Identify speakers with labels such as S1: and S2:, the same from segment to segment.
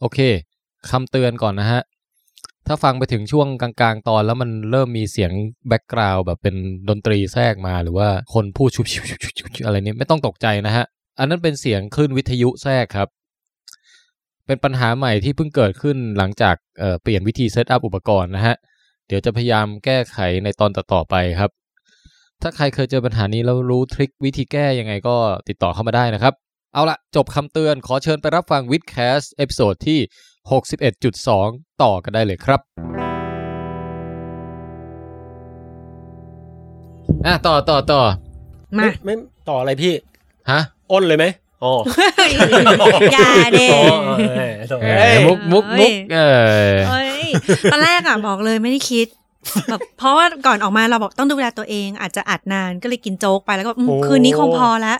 S1: โอเคคำเตือนก่อนนะฮะ ถ้าฟังไปถึงช่วงกลางๆ ตอนแล้วมันเริ่มมีเสียงแบ็กกราวด์แบบเป็นดนตรีแทรกมาหรือว่าคนพูดชุบชุบชุบชุบชุบอะไรนี้ไม่ต้องตกใจนะฮะ อันนั้นเป็นเสียงคลื่นวิทยุแทรกครับ เป็นปัญหาใหม่ที่เพิ่งเกิดขึ้นหลังจากเอ่อเปลี่ยนวิธีเซตอัพอุปกรณ์นะฮะ เดี๋ยวจะพยายามแก้ไขในตอนต่อๆไปครับ ถ้าใครเคยเจอปัญหานี้แล้วรู้ทริควิธีแก้ยังไงก็ติดต่อเข้ามาได้นะครับ เอาละจบคำเตือนขอเชิญไปรับฟังวิดแคสเอพิโซดที่ 61.2 ต่อกันได้เลยครับ อ่ะ ต่อต่อต่อ
S2: มา
S3: ไม่ไม่ต่ออะไรพี่
S1: ฮะ
S3: อ้นเลยไหมอ๋อ
S2: อย่าเด็
S3: อ๋อเออโถ่
S1: เอ
S3: เอ้
S1: อย มุกมุกมุกเออ
S2: เอ้ยตอนแรกอ่ะบอกเลยไม่ได้คิดแบบเพราะว่าก่อนออกมาเราบอกต้องดูแลตัวเอง อาจจะอัดนานก็เลยกินโจ๊กไปแล้วก็อืมคืนนี้คงพอแล้ว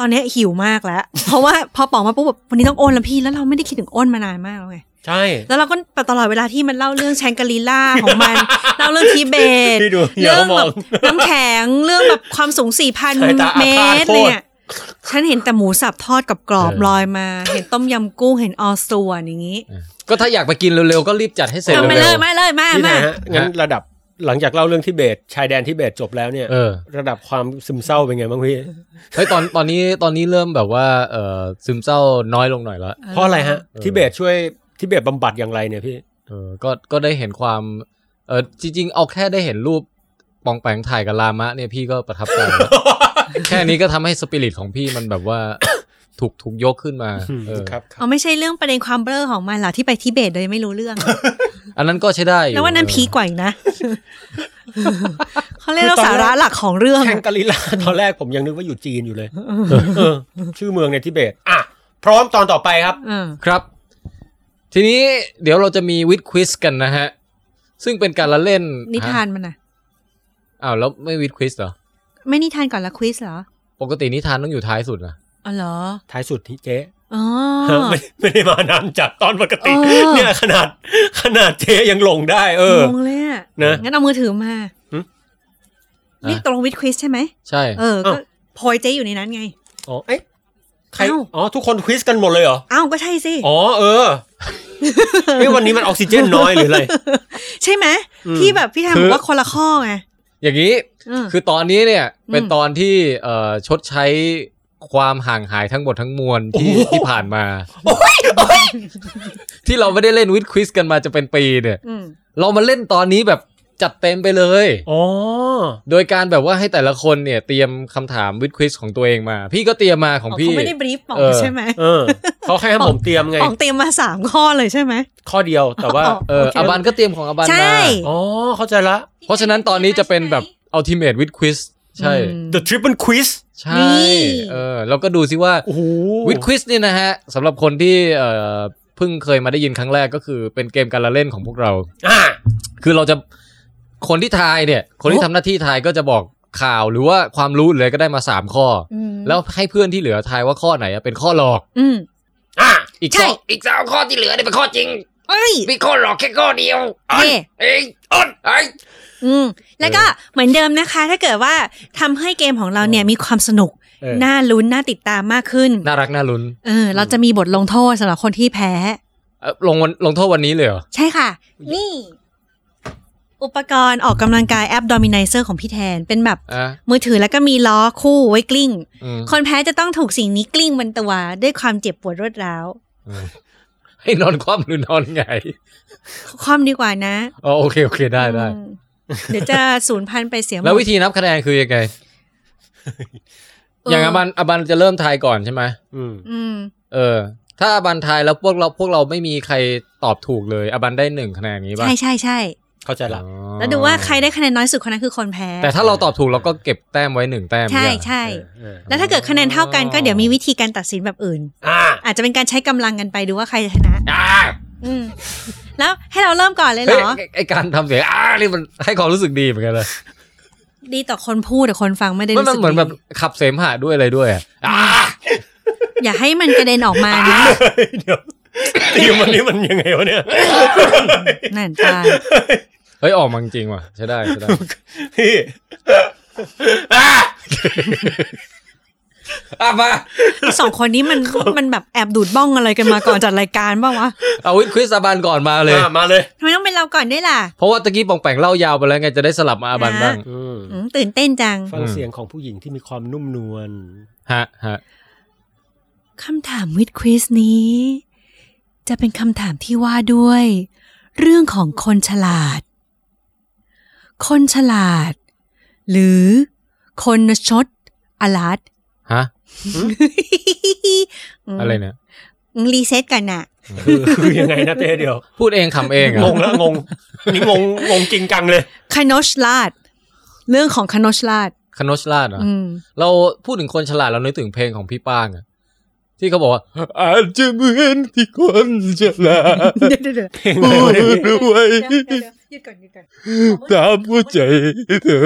S2: ตอนนี้หิวมากแล้ว เพราะว่าพอป๋องมาปุ๊บแบบวันนี้ต้องโอนแล้วพี่แล้วเราไม่ได้คิดถึงโอนมานานมากแล้วไง
S3: ใช่
S2: แล้วเราก็ตลอดเวลาที่มันเล่าเรื่องแชงกรีล่าของมัน เล่าเรื่องทิเบต
S3: พี่ดูเดี๋ย
S2: เรื่
S3: ว
S2: อง
S3: ม
S2: แบ
S3: อง
S2: บน้ำแข็ง เรื่องแบบความสูงสี่พัน
S3: สายตาอา
S2: เม
S3: ฆาต
S2: ตร
S3: โคตร
S2: เนี่ยฉันเห็นแต่หมูสับทอดกับกรอบ
S1: เออ
S2: ลอยมา เห็นต้มยำกุ้งเห็นออส่วนอย่างนี้
S1: ก็ถ้าอยากไปกินเร็วๆ ก็รีบจัดให้เสร็จ
S2: เอามาเล
S1: เร็
S2: ยว มาเลยมา
S3: นี่
S2: มา
S3: นะฮะงั้นระดับหลังจากเล่าเรื่องทิเบตชายแดนทิเบตจบแล้วเนี่ย
S1: ๆเออ
S3: ระดับความซึมเศร้าเป็นไงบ้างพี่
S1: เฮ้ยตอนตอนนี้ตอนนี้เริ่มแบบว่าเออซึมเศร้าน้อยลงหน่อยละ
S3: เพราะอะไรฮะทิเบตช่วยทิเบตบำบัดอย่างไรเนี่ยพี่
S1: เออก็ก็ได้เห็นความเออจริง ๆ เอาแค่ได้เห็นรูปปองแปงถ่ายกับลามะเนี่ยพี่ก็ประทับใจแล้ว แค่นี้ก็ทำให้สปิริตของพี่มันแบบว่า ถูกถูกยกขึ้นมาเออ
S3: ครับครับ
S2: เอาไม่ใช่เรื่องประเด็นความเบ้อของมันเหรอที่ไปทิเบตโดยไม่รู้เรื่อง
S1: อันนั้นก็ใช้ได้อยู่
S2: แล้ววันนั้น
S1: เออ
S2: พีกกว่าอีกนะ เขาเรียกว่าสาระหลักของเรื่อง
S3: แทงกาลิ ลาตอนแรกผมยังนึกว่าอยู่จีนอยู่เลยเออชื่อเมืองในทิเบต อ่ะ พร้อมตอนต่อไปครับ
S2: เออ
S1: ครับ ทีนี้เดี๋ยวเราจะมีวิดควิสกันนะฮะ ซึ่งเป็นการละเล่น
S2: นิทาน
S1: ฮะ
S2: มันนะ
S1: อ้าวแล้วไม่วิดควิสเหรอ
S2: ไม่นิทานก่อนละควิสเหรอ
S1: ปกตินิทานต้องอยู่ท้ายสุดนะ
S2: อ๋อเหรอ
S3: ท้ายสุดที่เจ๊
S2: อ๋อ
S3: ไม่ไม่ได้มานำจากตอนปกติ
S2: เออ
S3: เนี่ยขนาดขนาดเจ๊ยังลงได้ เออ
S2: งงเลยอะ
S3: นะ
S2: งั้นเอามือถือมา
S3: หึ
S2: นี่ตรงวิดควิสใช่ไหม
S1: ใช่
S2: เออ ก็โพยเจ๊อยู่ในนั้นไง
S3: อ๋อเอ๊ะใคร
S2: เอ้า
S3: อ๋อทุกคนควิสกันหมดเลยเหรอ
S2: อ้าว ก็ใช่สิ
S3: อ๋อเอ อเอ๊ะวันนี้มันออกซิเจนน้อยหรืออะไร
S2: ใช่ไหม ที่แบบพี่แทมบอกว่าคนละข้อไง
S1: อย่างนี้
S2: เออ
S1: คือตอนนี้เนี่ย
S2: อืม
S1: เป็นตอนที่เอ่อชดใช้ความห่างหายทั้งหมดทั้งมวลที่ที่ผ่านมา ที่เราไม่ได้เล่นวิดควิสกันมาจะเป็นปีเนี่ย
S2: ม
S1: เรามาเล่นตอนนี้แบบจัดเต็มไปเลย
S3: อ๋อ
S1: โดยการแบบว่าให้แต่ละคนเนี่ยเตรียมคำถามวิดควิสของตัวเองมา พี่ก็เตรียมมาของ
S2: อ๋อ
S1: พี่
S2: เขาไม่ได้บรีฟป๋อง
S1: เออ
S2: ใช่ไหม
S3: เออเขาแค่ให้ผมเตรียมไง
S2: ป๋องเตรียมมาสามข้อเลยใช่ไหม
S3: ข้อเดียวแต่ว่า
S1: เออ
S2: โอเค
S1: อาบันก็เตรียมของอาบันม
S2: ใช่
S1: า
S3: อ๋อ เข้าใจละ
S1: เพราะฉะนั้นตอนนี้จะเป็นแบบอัลติเม e วิดควิสใช่
S2: อืม
S3: The Triple Quiz
S1: ใช่
S2: นี่
S1: เออเราก็ดูซิว่า
S3: โอ้โห
S1: วิดควิสเนี่ยนะฮะสำหรับคนที่เอ่อเพิ่งเคยมาได้ยินครั้งแรกก็คือเป็นเกมการละเล่นของพวกเรา
S3: อ่ะ
S1: คือเราจะคนที่ทายเนี่ย คนที่ทำหน้าที่ทายก็จะบอกข่าวหรือว่าความรู้เลยก็ได้มาสามข้ออ
S2: อืม
S1: แล้วให้เพื่อนที่เหลือทายว่าข้อไหนอะเป็นข้อหลอก
S2: อืม
S3: อ่ะ
S1: อีกข้
S2: ใช่
S1: ออีกสามข้อที่เหลือเนี่ยเป็นข้อจริง
S2: เอ้ย
S1: มีข้อหลอกแค่ข้อเดียว
S2: เอ๊ะ
S1: เอ้ยอ้นเอ้ย
S2: อืม แล้วก็เหมือนเดิมนะคะ ถ้าเกิดว่าทำให้เกมของเราเนี่ยมีความสนุก
S3: เออ
S2: น่าลุ้น น่าติดตามมากขึ้น
S1: น่ารักน่าลุ้น
S2: เออ เราจะมีบทลงโทษสำหรับคนที่แพ้
S1: เอ่อลงวันลงโทษวันนี้เลยเหรอ
S2: ใช่ค่ะ นี่ อุปกรณ์ออกกำลังกายแอป Dominizer ของพี่แทน เป็นแบบ
S1: อ่ะ
S2: มือถือแล้วก็มีล้อคู่ไว้กลิ้ง
S1: อืม
S2: คนแพ้จะต้องถูกสิ่งนี้กลิ้งบนตัวด้วยความเจ็บปวดรวดร้าว
S1: ให้นอนคว่ำหรือนอนไง
S2: คว่ำดีกว่านะ
S1: อ๋อโอเคโอเคได้ได้
S2: อืมเดี๋ยวจะสูญพันธุ์ไปเสียหมด
S1: แล้ววิธีนับคะแนนคือยังไง
S2: เ
S1: อย่างอาบันอาบันจะเริ่มทายก่อนใช่ไหม
S3: อืม
S2: อืม
S1: เออ ถ้าอาบันทายแล้วพวกเราพวกเราไม่มีใครตอบถูกเลยอาบันได้หนึ่งคะแนนนี้ป่ะ
S2: ใช่ใช่ใช่
S3: เข้าใจละ
S1: อ๋อ
S2: แล้วดูว่าใครได้คะแนนน้อยสุดคนนั้นคือคนแพ้
S1: แต่ถ้าเราตอบถูกเราก็เก็บแต้มไว้หนึ่งแต้ม
S2: ใช่
S1: เนี่ย
S2: ใช่
S3: เออ
S2: แล้วถ้าเกิดคะแนนเท่ากันก็เดี๋ยวมีวิธีการตัดสินแบบอื่น
S3: อ่ะ
S2: อาจจะเป็นการใช้กำลังกันไปดูว่าใครจะชนะ
S1: อ่า
S2: อืม แล้วให้เราเริ่มก่อนเลยเหร
S1: เฮ้ย
S2: อ
S1: ไอ้ไอการทำเสียงอ่านี่มันให้ความรู้สึกดีเหมือนกันเลย
S2: ดีต่อคนพูดแต่คนฟังไม่ได้
S1: มันมั
S2: รู้
S1: น
S2: สึก
S1: เหมือน
S2: ดี
S1: แบบขับเสมหะด้วยอะไรด้วยอะอ่า
S2: อย่าให้มันกระเด็นออกมานะ
S3: เดี๋ยว ทีมวันนี้มันยังไงวะเนี่ย
S2: นั่นตาย
S1: เฮ้ยออกมาจริงว่ะใช่ ได้ใช่ได้
S3: พี่
S4: อ่ะมา
S2: ไอ้สองคนนี้มันมันแบบแอบดูดบ้องอะไรกันมาก่อนจัดรายการป่าวะ
S1: เอาวิทย์คริสอาบันก่อนมาเลย
S3: อ่ะมาเลย
S2: ทำไมต้องเป็นเราก่อนด้วยล่ะ
S1: เพราะว่าตะกี้ปองแปงเล่ายาวไปแล้วไงจะได้สลับมาอาบันบ้าง
S3: อืม
S2: อืมตื่นเต้นจัง
S3: ฟังเสียงของผู้หญิงที่มีความนุ่มนวล
S1: ฮะฮะ
S2: คำถามวิดควิสนี้ จะเป็นคำถามที่ว่าด้วย เรื่องของคนฉลาด คนฉลาด หรือ คนชดอล าด
S1: ฮะอะไรเนี่ย
S2: รีเซ็ตกันน่ะ
S3: คือคือยังไงนะเต้เดียว
S1: พูดเองขำเองเหรง อ่ะ
S3: งแล้วงงนี่งงงงจริงจังเลย
S2: คานอชลาด เรื่องของคานอชลาด
S1: คโนชลาดเหรอ
S2: อืม
S1: เราพูดถึงคนฉลาดเรานึกถึงเพลงของพี่ป้างอะที่เขาบอกว่า อาจจะเหมือนที่คนฉลาด
S2: เดี๋ยวเดี๋ยวเดี๋ยว
S3: เพลงอะไรวะเนี่ย
S1: รวย
S2: หยุดก่อนหยุดก่อน
S1: ตามหัวใจเธอ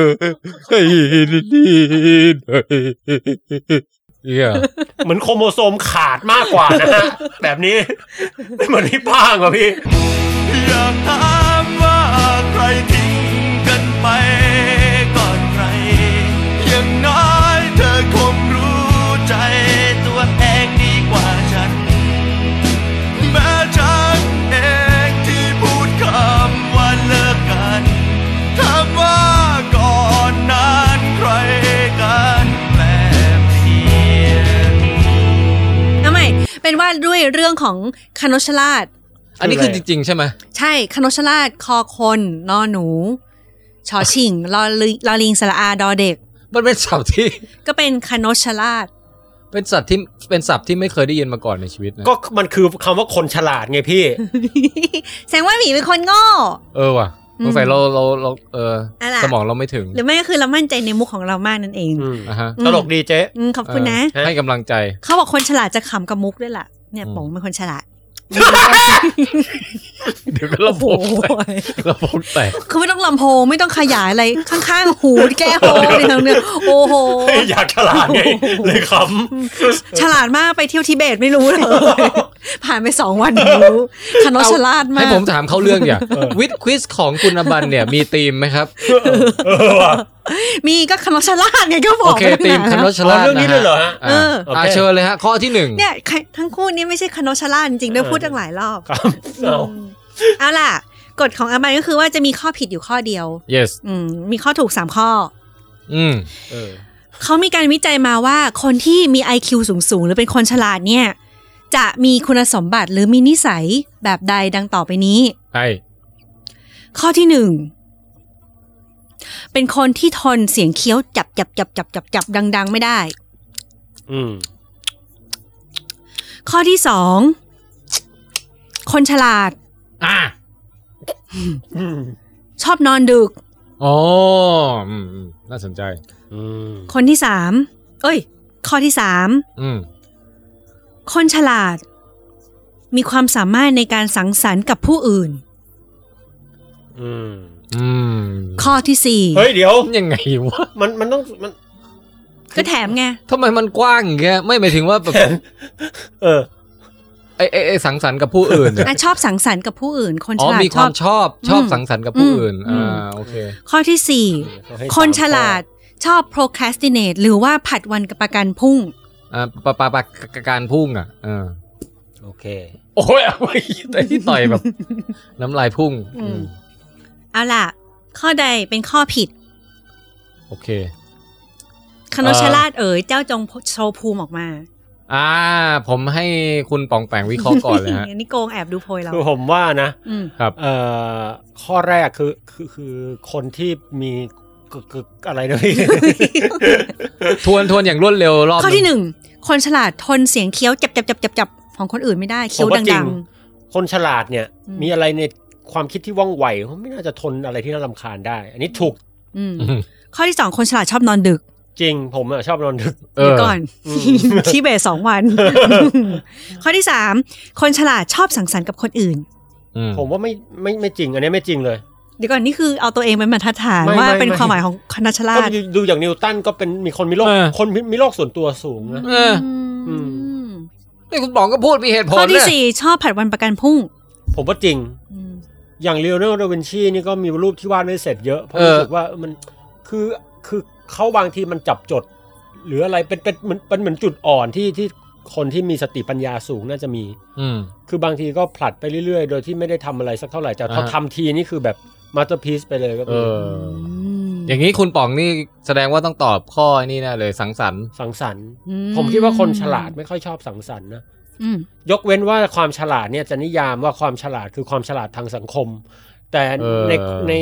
S1: ให้ดีหน่อยเหี้ย
S3: เหมือนโครโมโซมขาดมากกว่านะฮะแบบนี้ไม่เหมือนที่ป้างว่ะพี่
S5: อยากถามว่าใครทิ้งกันไปก่อนใคร อย่างน้อยเธอคงรู้ใจตัวเองดีกว่าฉัน แม้ฉันเองที่พูดคำว่าเลิกกันถามว่าก่อนนั้นใครกันแปลเปลี่ยน
S2: ทำไมเป็นว่าด้วยเรื่องของคานอชลาด
S1: อันนี้คือจริง ๆ ใช่ไหม
S2: ใช่คานชราชคอคนนอหนูชอชิงลอลิงลอลิงสระอาดอเด็ก
S1: มันเป็นศัพท์ที่
S2: ก็เป็นคานชราช
S1: เป็นศัพท์ที่เป็นศัพท์ที่ไม่เคยได้ยินมาก่อนในชีวิตนะ
S3: ก็มันคือคำว่าคนฉลาดไงพี่
S2: แสดงว่าหมีเป็นคนโง่
S1: เออว่ะ
S2: อืม
S1: สงสัยเราเราเราเออ
S2: เอาล่ะ
S1: สมองเราไม่ถึง
S2: หรือไม่ก็คือเรามั่นใจในมุกของเรามากนั่นเอง
S3: อืม
S1: นะฮะ
S2: อืม
S3: ตลกดีเจ๊
S2: อืมขอบคุณนะ
S1: เออให้กำลังใจ
S2: เขาบอกคนฉลาดจะขำกับมุกด้วยล่ะ เนี่ย
S1: อืม
S2: ป๋องเป็นคนฉลาด
S1: เดี๋ยวก็ระบบ
S2: โอ้ย
S1: ระบบแตก
S2: คือไม่ต้องลำโพงไม่ต้องขยายอะไรข้างๆหูแก้โหในทางเนื้อโอ้โห
S3: อยากฉลาดไงเลยค
S2: ฉลาดมากไปเที่ยวทิเบตไม่รู้เลยผ่านไปสองวันไม่รู้คานชลาดมา
S1: ให้
S2: ก
S1: ผมถามเขาเรื่องอย่าวิดควิสของคุณอบันเนี่ยมีธีมไหมครับ
S3: ำเออว่ะ
S2: มีก็คานชลาดไงก็บ
S1: โอ
S2: อก
S1: เค
S2: ไป
S1: ทีม
S2: แล้
S1: คาน
S2: ว
S1: อชลาด
S3: อ๋อเรื่องนี้ด้วยเหรอฮะ
S1: อ่า
S2: เออ
S1: อ่า
S3: โอเค
S1: เชิญเลยฮะ ข้อที่หนึ่ง
S2: เนี่ยใครทั้งคู่นี่ไม่ใช่คานชลาดจริงๆด้วยพูดตั้งหลายรอบ
S3: ครับเอา
S2: อืมเอาล่ะ กฎของอาบันก็คือว่าจะมีข้อผิดอยู่ข้อเดียว
S1: yes
S2: อืมมีข้อถูกสามข้อ
S1: อืม
S3: เออ
S2: เขามีการวิจัยมาว่าคนที่มี IQ สูงๆ หรือเป็นคนฉลาดเนี่ย จะมีคุณสมบัติหรือมีนิสัยแบบใดดังต่อไปนี้
S1: ใช่
S2: ข้อที่หนึ่ง เป็นคนที่ทนเสียงเคี้ยวจับจับจับจับจับจับดัง ๆ ไม่ได้
S3: อืม
S2: ข้อที่สอง คนฉลาด
S1: อ่ะ
S3: อืม
S2: ชอบนอนดึก
S1: อ๋ออืมอืมน่าสนใจ
S3: อืม
S2: คนที่สาม เอ้ย ข้อที่สาม
S1: อืม
S2: คนฉลาด มีความสามารถในการสังสรรค์กับผู้อื่น
S3: อืม
S1: อืม
S2: ข้อที่สี่
S3: เฮ้ยเดี๋ยว
S1: ยังไงวะ
S3: มันมันต้องมัน
S2: ก็แถมไง
S1: ทำไมมันกว้างอย่างเงี้ยไม่หมายถึงว่าแบบ
S3: เออ
S1: ไอ้ไอ้ไอ้สังสรรค์กับผู้อื่นเนี่ย
S2: อ่ะชอบสังสรรค์กับผู้อื่น คน
S1: อ๋
S2: ฉ
S1: อ
S2: ลาด
S1: มีค
S2: ชอ
S1: วา
S2: บ
S1: มชอบชอบ
S2: อืม
S1: สังสรรค์กับผู้
S2: อืม
S1: อื่น
S2: อื
S1: อ่
S2: ม
S1: าโอเค
S2: ข้อที่สี่
S3: เขาให้
S2: คน
S3: สามข้อ
S2: ฉลาดชอบ procrastinate หรือว่าผัดวันกับประกันพรุ่ง
S1: อ่าปะปะปะกะการพุ่งอ่ะอ่า
S3: โอเค
S1: โอ้ยเอาไอ้ไอ้ที่ต่อยแบบ น้ำลายพุ่ง
S2: อืม เอาล่ะ ข้อใดเป็นข้อผิด
S1: โอเค
S2: คณชลาดเอ๋ยเจ้าจงโชว์ภูมิออกมา
S1: อ่า ผมให้คุณป่องแปงวิเคราะห์ก่อนเลยฮะ
S2: อันนี้โกงแอบดูโพยเรา
S3: คือผมว่านะ
S2: อืม
S1: ครับ
S3: เอ่อข้อแรกคือคือคือคนที่มีกึกกึกอะไรนะพี่
S1: ทวนทวนอย่างรวดเร็วรอบ
S2: ข้อที่หนึ่ง คนฉลาดทนเสียงเคี้ยวจับจับจับจับจับของคนอื่นไม่ได้ เคี้ยว
S3: ผมว่าจริ
S2: ดั
S3: ง
S2: ง
S3: คนฉลาดเนี่ย
S2: อืม
S3: มีอะไรในความคิดที่ว่องไวเขาไม่น่าจะทนอะไรที่น่ารำคาญได้ อันนี้ถูก
S2: ๆอืม
S1: อืม
S2: ข้อที่สองคนฉลาดชอบนอนดึก
S3: จริง ผมอะชอบน อนดึก
S1: เอ
S2: เดี๋ย
S1: อ
S2: วก่อน
S3: อืม
S2: ที่เบสสองวัน ข้อที่สามคนฉลาดชอบสังสรรค์กับคนอื่น
S1: อืม
S3: ผมว่าไม่ไม่ไม่จริง อันนี้ไม่จริงเลย
S2: เดี๋ยวก่อนนี่คือเอาตัวเองเป็นบรรทัดฐาน
S3: ไม่
S2: ว่า
S3: ไม่
S2: เป็น
S3: ไม่
S2: ความหมายของคณชลา
S3: ก็
S2: ด
S3: ดูดูอย่างนิวตันก็เป็นมีคนมีโรคคนมีมีโรคส่วนตัวสูงนะ
S1: เออ
S3: อื
S1: นี่คุณป๋องก็พูดมีเหตุผล
S2: ข้อที่
S1: นะ
S2: สี่ชอบผัดวันประกันพรุ่ง
S3: ผมว่าจริง
S2: อืม
S3: อย่างเลโอนาร์โดวินชีนี่ก็มีรูปที่วาดไม่เสร็จเยอะเพราะรู้สึกว่ามันคือคือเขาบางทีมันจับจด หรืออะไรเป็นเป็นเหมือนเป็นเหมือนจุดอ่อนที่ที่คนที่มีสติปัญญาสูงน่าจะมี
S1: อืม
S3: คือบางทีก็ผลัดไปเรื่อยๆ โดยที่ไม่ได้ทำอะไรสักเท่าไหร่ แต่พอ
S1: อ่า
S3: ทำทีนี่คือแบบมาสเตอร์พีซไปเลยก็
S1: เอ
S3: มี
S1: อ
S2: ม
S1: อย่างนี้คุณป๋องนี่แสดงว่าต้องตอบข้อไอ้นี่แนะเลยสังสรรค์
S3: สังสรรค์
S2: อื
S3: ผมคิดว่าคนฉลาดไม่ค่อยชอบสังสรรค์นะ
S2: อืม
S3: ยกเว้นว่าความฉลาดเนี่ยจะนิยามว่าความฉลาดคือความฉลาดทางสังคม แต่
S1: เออ
S3: ในใน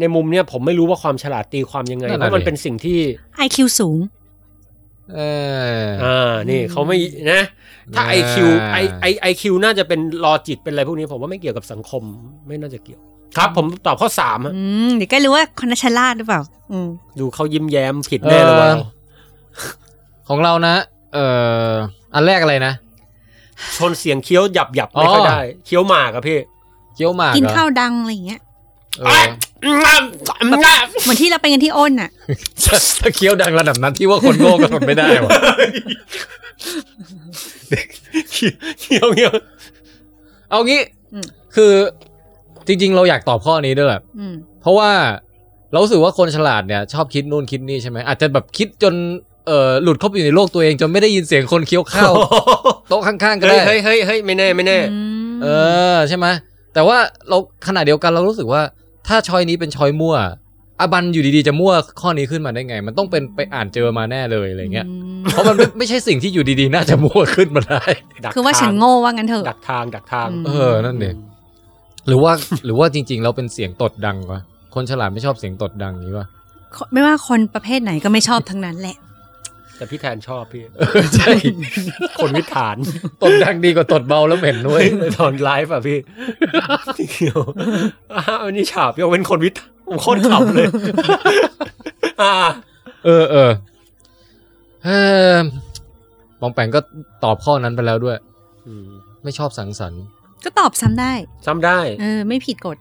S3: ในมุมเนี่ยผมไม่รู้ว่าความฉลาดตีความยังไง
S1: นั่นน่ะ
S3: เพราะมัน
S1: ดิ
S3: เป็นสิ่งที่
S2: IQ สูง
S1: เอออ
S3: อ่านี่เขาไม่นะ ถ้า
S1: อ่า
S3: IQ ไอไอไอคิวน่าจะเป็นลอจิกเป็นอะไรพวกนี้ผมว่าไม่เกี่ยวกับสังคมไม่น่าจะเกี่ยว ครับ ผมตอบข้อสามฮะ
S2: อืมเดี๋ยวก็รู้ว่าคนนั้นฉลาดหรือเปล่า อืม
S3: ดูเขายิ้มแย้มผิดแน่เลยว่า
S1: เออ ของเรานะ เอ่ออันแรกอะไรนะ
S3: ชนเสียงเคี้ยวหยับหยับๆไม่ค่อย
S1: อ๋อ
S3: ได้เคี้ยวหมากอะพี่
S1: เกี๊ยวหมาก
S2: กิน
S1: เหรอ
S2: ข้าวดังอะไรอย่างเงี้ย
S1: เออ
S2: เหมือนที่เราไปกันที่อ้นน่ะ
S1: ถ้าเคี้ยวดังระดับนั้นที่ว่าคนโง่ก็ทนไม่ได้วะ
S3: เคี้ยวเคี้ยว
S1: เอางี้
S2: อืม
S1: คือจริง ๆ เราอยากตอบข้อนี้ด้วยแหละ
S2: อืม
S1: เพราะว่าเรารู้สึกว่าคนฉลาดเนี่ย ชอบคิดนู่นคิดนี่ใช่ไหมอาจจะแบบคิดจนเอ่อหลุดเข้าไปอยู่ในโลกตัวเองจนไม่ได้ยินเสียงคนเคี้ยวข้าว โต๊ะข้างๆก็
S3: เฮ้
S1: ได้
S3: ยเฮ้ยเฮ้ยเฮ้ยไม่แน่ไม่แน่
S1: เออใช่ไหมแต่ว่าเราขณะเดียวกันเรารู้สึกว่า ถ้าชอยนี้เป็นชอยมั่วอาบันอยู่ดีๆจะมั่วข้อนี้ขึ้นมาได้ไง มันต้องเป็นไปอ่านเจอมาแน่เลยอะไรเงี้ยเพราะมันไม่ไม่ใช่สิ่งที่อยู่ดีๆ น่าจะมั่วขึ้นมาได้
S3: ดัก
S2: คือว่า
S3: ท
S2: ฉันโง่ว่างั้นเถอะ
S3: ดักทางดักทาง
S2: อืม
S1: เออนั่นเด็หรือว่าหรือว่าจริงๆเราเป็นเสียงตดดังวะคนฉลาดไม่ชอบเสียงตดดังนี้วะ
S2: ไม่ว่าคนประเภทไหนก็ไม่ชอบทั้งนั้นแหละ
S3: แต่พี่แทนชอบ พี่
S1: ใช่
S3: คนวิถฐาน
S1: ตดดังดีกว่าตดเบาแล้วเหม็นด้วย
S3: ตอนไลฟ์อ่ะพี่ เดียว อ้าวอันนี้ฉาบยกเป็นคนวิถฐานผมโคตรขำเลย อ่า
S1: เออเออเออมองแปงก็ตอบข้อนั้นไปแล้วด้วย ไม่ชอบสังสรรค์
S2: ก็ตอบซ้ำได้
S3: ซ้ำได้
S2: เออ ไม่ผิดกฎ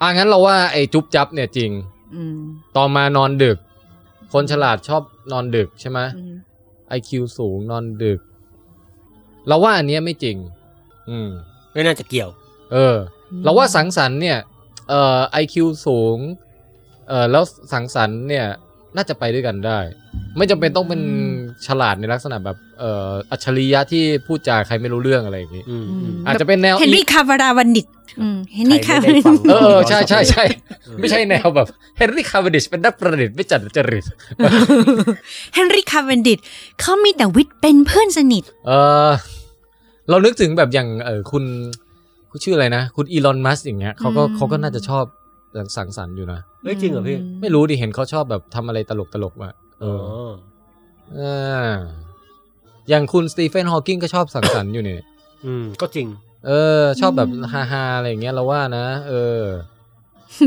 S1: อ่ะงั้นเราว่าไอ้จุ๊บจับเนี่ยจริง
S2: อืม
S1: ต่อมานอนดึก คนฉลาดชอบนอนดึกใช่ไหม
S2: อืม
S1: ไอคิวสูงนอนดึก เราว่าอันเนี้ยไม่จริง อืม
S3: ไม่น่าจะเกี่ยว
S1: เออ เราว่าสังสรรค์เนี่ย เอ่อไอคิวสูง เอ่อแล้วสังสรรค์เนี่ย น่าจะไปด้วยกันได้ ไม่จำเป็นต้องเป็นฉลาดในลักษณะแบบ เอ่ออัจฉริยะที่พูดจาใครไม่รู้เรื่องอะไรอย่างนี้
S3: อืม
S2: อืม
S1: อาจจะเป็นแนว
S2: เห็นรี่คาวราวันดิตอืมเห็นรี่
S3: ใคร
S2: คาว
S3: ไม่ได้ฟัง
S1: เออเออใช่ใช่ ใช่ไม่ใช่แนวแบบเฮนรี่คาร์ดิชเป็นนักประดิษฐ์ไม่จัดจริต
S2: เฮนรี่คาวันดิตเขามีแต่วิทย์เป็นเพื่อนส นิท
S1: เออเรานึกถึงแบบอย่างเออคุณคุณชื่ออะไรนะ คุณอีลอนมัสอย่างเงี้ยเขาก็
S2: อืม
S1: เขาก็น่าจะชอบสังสรรค์อยู่นะ
S3: เฮ้ยจริงเหรอพี่
S1: ไม่รู้ดิเห็นเขาชอบแบบทำอะไรตลกตลกๆว่ะเอ
S3: อ๋
S1: อ
S3: อ
S1: อ่าอย่างคุณสตีเฟนฮอว์กิงก็ชอบสังสรรค์อยู่เนี่ย
S3: อืมก็จริง
S1: เออ ชอบแบบ
S2: อืม
S1: ฮาฮาๆอะไรอย่างเงี้ยเราว่านะ เออ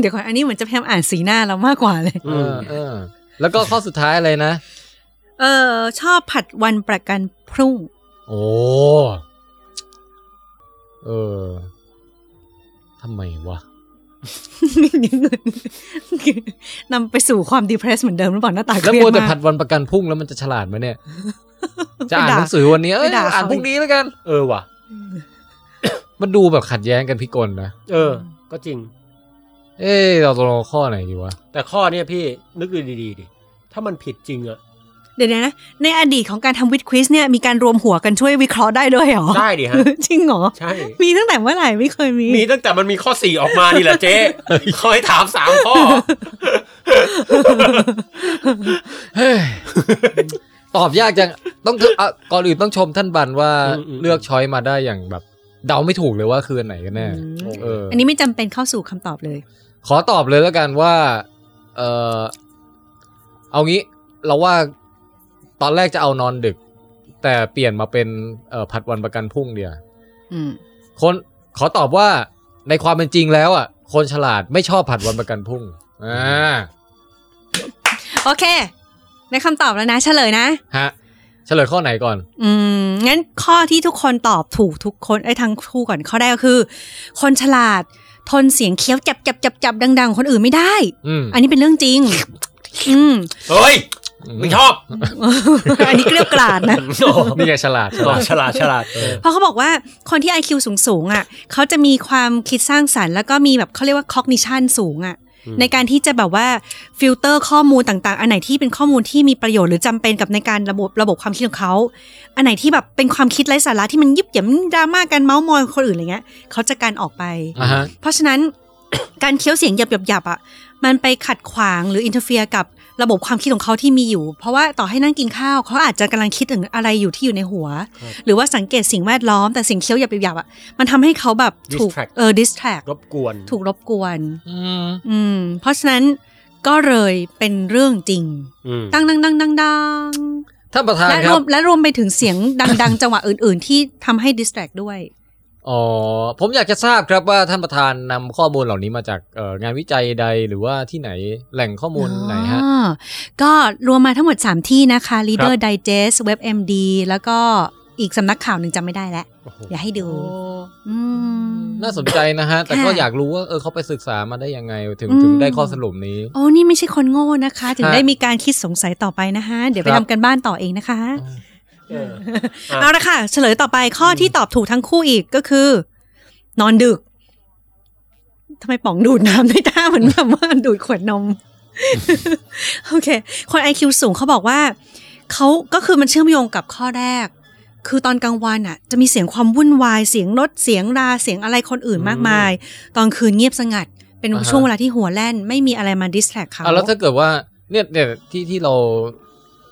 S2: เดี๋ยวก่อนอันนี้เหมือนจะพยายามอ่านสีหน้าเรามากกว่า เลย
S1: เอ
S3: อืม
S1: อเออ แล้วก็ข้อสุดท้ายอะไรนะ
S2: เออ ชอบผัดวันประกันพรุ่ง
S1: โอ้ เออทำไมวะ
S2: นำไปสู่ความดีเพรสเหมือนเดิมหรือเปล่าหน้าตาเค
S1: แล้ว
S2: รีย
S1: มัว
S2: ด
S1: แต่
S2: มา
S1: ผั
S2: ก
S1: ดวันประกันพรุ่งแล้วมันจะฉลาดไหม เนี่ย จะอ่าน
S2: ไปด่า
S1: หนังสือวันนี้เอ้ย
S2: ไปด่าเขา
S1: อ่านพรุ่งนี้แล้วกัน
S3: เออว่ะ
S1: มันดูแบบขัดแย้งกันพิกลนะ
S3: เออ ก็จริง
S1: เอ้ยเราตกลงข้อไหนดีวะ
S3: แต่ข้อเนี่ยพี่นึกดูดีๆดิถ้ามันผิดจริงอะ
S2: เดี๋ยวนะ ในอดีตของการทำวิดควิสเนี่ยมีการรวมหัวกันช่วยวิเคราะห์ได้ด้วย เหรอ
S3: ได้ดิฮะ
S2: จริงเหรอ
S3: ใช่
S2: มีตั้งแต่เมื่อไหร่ไม่เคยมี
S3: มีตั้งแต่มันมีข้อสี่ออกมานี่แหละเจ๊คอยถามสามข้อ
S1: เฮ้ยตอบยากจัง ต้องถืออ่ะก่อนอื่นต้องชมท่านบันว่า
S3: อืมอืม
S1: เลือกช้อยมาได้อย่างแบบ เดาไม่ถูกเลยว่าคืออันไหนกันแน่
S2: อืม
S1: เอออ
S2: อันนี้ไม่จำเป็นเข้าสู่คำตอบเลย
S1: ขอตอบเลยแล้วกันว่า เออเอางี้เราว่าตอนแรกจะเอานอนดึก แต่เปลี่ยนมาเป็นเอ่อผัดวันประกันพรุ่งเดียว
S2: อืม
S1: คนขอตอบว่าในความเป็นจริงแล้วอ่ะคนฉลาดไม่ชอบผัดวันประกันพรุ่งอ่า
S2: โอเค ในคำตอบแล้วนะ เฉลยนะ
S1: ฮะเฉลยข้อไหนก่อน
S2: อืม งั้นข้อที่ทุกคนตอบถูกทุกคนไอ้ยทางคู่ก่อนข้อแรกก็คือ คนฉลาด ทนเสียงเคี้ยวจับจับจับจับดัง ๆ คนอื่นไม่ได้
S1: อืม
S2: อันนี้เป็นเรื่องจริง อืม
S3: เฮ้ย ไม่ชอบ
S2: อันนี้เกลียวกราดนะ
S1: นี่ไงฉลาดฉ
S3: อ๋ อ
S1: ลาด
S3: ฉลาดฉลาดเออ
S2: เพราะเขาบอกว่าคนที่ IQ สูงสูงๆอ่ะเขาจะมีความคิดสร้างสรรค์แล้วก็มีแบบเขาเรียกว่า cognition สูงอ่ะ
S3: อืม
S2: ในการที่จะแบบว่าฟิลเตอร์ข้อมูลต่างๆ อันไหนที่เป็นข้อมูลที่มีประโยชน์หรือจำเป็นกับในการระบบระบบความคิดของเขา อันไหนที่แบบเป็นความคิดไร้สาระที่มันยิบหยิมดราม่ากันเมาส์มอยคนอื่นอะไรเงี้ยเขาจะการออกไป
S1: อ่ะฮะ
S2: เพราะฉะนั้น การเคี้ยวเสียงหยับหยับหยับๆๆอ่ะมันไปขัดขวางหรืออินเทอร์เฟียกับระบบความคิดของเขาที่มีอยู่ เพราะว่าต่อให้นั่งกินข้าวเขาอาจจะกำลังคิดถึงอะไรอยู่ที่อยู่ในหัว
S3: ครับ
S2: หรือว่าสังเกตสิ่งแวดล้อมแต่สิ่งเคี้ยวหยับหยับหยับๆๆอ่ะมันทำให้เขาแบบถูก
S3: Distract
S2: เออดิสแทรก
S3: รบกวน
S2: ถูกรบกวน
S1: อืม
S2: อืม เพราะฉะนั้นก็เลยเป็นเรื่องจริง
S3: อืม
S2: ดังดังดังดังดัง
S1: ท่านประธาน
S2: และ
S1: ค
S2: ร
S1: รั
S2: ว
S1: บ
S2: มและรวมไปถึงเสียงดัง ๆ จังหวะอื่น ๆ ที่ทำให้ดิสแทรกด้วย
S1: อ๋อ ผมอยากจะทราบครับว่าท่านประธานนำข้อมูลเหล่านี้มาจากเอ่องานวิจัยใดหรือว่าที่ไหนแหล่งข้อมูลไหนฮะ
S2: อ๋อก็รวมมาทั้งหมด 3 ที่นะคะ Leader Digest WebMD แล้วก็อีกสำนักข่าวหนึ่งจำไม่ได้แล้ว
S3: โอ้โห
S2: อย่าให้ดูอืม
S1: น่าสนใจนะฮะ แต่
S2: ค่ะ
S1: ก็อยากรู้ว่าเออเขาไปศึกษามาได้ยังไงถึง
S2: อืม
S1: ถึงได้ข้อสรุปนี้
S2: โอ้นี่ไม่ใช่คนโง่นะคะ ถึง
S1: ฮะ
S2: ได้มีการคิดสงสัยต่อไปนะคะ เดี๋ยวไป
S1: ครับ
S2: ทำกันบ้านต่อเองนะคะ
S3: เออ อ่ะ
S2: เอาละค่ะ เฉลยต่อไปข้อที่ตอบถูกทั้งคู่อีกก็คือ นอนดึกทำไมป๋องดูดน้ำได้ท่าเหมือนแบบว่าดูดขวดนม โอเค คน IQ สูงเขาบอกว่า เขาก็คือมันเชื่อมโยงกับข้อแรก คือตอนกลางวันอ่ะ จะมีเสียงความวุ่นวาย เสียงรถ เสียงราเสียงอะไรคนอื่นมากมาย ตอนคืนเงียบสงัด เป็น
S1: อ่าฮะ
S2: ช่วงเวลาที่หัวแล่น ไม่มีอะไรมาดิสแทรกเขา
S1: อ่ะแล้วถ้าเกิดว่าเนี่ยเนี่ยที่ที่เรา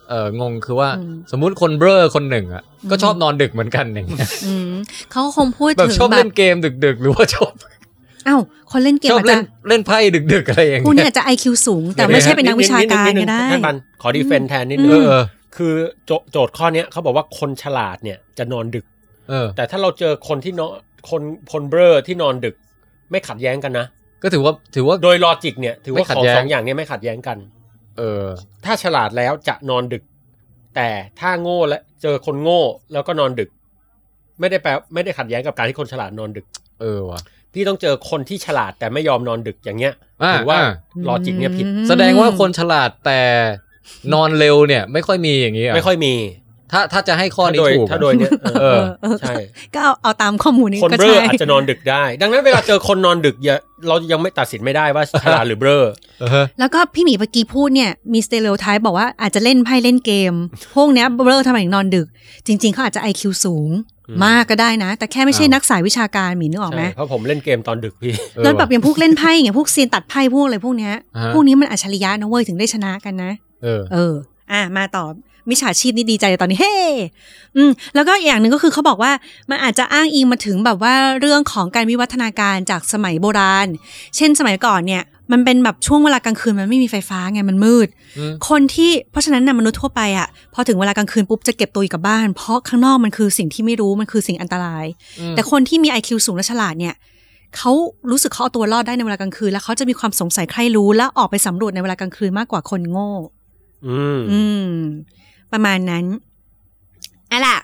S1: เอองงคือว่า
S2: อืม
S1: สมมุติคนเบลอคนหนึ่งอ่ะ
S2: อืม
S1: ก็ชอบนอนดึกเหมือนกันอย่างเงี้ย
S2: อืมเขาก็คงพูด
S1: แบบ
S2: ถึง
S1: ชอบ
S2: แบ
S1: เล่
S2: บ
S1: นเกมดึก ๆ หรือว่าชอบ
S2: อ้าวคนเล่นเกม
S1: ชอบ
S2: อาจ
S1: เล่
S2: จะ
S1: นเล่นไพ่ดึก ๆ อะไร อย่าง
S2: ผู้เนี่
S1: เงี้ย
S2: ยอาจจะ IQ สูง แต่ไม่ใช่เป็นนักวิชาการ
S3: นินึ
S2: ก็
S3: ง
S2: ได้
S3: ท่านปันขอดีเฟนแทนนิดนึ
S1: เอง อเออ
S3: คือโจโจทย์ข้อเนี้ยเขาบอกว่าคนฉลาดเนี่ยจะนอนดึก
S1: เออ
S3: แต่ถ้าเราเจอคนที่นอนคนคนเบลอที่นอนดึก ไม่ขัดแย้งกันนะ
S1: ก็ถือว่าถือว่า
S3: โดยลอจิกเนี่ยถือว่า
S1: ไม่ขัด
S3: ของ
S1: แย้ง
S3: สองอย่างเนี้ยไม่ขัดแย้งกัน
S1: เออ
S3: ถ้าฉลาดแล้วจะนอนดึก แต่ถ้าโง่และเจอคนโง่แล้วก็นอนดึก ไม่ได้แปลไม่ได้ขัดแย้งกับการที่คนฉลาดนอนดึก
S1: เออว่ะ
S3: พี่ต้องเจอคนที่ฉลาดแต่ไม่ยอมนอนดึกอย่างเงี้ย
S1: อ่า
S3: ถือว่า
S1: อ่า
S3: ลอจิกเนี่ยผิด
S1: แสดงว่าคนฉลาดแต่นอนเร็วเนี่ย ไม่ค่อยมีอย่างนี้อ่ะ
S3: ไม่ค่อยมี
S1: ถ้าถ้าจะให้ข้อนี้
S3: ถ้าโดย
S1: ถูกอะ
S3: ถ้าโดย เนี่ยเออ
S1: เออ
S2: เออ
S3: ใช่
S2: ก็เอาเอาตามข้อมูลนี้
S3: คน
S2: ก็
S3: เบล
S2: ใช่
S3: ออาจจะนอนดึกได้ ดังนั้นเวลาเจอคนนอนดึกอย่าเรายังไม่ตัดสินไม่ได้ว่าฉลาดหรือเบลอ
S1: เออฮะ
S2: แล้วก็พี่หมีเมื่อกี้พูดเนี่ยมีสเต r ร o ไท p ์บอกว่าอาจจะเล่นไพ่เล่นเกม พวกเนี้ยเบลอทำไมถึงนอน ดึก จริง ๆเขาอาจจะ IQ สูง มากก็ได้นะ แต่แค่ไม่ใช่
S1: อ้าว
S2: นักสายวิชาการหมีนึกออกไหม
S3: ใช่เพราะผมเล่นเกมตอนดึกพี่
S1: เออ
S2: แล้วแบบ
S1: ว่ะ
S2: อย่างพวกเล่นไพ่อย่างเงี้ยพวกเซียนตัดไพ่พวกอะไรพวกเนี้ย
S1: อ่าฮะ
S2: พวกนี้มันอัจฉริยะนะเว้ยถึงได้ชนะกันนะ
S1: เออ
S2: เออ อ่ะ มาต่อ มิจฉาชีพนี่ดีใจตอนนี้ เฮ้ อืม แล้วก็อีกอย่างหนึ่งก็คือเขาบอกว่า มันอาจจะอ้างอิงมาถึงแบบว่าเรื่องของการวิวัฒนาการจากสมัยโบราณ เช่นสมัยก่อนเนี่ย มันเป็นแบบช่วงเวลากลางคืนมันไม่มีไฟฟ้าไง มันมืด
S1: อืม
S2: คนที่เพราะฉะนั้นนะมนุษย์ทั่วไปอะ่ะ พอถึงเวลากลางคืนปุ๊บจะเก็บตัวอยู่กับบ้าน เพราะข้างนอกมันคือสิ่งที่ไม่รู้ มันคือสิ่งอันตราย
S1: อืม
S2: แต่คนที่มี IQ สูงและฉลาดเนี่ยเขารู้สึกเขาเอาตัวรอดได้ในเวลากลางคืน แล้วเขาจะมีความสงสัยใครรู้ และออกไปสำรวจในเวลากลางคืนมากกว่าคนโง่
S3: อืม
S2: อืม ประมาณนั้นอะล่ะ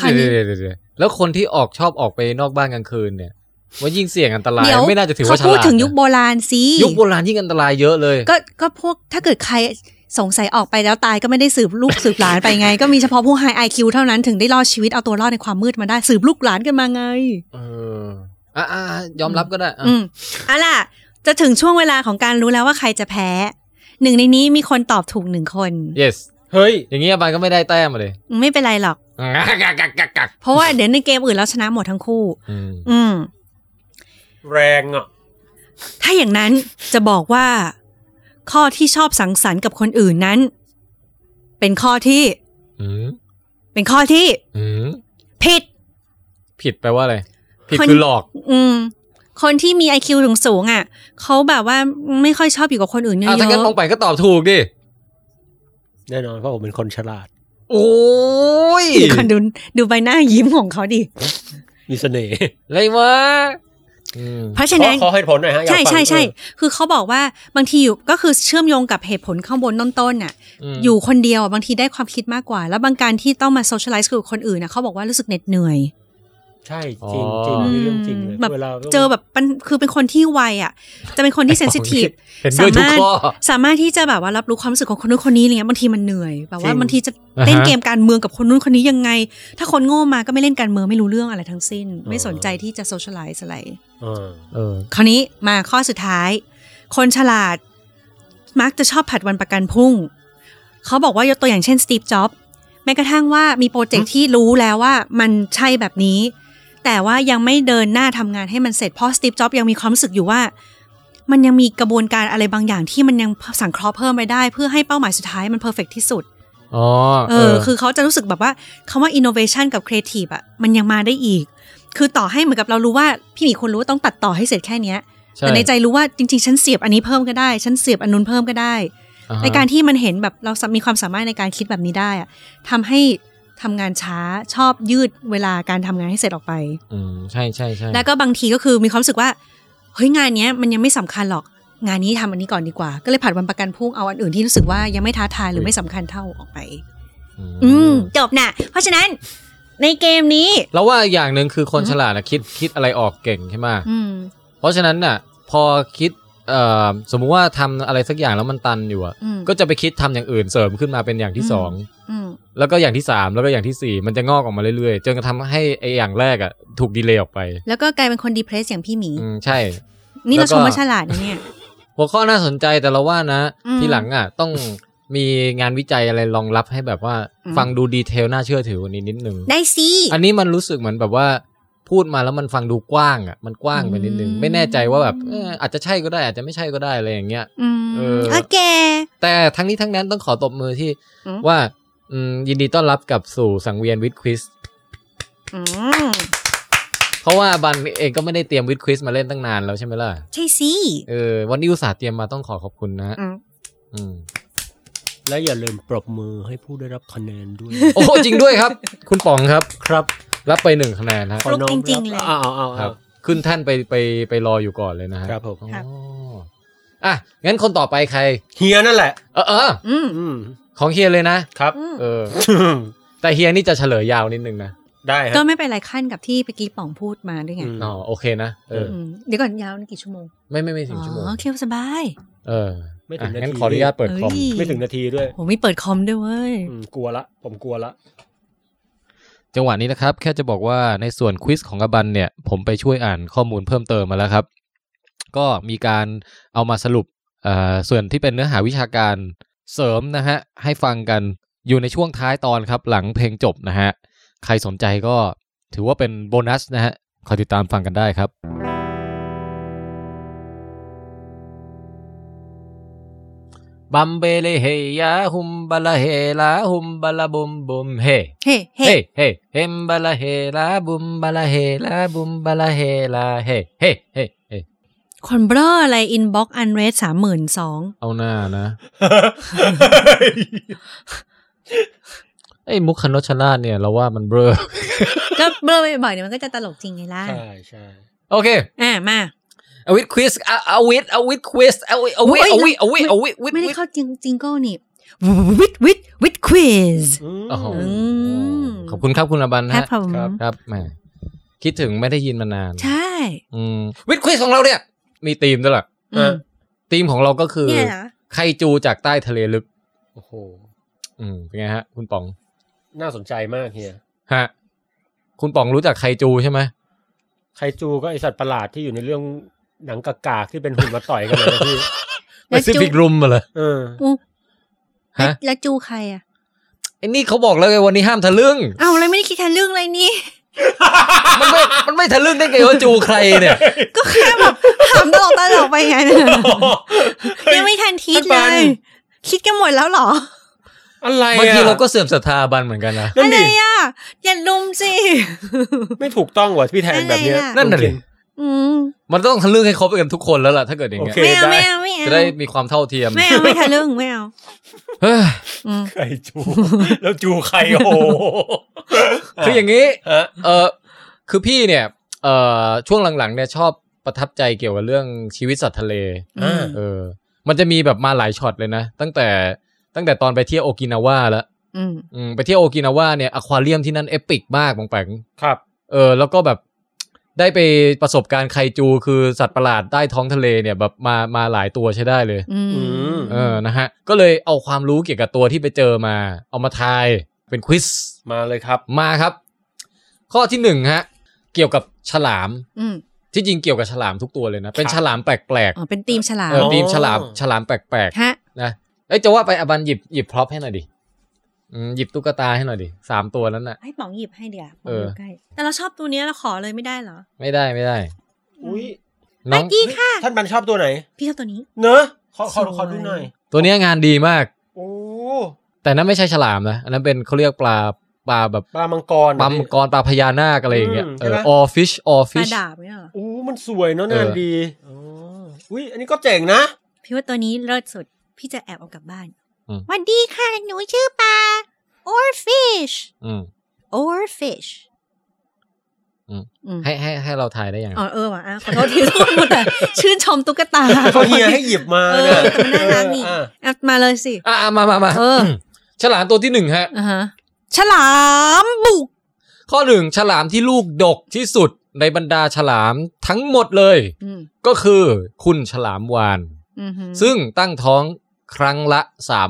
S2: คราวนี้
S1: เดี๋ยวเดี๋ยวเดี๋ยวเดี๋ยวแล้วคนที่ออกชอบออกไปนอกบ้านกลางคืนเนี่ยว่ายิ่งเสี่ยงอันตราย
S2: เดี๋ยว
S1: ไม่น่าจะถือว่าฉ
S2: เขา
S1: ลาด
S2: พูดถึง
S1: นะ
S2: ยุคโบราณสิ
S1: ยุคโบราณยิ่งอันตรายเยอะเลย
S2: ก็ก็พวกถ้าเกิดใครสงสัยออกไปแล้วตายก็ไม่ได้สืบลูก สืบหลานไปไง ก็มีเฉพาะผู้ไฮไอคิวเท่านั้นถึงได้รอดชีวิตเอาตัวรอดในความมืดมาได้สืบลูกหลานกันมาไง
S1: เอออ่ะอ่ะอ่ะยอมรับก็ได้อ่ะ
S2: อืมอะล่ะ จะถึงช่วงเวลาของการรู้แล้วว่าใครจะแพ้ หนึ่งในนี้มีคนตอบถูกหนึ่งคน
S1: yes
S3: เฮ้ย
S1: อย่างเงี้ยบานก็ไม่ได้แต้มมาเลย
S2: ไม่เป็นไรหรอก
S1: งักงักงักงักงัก
S2: เพราะว่าเดี๋ยวในเกมอื่นเราชนะหมดทั้งคู่
S1: อืม
S2: อืม
S3: แรงอ่ะ
S2: ถ้าอย่างนั้นจะบอกว่า ข้อที่ชอบสังสรรค์กับคนอื่นนั้น เป็นข้อที่
S1: อืม
S2: เป็นข้อที่
S1: อืม
S2: ผิด
S1: ผิดแปลว่าอะไรผิด
S2: คน
S1: คือหลอก
S2: อืม คนที่มี IQ ถึงสูงๆอ่ะเขาแบบว่าไม่ค่อยชอบอยู่กับคนอื่นเย
S1: อ่ะถ้างั้นลง
S2: อะ
S1: ไปก็ตอบถูกดิ
S3: แน่นอนเพราะผมเป็นคนฉลาด
S1: โอ้ย
S2: ๆดูคนดูดูใบหน้ายิ้มของเขาดิ
S3: มีเสน่ห์
S1: อะไรวะอืม
S2: เพราะฉะนั้น
S3: ขอขอให้ผลหน่อยฮะอยาก
S2: ใช่
S3: ฟัง
S2: ใช่ใช่
S3: เออ
S2: คือเขาบอกว่าบางทีอยู่ก็คือเชื่อมโยงกับเหตุผลข้างบนต้นๆน่ะ
S1: ม
S2: อยู่คนเดียวอ่ะบางทีได้ความคิดมากกว่า แล้วบางการที่ต้องมาโซเชียลไลซ์กับคนอื่นน่ะเขาบอกว่ารู้สึกเหน็ดเหนื่อย
S3: ใช่จริงจริง
S2: อ๋อ
S3: มีเรื่องจริงเลย
S2: แบบ
S3: เวลา
S2: เจอแบบปัญคือเป็นคนที่ไวอ่ะ จะเป็นคนที่เซนซิทีฟ
S1: เห็นด้วยทุกข้อ
S2: สามารถที่จะแบบว่ารับรู้ความรู้สึกของคนนู้นคนนี้อะไรเงี้ยบางทีมันเหนื่อยแบบว่าบางทีจะ
S1: อ่าฮะ
S2: เล่นเกมการเมืองกับคนนู้นคนนี้ยังไง ถ้าคนโง่มาก็ไม่เล่นการเมืองไม่รู้เรื่องอะไรทั้งสิ้น ไม่สนใจที่จะโซเชียลไลซ์อะไร
S3: เออ
S1: เออ
S2: คราวนี้มาข้อสุดท้าย คนฉลาดมักจะชอบผัดวันประกันพรุ่ง เขาบอกว่ายกตัวอย่างเช่นสตีฟจ็อบส์แม้กระทั่งว่ามีโปรเจกต์ที่รู้แล้วว่ามันใช่แบบนี้ แต่ว่ายังไม่เดินหน้าทำงานให้มันเสร็จเพราะสตีฟจ็อบส์ยังมีความรู้สึกอยู่ว่า มันยังมีกระบวนการอะไรบางอย่างที่มันยังสังเคราะห์เพิ่มไปได้ เพื่อให้เป้าหมายสุดท้ายมันเพอร์เฟกที่สุด
S1: อ๋อ
S2: เออ คือเขาจะรู้สึกแบบว่าคำว่า innovation กับ creative อ่ะ มันยังมาได้อีก คือต่อให้เหมือนกับเรารู้ว่า พี่หมีคนรู้ว่าต้องตัดต่อให้เสร็จแค่เนี้ย
S1: ช่
S2: แต่ในใจรู้ว่าจริงๆ ฉันเสียบอันนี้เพิ่มก็ได้ ฉันเสียบอันนู้นเพิ่มก็ได้
S1: อ่ฮะ
S2: ในการที่มันเห็นแบบเรามีความสามารถในการคิดแบบนี้ได้อะทำให้ทำงานช้าชอบยืดเวลาการทำงานให้เสร็จออกไป
S1: อืมใช่ใช่ใช่
S2: แล้วก็บางทีก็คือมีความรู้สึกว่าเฮ้ยงานเนี้ยมันยังไม่สำคัญหรอกงานนี้ทำอันนี้ก่อนดีกว่า ก็เลยผัดวันประกันพรุ่งเอาอันอื่นที่รู้สึกว่ายังไม่ท้าทายหรือไม่สำคัญเท่าออกไป อืมจบนะเพราะฉะนั้นในเกมนี้
S1: แล้วว่าอีกอย่างหนึ่งคือคน
S2: อือฮึ
S1: ฉลาดนะคิดคิดอะไรออกเก่งใช่ไหม
S2: อืม
S1: เพราะฉะนั้นน่ะ พอคิดเอ่อสมมุติว่าทำอะไรสักอย่างแล้วมันตันอยู่อะ
S2: อืม
S1: ก็จะไปคิดทำอย่างอื่นเสริมขึ้นมาเป็นอย่างที่สอง
S2: อืม
S1: แล้วก็อย่างที่สามแล้วก็อย่างที่สี่มันจะงอกออกมาเรื่อยๆจนกระทั่งให้ไออย่างแรกอะถูกดีเลย์ออกไป
S2: แล้วก็กลายเป็นคนดีเพรสอย่างพี่หมี
S1: อืมใช่
S2: นี่
S1: แล้วก็
S2: เราชมว่าฉลาดนะเนี่ย
S1: หัวข้อน่าสนใจแต่เราว่านะ
S2: อืม
S1: ที่หลังอ่ะ ต้องมีงานวิจัยอะไรรองรับให้แบบว่า
S2: อืม
S1: ฟังดูดีเทลน่าเชื่อถือกว่านี้นิดนึง
S2: ได้สิ
S1: อันนี้มันรู้สึกเหมือนแบบว่า พูดมาแล้วมันฟังดูกว้างอ่ะ มันกว้างไปนิดนึง
S2: อืม
S1: ไม่แน่ใจว่าแบบเอ่ออาจจะใช่ก็ได้ อาจจะไม่ใช่ก็ได้อะไรอย่างเงี้ย
S2: อืม
S1: เออ
S2: โอเค
S1: แต่ทั้งนี้ทั้งนั้นต้องขอตบมือที่
S2: อืม
S1: ว่าอืมยินดีต้อนรับกลับสู่สังเวียนวิดควิส
S2: อืม
S1: เพราะว่าบันเองก็ไม่ได้เตรียมวิดควิสมาเล่นตั้งนานแล้วใช่ไหมล่ะ
S2: ใช่สิ
S1: เออวันนี้อุตส่าห์เตรียมมาต้องขอขอบคุณนะ
S2: อืม
S1: อืม
S3: และอย่าลืมปรบมือให้ผู้ได้รับคะแนนด้วย
S1: โอ้จริงด้วยครับ คุณป๋องครับ
S3: ครับ
S1: รับไปหนึ่งคะแนนฮะ
S3: ขอน้อ
S2: จริงๆเลย
S3: อ้าวอ้าว
S1: ครับ ขึ้นแท่านไปไปไปรออยู่ก่อนเลยนะฮะ
S3: ครับผม
S1: อ๋ออ่ะ งั้นคนต่อไปใคร
S3: เฮียนั่นแหละ
S1: เออเออ
S2: อืม
S3: อืม
S1: ของเฮียเลยนะครับ
S2: อืม
S1: เออ แต่เฮียนี่จะเฉลยยาวนิดนึงนะ
S3: ได้ฮะ
S2: ก็ไม่เป็นไรขั้นกับที่เมื่อกี้ป๋องพูดมาด้วยไง
S3: อืม
S1: อ๋อโอเคนะเอออ
S2: อืมเดี๋ยวก่อนยาวนี่กี่ชั่วโมง
S1: ไม่ไม่ไม่ถึง
S2: อ๋
S1: ชั่วโมง
S2: อเคียวสบาย
S1: เออ
S3: ไม่ถึง
S1: อ่ะ
S3: นาที
S1: งั้นขออนุญาตเปิดคอม
S2: ฮ้ย
S3: ไม่ถึงนาทีด้วย
S2: ผมไม่เปิดคอมด้วยเว้ย
S3: อืมกลัวละ ผมกลัวละ
S1: จังหวะนี้นะครับ แค่จะบอกว่าในส่วนควิสของอบันเนี่ย ผมไปช่วยอ่านข้อมูลเพิ่มเติมมาแล้วครับ ก็มีการเอามาสรุปเอ่อส่วนที่เป็นเนื้อหาวิชาการเสริมนะฮะ ให้ฟังกันอยู่ในช่วงท้ายตอนครับ หลังเพลงจบนะฮะ ใครสนใจก็ถือว่าเป็นโบนัสนะฮะคอยติดตามฟังกันได้ครับ บัมเบเลเฮยาหุมบาลาเฮลาหุมบาลาบุมบุมเฮ
S2: เฮ้เฮ้
S1: เฮ้เฮ้เฮมบาลาเฮลาบุมบาลาเฮลาบุมบาลาเฮลาเฮเฮ้เฮ้เฮ้
S2: คนเบ้ออะไรอินบ็อกอันเรสสามหมื่นส อง
S1: เอาหน้านะ ไอ้มุกคณชชนาธเนี่ยเราว่ามันเบลอ
S2: ก็เบลอบ่อยๆเนี่ยมันก็จะตลกจริงไงล่ะ
S3: ใช่ใช่
S1: โอเค
S2: อ่ะมา
S1: เอาวิดควิสเอาเอาวิดเอาวิดควิสเอาวิเอาวิ
S2: โอ้ย
S1: เอาวิเอาวิเอาวิวิด
S2: ไม่ได้
S1: วิด
S2: เข้าจิงจิงเกิลนี่วิดวิดวิดควิส
S3: อืม
S1: โอ้โห
S2: อืม
S1: ขอบคุณครับคุณระบันนะ
S2: ครั
S1: ฮะ
S2: บผม
S3: ครับ
S1: ครับแหมคิดถึงไม่ได้ยินมานาน
S2: ใช่
S1: อืมวิดควิสของเราเนี่ย มีธีมด้วยล่ะ
S2: อืม
S1: ธีมของเราก็คือ
S2: เนี่ยนะ
S1: ไคจูจากใต้ทะเลลึก
S3: โอ้โห
S1: อืมเป็นไงฮะ คุณป๋อง
S3: น่าสนใจมากเฮีย
S1: ฮะคุณป๋องรู้จักไคจูใช่ไหม
S3: ไคจูก็ไอสัตว์ประหลาดที่อยู่ในเรื่องหนังกากาที่เป็นหุ่นมาต่อยกันเลยนะพี่
S1: ปซิฟิกรุมมาเลย
S3: เออ
S2: อู้
S1: ฮะ
S2: แล้วจูใครอ่ะ
S1: ไอ้นี่เขาบอกแล้วไงวันนี้ห้ามทะลึ่ง
S2: อ้าวอะไรไม่ได้คิดทะลึ่งเลยนี่
S1: มันไม่ มันไม่ทะลึ่งได้ไงว่าจูใครเนี่ย
S2: ก็แค่แบบถามตลกตลกไปไงนะยังไม่ทันทิศเล
S3: ท่านปั
S2: ย
S3: น
S2: คิดกันหมดแล้วเหรอ
S3: อะไร
S1: บางทีเราก็เสื่อมศรัทธาบันเหมือนกันนะ
S3: นั่
S2: อะ
S3: น
S2: ไร
S3: ดิ
S2: อ่ะ อย่าลุมสิ
S3: ไม่ถูกต้องว่ะพี่แทนแบบเนี้ย
S2: อะไรล่ะ
S1: นั่นน่ะดิ
S2: อืม
S1: มันต้องทะลึ่งให้ครบกันทุกคนแล้วล่ะ ถ้าเกิดอย่าง
S3: โอ
S1: เงี้ย
S3: เค
S2: ไม่เอา
S3: ได้
S2: ไม่เอาไม่เอา
S1: จะได้มีความเท่าเทียม
S2: ไม่ เอาไม่ทะลึ่งไม่เอา
S1: เฮ้ย
S2: อืม
S3: ไคจู แล้วจูใครโอ้โห
S1: คืออย่างนี้
S3: ฮะ
S1: เออคือพี่เนี่ย เออช่วงหลังๆเนี่ยชอบประทับใจเกี่ยวกับเรื่องชีวิตสัตว์ทะเล
S2: อืม
S1: เออ มันจะมีแบบมาหลายช็อตเลยนะ ตั้งแต่ ตั้งแต่ตอนไปเที่ยวโอกินาวาแล้ว
S2: อืม
S1: อืมไปเที่ยวโอกินาวาเนี่ยอควาเรียมที่นั่นเอปิกมากบองแปง
S3: ครับ
S1: เออแล้วก็แบบได้ไปประสบการณ์ไคจูคือสัตว์ประหลาดใต้ท้องทะเลเนี่ยแบบมามาหลายตัวใช้ได้เลย
S2: อืม
S1: เออนะฮะ ก็เลยเอาความรู้เกี่ยวกับตัวที่ไปเจอมา เอามาทายเป็นควิส
S3: มาเลยครับ
S1: มาครับ ข้อที่หนึ่งฮะ เกี่ยวกับฉลาม
S2: อืม
S1: ที่จริงเกี่ยวกับฉลามทุกตัวเลยนะ เป็น
S3: ครับ
S1: ฉลามแปลก
S2: อ๋อเป็นทีมฉลา
S1: ๆ
S2: ม
S1: เออ
S3: อ๋อ
S1: ทีมฉลามฉลามแปลก
S2: ฮะ
S1: ๆนะเอ้ยจะว่าไปอบันหยิบหยิบพร็อพให้หน่อยดิอืมหยิบตุ๊กตาให้หน่อยดิสามตัวนั้นน่ะ
S2: ให้ป๋องหยิบให้เดี๋ยวป๋อง
S1: เอออ
S2: ยู่ใกล้แต่เราชอบตัวเนี้ยเราขอเลยไม่ได้เหรอ
S1: ไม่ได้ไม่ได้
S3: อุ้ย
S1: น้อง
S2: ไอ้กี้ค่ะ
S3: ท่านบันชอบตัวไหน
S2: พี่ชอบตัวนี้
S3: เนอะขอขอ
S2: สวย
S3: ขอดูหน่อย
S1: ตัวเนี้ยงานดีมาก
S3: โอ้
S1: แต่นั้นไม่ใช่ฉลามนะอันนั้นเป็นเขาเรียกปลาปลาแบบ
S3: ปลามังกร
S1: ปลา
S3: อะ
S1: มัง
S3: พี่
S1: กรปลาพญานาคอะไรอย่างเงี้ย
S3: อืม
S1: เอ
S3: ใช่
S1: อ
S3: ไหม
S1: ออฟิชออ
S2: ปลา
S1: ฟิช
S2: ดาบเนี่ยเหรอ
S3: อู้มันสวยเนอะ
S1: เออ
S3: นานดีอ๋ออุ้ยอันนี้ก็เจ๋ง นะ
S2: พี่ว่าตัวนี้เลิศสุด พี่จะแอบเอากลับบ้าน
S1: อืม
S2: หวันดีค่ะหนูชื่อปลา or fish
S1: อืม
S2: or fish
S1: อืม
S2: อืม
S1: ให้ให้ให้เราถ่ายได้ยัง
S2: อ๋อเออว่ะอ่ะขอโทษทีทุกคน แต่ชื่นชมตุ๊กตา
S3: เขาเฮียให้หยิบมา
S2: เออ
S3: เนี่ย
S2: แต่มันน่ารักนี่
S3: เอออ่ะ
S2: อ่ะมาเลยสิ
S1: อ่ะอ่ะมามามา
S2: เออ
S1: ฉลามตัวที่หนึ่งฮะ
S2: อ่าฮะฉลามบุก
S1: ข้อหนึ่งฉลามที่ลูกดกที่สุดในบรรดาฉลามทั้งหมดเลย
S2: อืม
S1: ก็คือคุณฉลามวาน
S2: อือฮึ
S1: ซึ่งตั้งท้องครั้งละ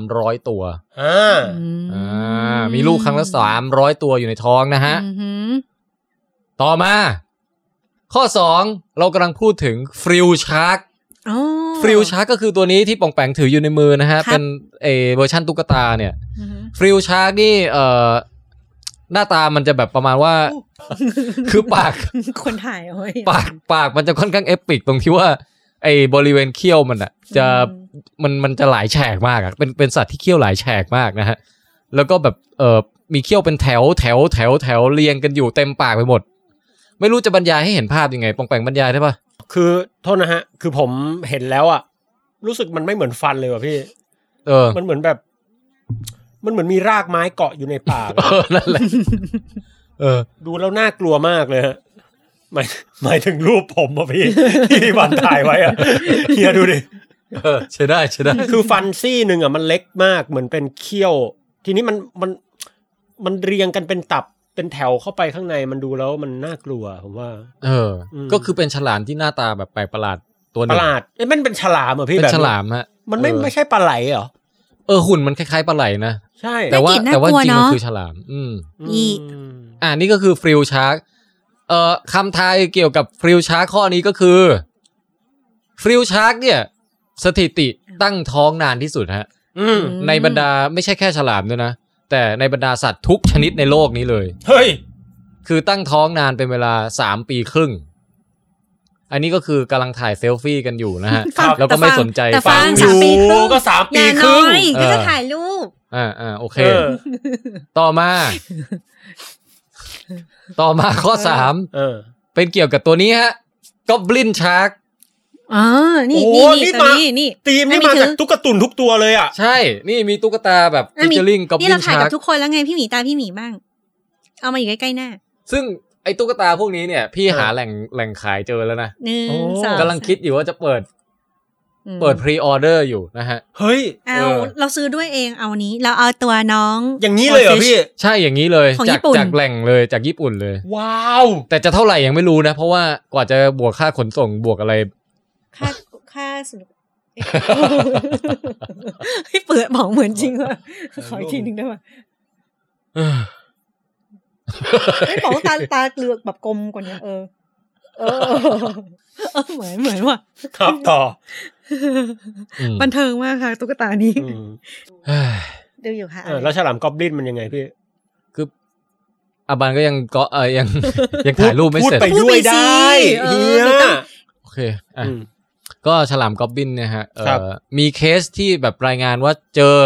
S1: 300 ตัว
S3: อ่า
S2: อืม
S1: อ่ามีลูกครั้งละ 300 ตัวอยู่ในท้องนะฮะ
S2: อือฮึ
S1: ต่อมา ข้อ 2 เรากำลังพูดถึงฟริวชาร์ก
S2: อ๋อ
S1: ฟริวชาร์กก็คือตัวนี้ที่ป่องแปงถืออยู่ในมือนะฮะ
S2: ครับ
S1: เป็นเออเวอร์ชันตุ๊กตาเนี่ย
S2: อือฮึ
S1: ฟริวชาร์กนี่เอ่อหน้าตามันจะแบบประมาณว่า คือปาก
S2: คนถ่ายเอาไว้
S1: ปากปากมันจะค่อนข้างเอปิกตรงที่ว่า ไอ้บริเวณเขี้ยวมันอะจะ
S2: อืม
S1: มันมันจะหลายแฉกมากอะเป็นเป็นสัตว์ที่เขี้ยวหลายแฉกมากนะฮะ แล้วก็แบบเออมีเขี้ยวเป็นแถวแถวแถวแถวเรียงกันอยู่เต็มปากไปหมด ไม่รู้จะบรรยายให้เห็นภาพยังไงปองแปงบรรยายได้ปะ
S3: คือโทษนะฮะ คือผมเห็นแล้วอ่ะ รู้สึกมันไม่เหมือนฟันเลยว่ะพี่
S1: เออ
S3: มันเหมือนแบบ มันเหมือนมีรากไม้เกาะอยู่ในปาก
S1: เออ นั่นแหละเออ
S3: ดูแล้วน่ากลัวมากเลยฮะหมายหมายถึงรูปผมอะพี่ ที่พี่วันถ่ายไว้อะเฮียดูดิ
S1: เออใช่ได้ใช่ได้
S3: คือฟันซี่หนึ่งอ่ะมันเล็กมากเหมือนเป็นเขี้ยว ทีนี้มันมันมันเรียงกันเป็นตับเป็นแถวเข้าไปข้างในมันดูแล้วมันน่ากลัวผมว่า
S1: เอออ
S3: ม
S1: ก็คือเป็นฉลามที่หน้าตาแบบแปลกประหลาดตัวห
S3: ป
S1: นึ่
S3: ระ
S1: ง
S3: หลาดเอ้ยมันเป็นฉลามเหรอพี่
S1: เป็
S3: แบ
S1: น
S3: บ
S1: ฉ
S3: นี้
S1: ลามฮะ
S3: มันไม่
S1: เออ
S3: ไม่ใช่ปลาไหลเหรอ
S1: เออหุ่นมันคล้ายๆปลาไหลนะ
S3: ใช่
S1: แต่ว่า
S2: น่าเกลียดน่า
S1: แต่ว่าจ
S2: กลัว
S1: ริงๆมัน
S2: เนอะ
S1: คือฉลาม อืม
S3: อืม
S2: อี
S1: อ่านี่ก็คือฟริลชาร์กเอ่อคำไทยเกี่ยวกับฟริลชาร์กข้อนี้ก็คือฟริลชาร์กเนี่ย สถิติตั้งท้องนานที่สุดฮะ
S3: อืม
S2: อืม
S1: ในบรรดาไม่ใช่แค่ฉลามด้วยนะ แต่ในบรรดาสัตว์ทุกชนิดในโลกนี้เลย
S3: เฮ้ย
S1: คือตั้งท้องนานเป็นเวลาสามปีครึ่ง อันนี้ก็คือกำลังถ่ายเซลฟี่กันอยู่นะฮ ะ
S2: ฟัง
S1: แล้วก็ไม่
S2: ต่ฟัง
S1: สนใจ
S2: แต่ฟัง
S1: ฟัง
S2: สามปีครึ่
S3: อยู่
S2: ง
S3: ก็สาม
S2: อ
S3: ปี
S2: ย่า
S3: ค
S2: น้
S3: รึ่
S2: อง ยก็จะถ่ายรูป
S1: อ่าอ่าโอเค
S3: เออ
S1: ต่อมา ต่อมาข้อสาม
S3: เออ
S1: เป็นเกี่ยวกับตัวนี้ฮะก็บลินชาร์ก
S2: อ๋อ นี่
S3: โอ้
S2: นี่นี่ตัว
S3: นี่มา
S2: นี้นี่
S3: ตีมนี่
S2: อันนี้
S3: มา
S2: คือ
S3: จากตุ๊กตาตุนทุกตัวเลยอ่ะ
S1: ใช่ นี่มีตุ๊กตาแบบ
S2: อ่ะ
S1: ฟิ
S2: มี
S1: ชเชอร์ลิงกับ
S2: นี่
S1: บิ
S2: เรา
S1: น
S2: ถ่าย
S1: ชา
S2: กับ
S1: ร์ก
S2: ทุกคนแล้วไงพี่หมีตามพี่หมีบ้าง เอามาอยู่ใกล้ๆหน้า
S1: ซึ่งไอ้ตุ๊กตาพวกนี้เนี่ย พี่
S3: เออ
S1: หาแหล่งแหล่งขายเจอแล้วนะ
S2: หนึ่ง
S3: โอ้
S2: สอง
S1: กำลังคิดอยู่ว่าจะเปิด
S2: อืม
S1: เปิดพรีออเดอร์อยู่นะฮะ
S3: เฮ้ย
S2: เอา
S1: เออ
S2: เราซื้อด้วยเองเอานี้ เราเอาตัวน้อง
S3: อย่างนี้เลยเหรอพี่
S1: ใช่อย่างนี้เลย
S2: ของ
S1: จา
S2: ญี่
S1: ก
S2: ปุ่น
S1: จากแหล่งเลยจากญี่ปุ่นเลย
S3: ว้าว
S1: แต่จะเท่าไหร่ยังไม่รู้นะ เพราะว่ากว่าจะบวกค่าขนส่งบวกอะไร
S2: ค่าค่าสุดให้ยเปิดบอกเหมือนจริงว่ะขออีกทีหนึ่งได้ไหมให้ยบอกว่าตาตาเกลือกแบบกลมกว่านี้เออ เอ อเออเหมือนเหมือนว่ะ
S3: ครับต่อ
S1: อืม
S2: บันเทิงมากค่ะตุ๊กตานี้
S3: อืม
S1: เฮ้ย
S2: ดูอยู่ค่ะ
S3: เออแล้วฉลามกอบลินมันยังไงพี่
S1: คืออาบันก็ยังก็เออยัง ยังถ่ายรูปไม่เสร็จ
S3: พูดไปด้วยได้
S2: เอ
S3: เฮี
S2: อย ไม่ต้อง
S1: โอเคอ่ะ ก็ฉลามกอบบินเนี่ยฮะเอ่อ
S3: ครับ
S1: มีเคสที่แบบรายงานว่าเจอ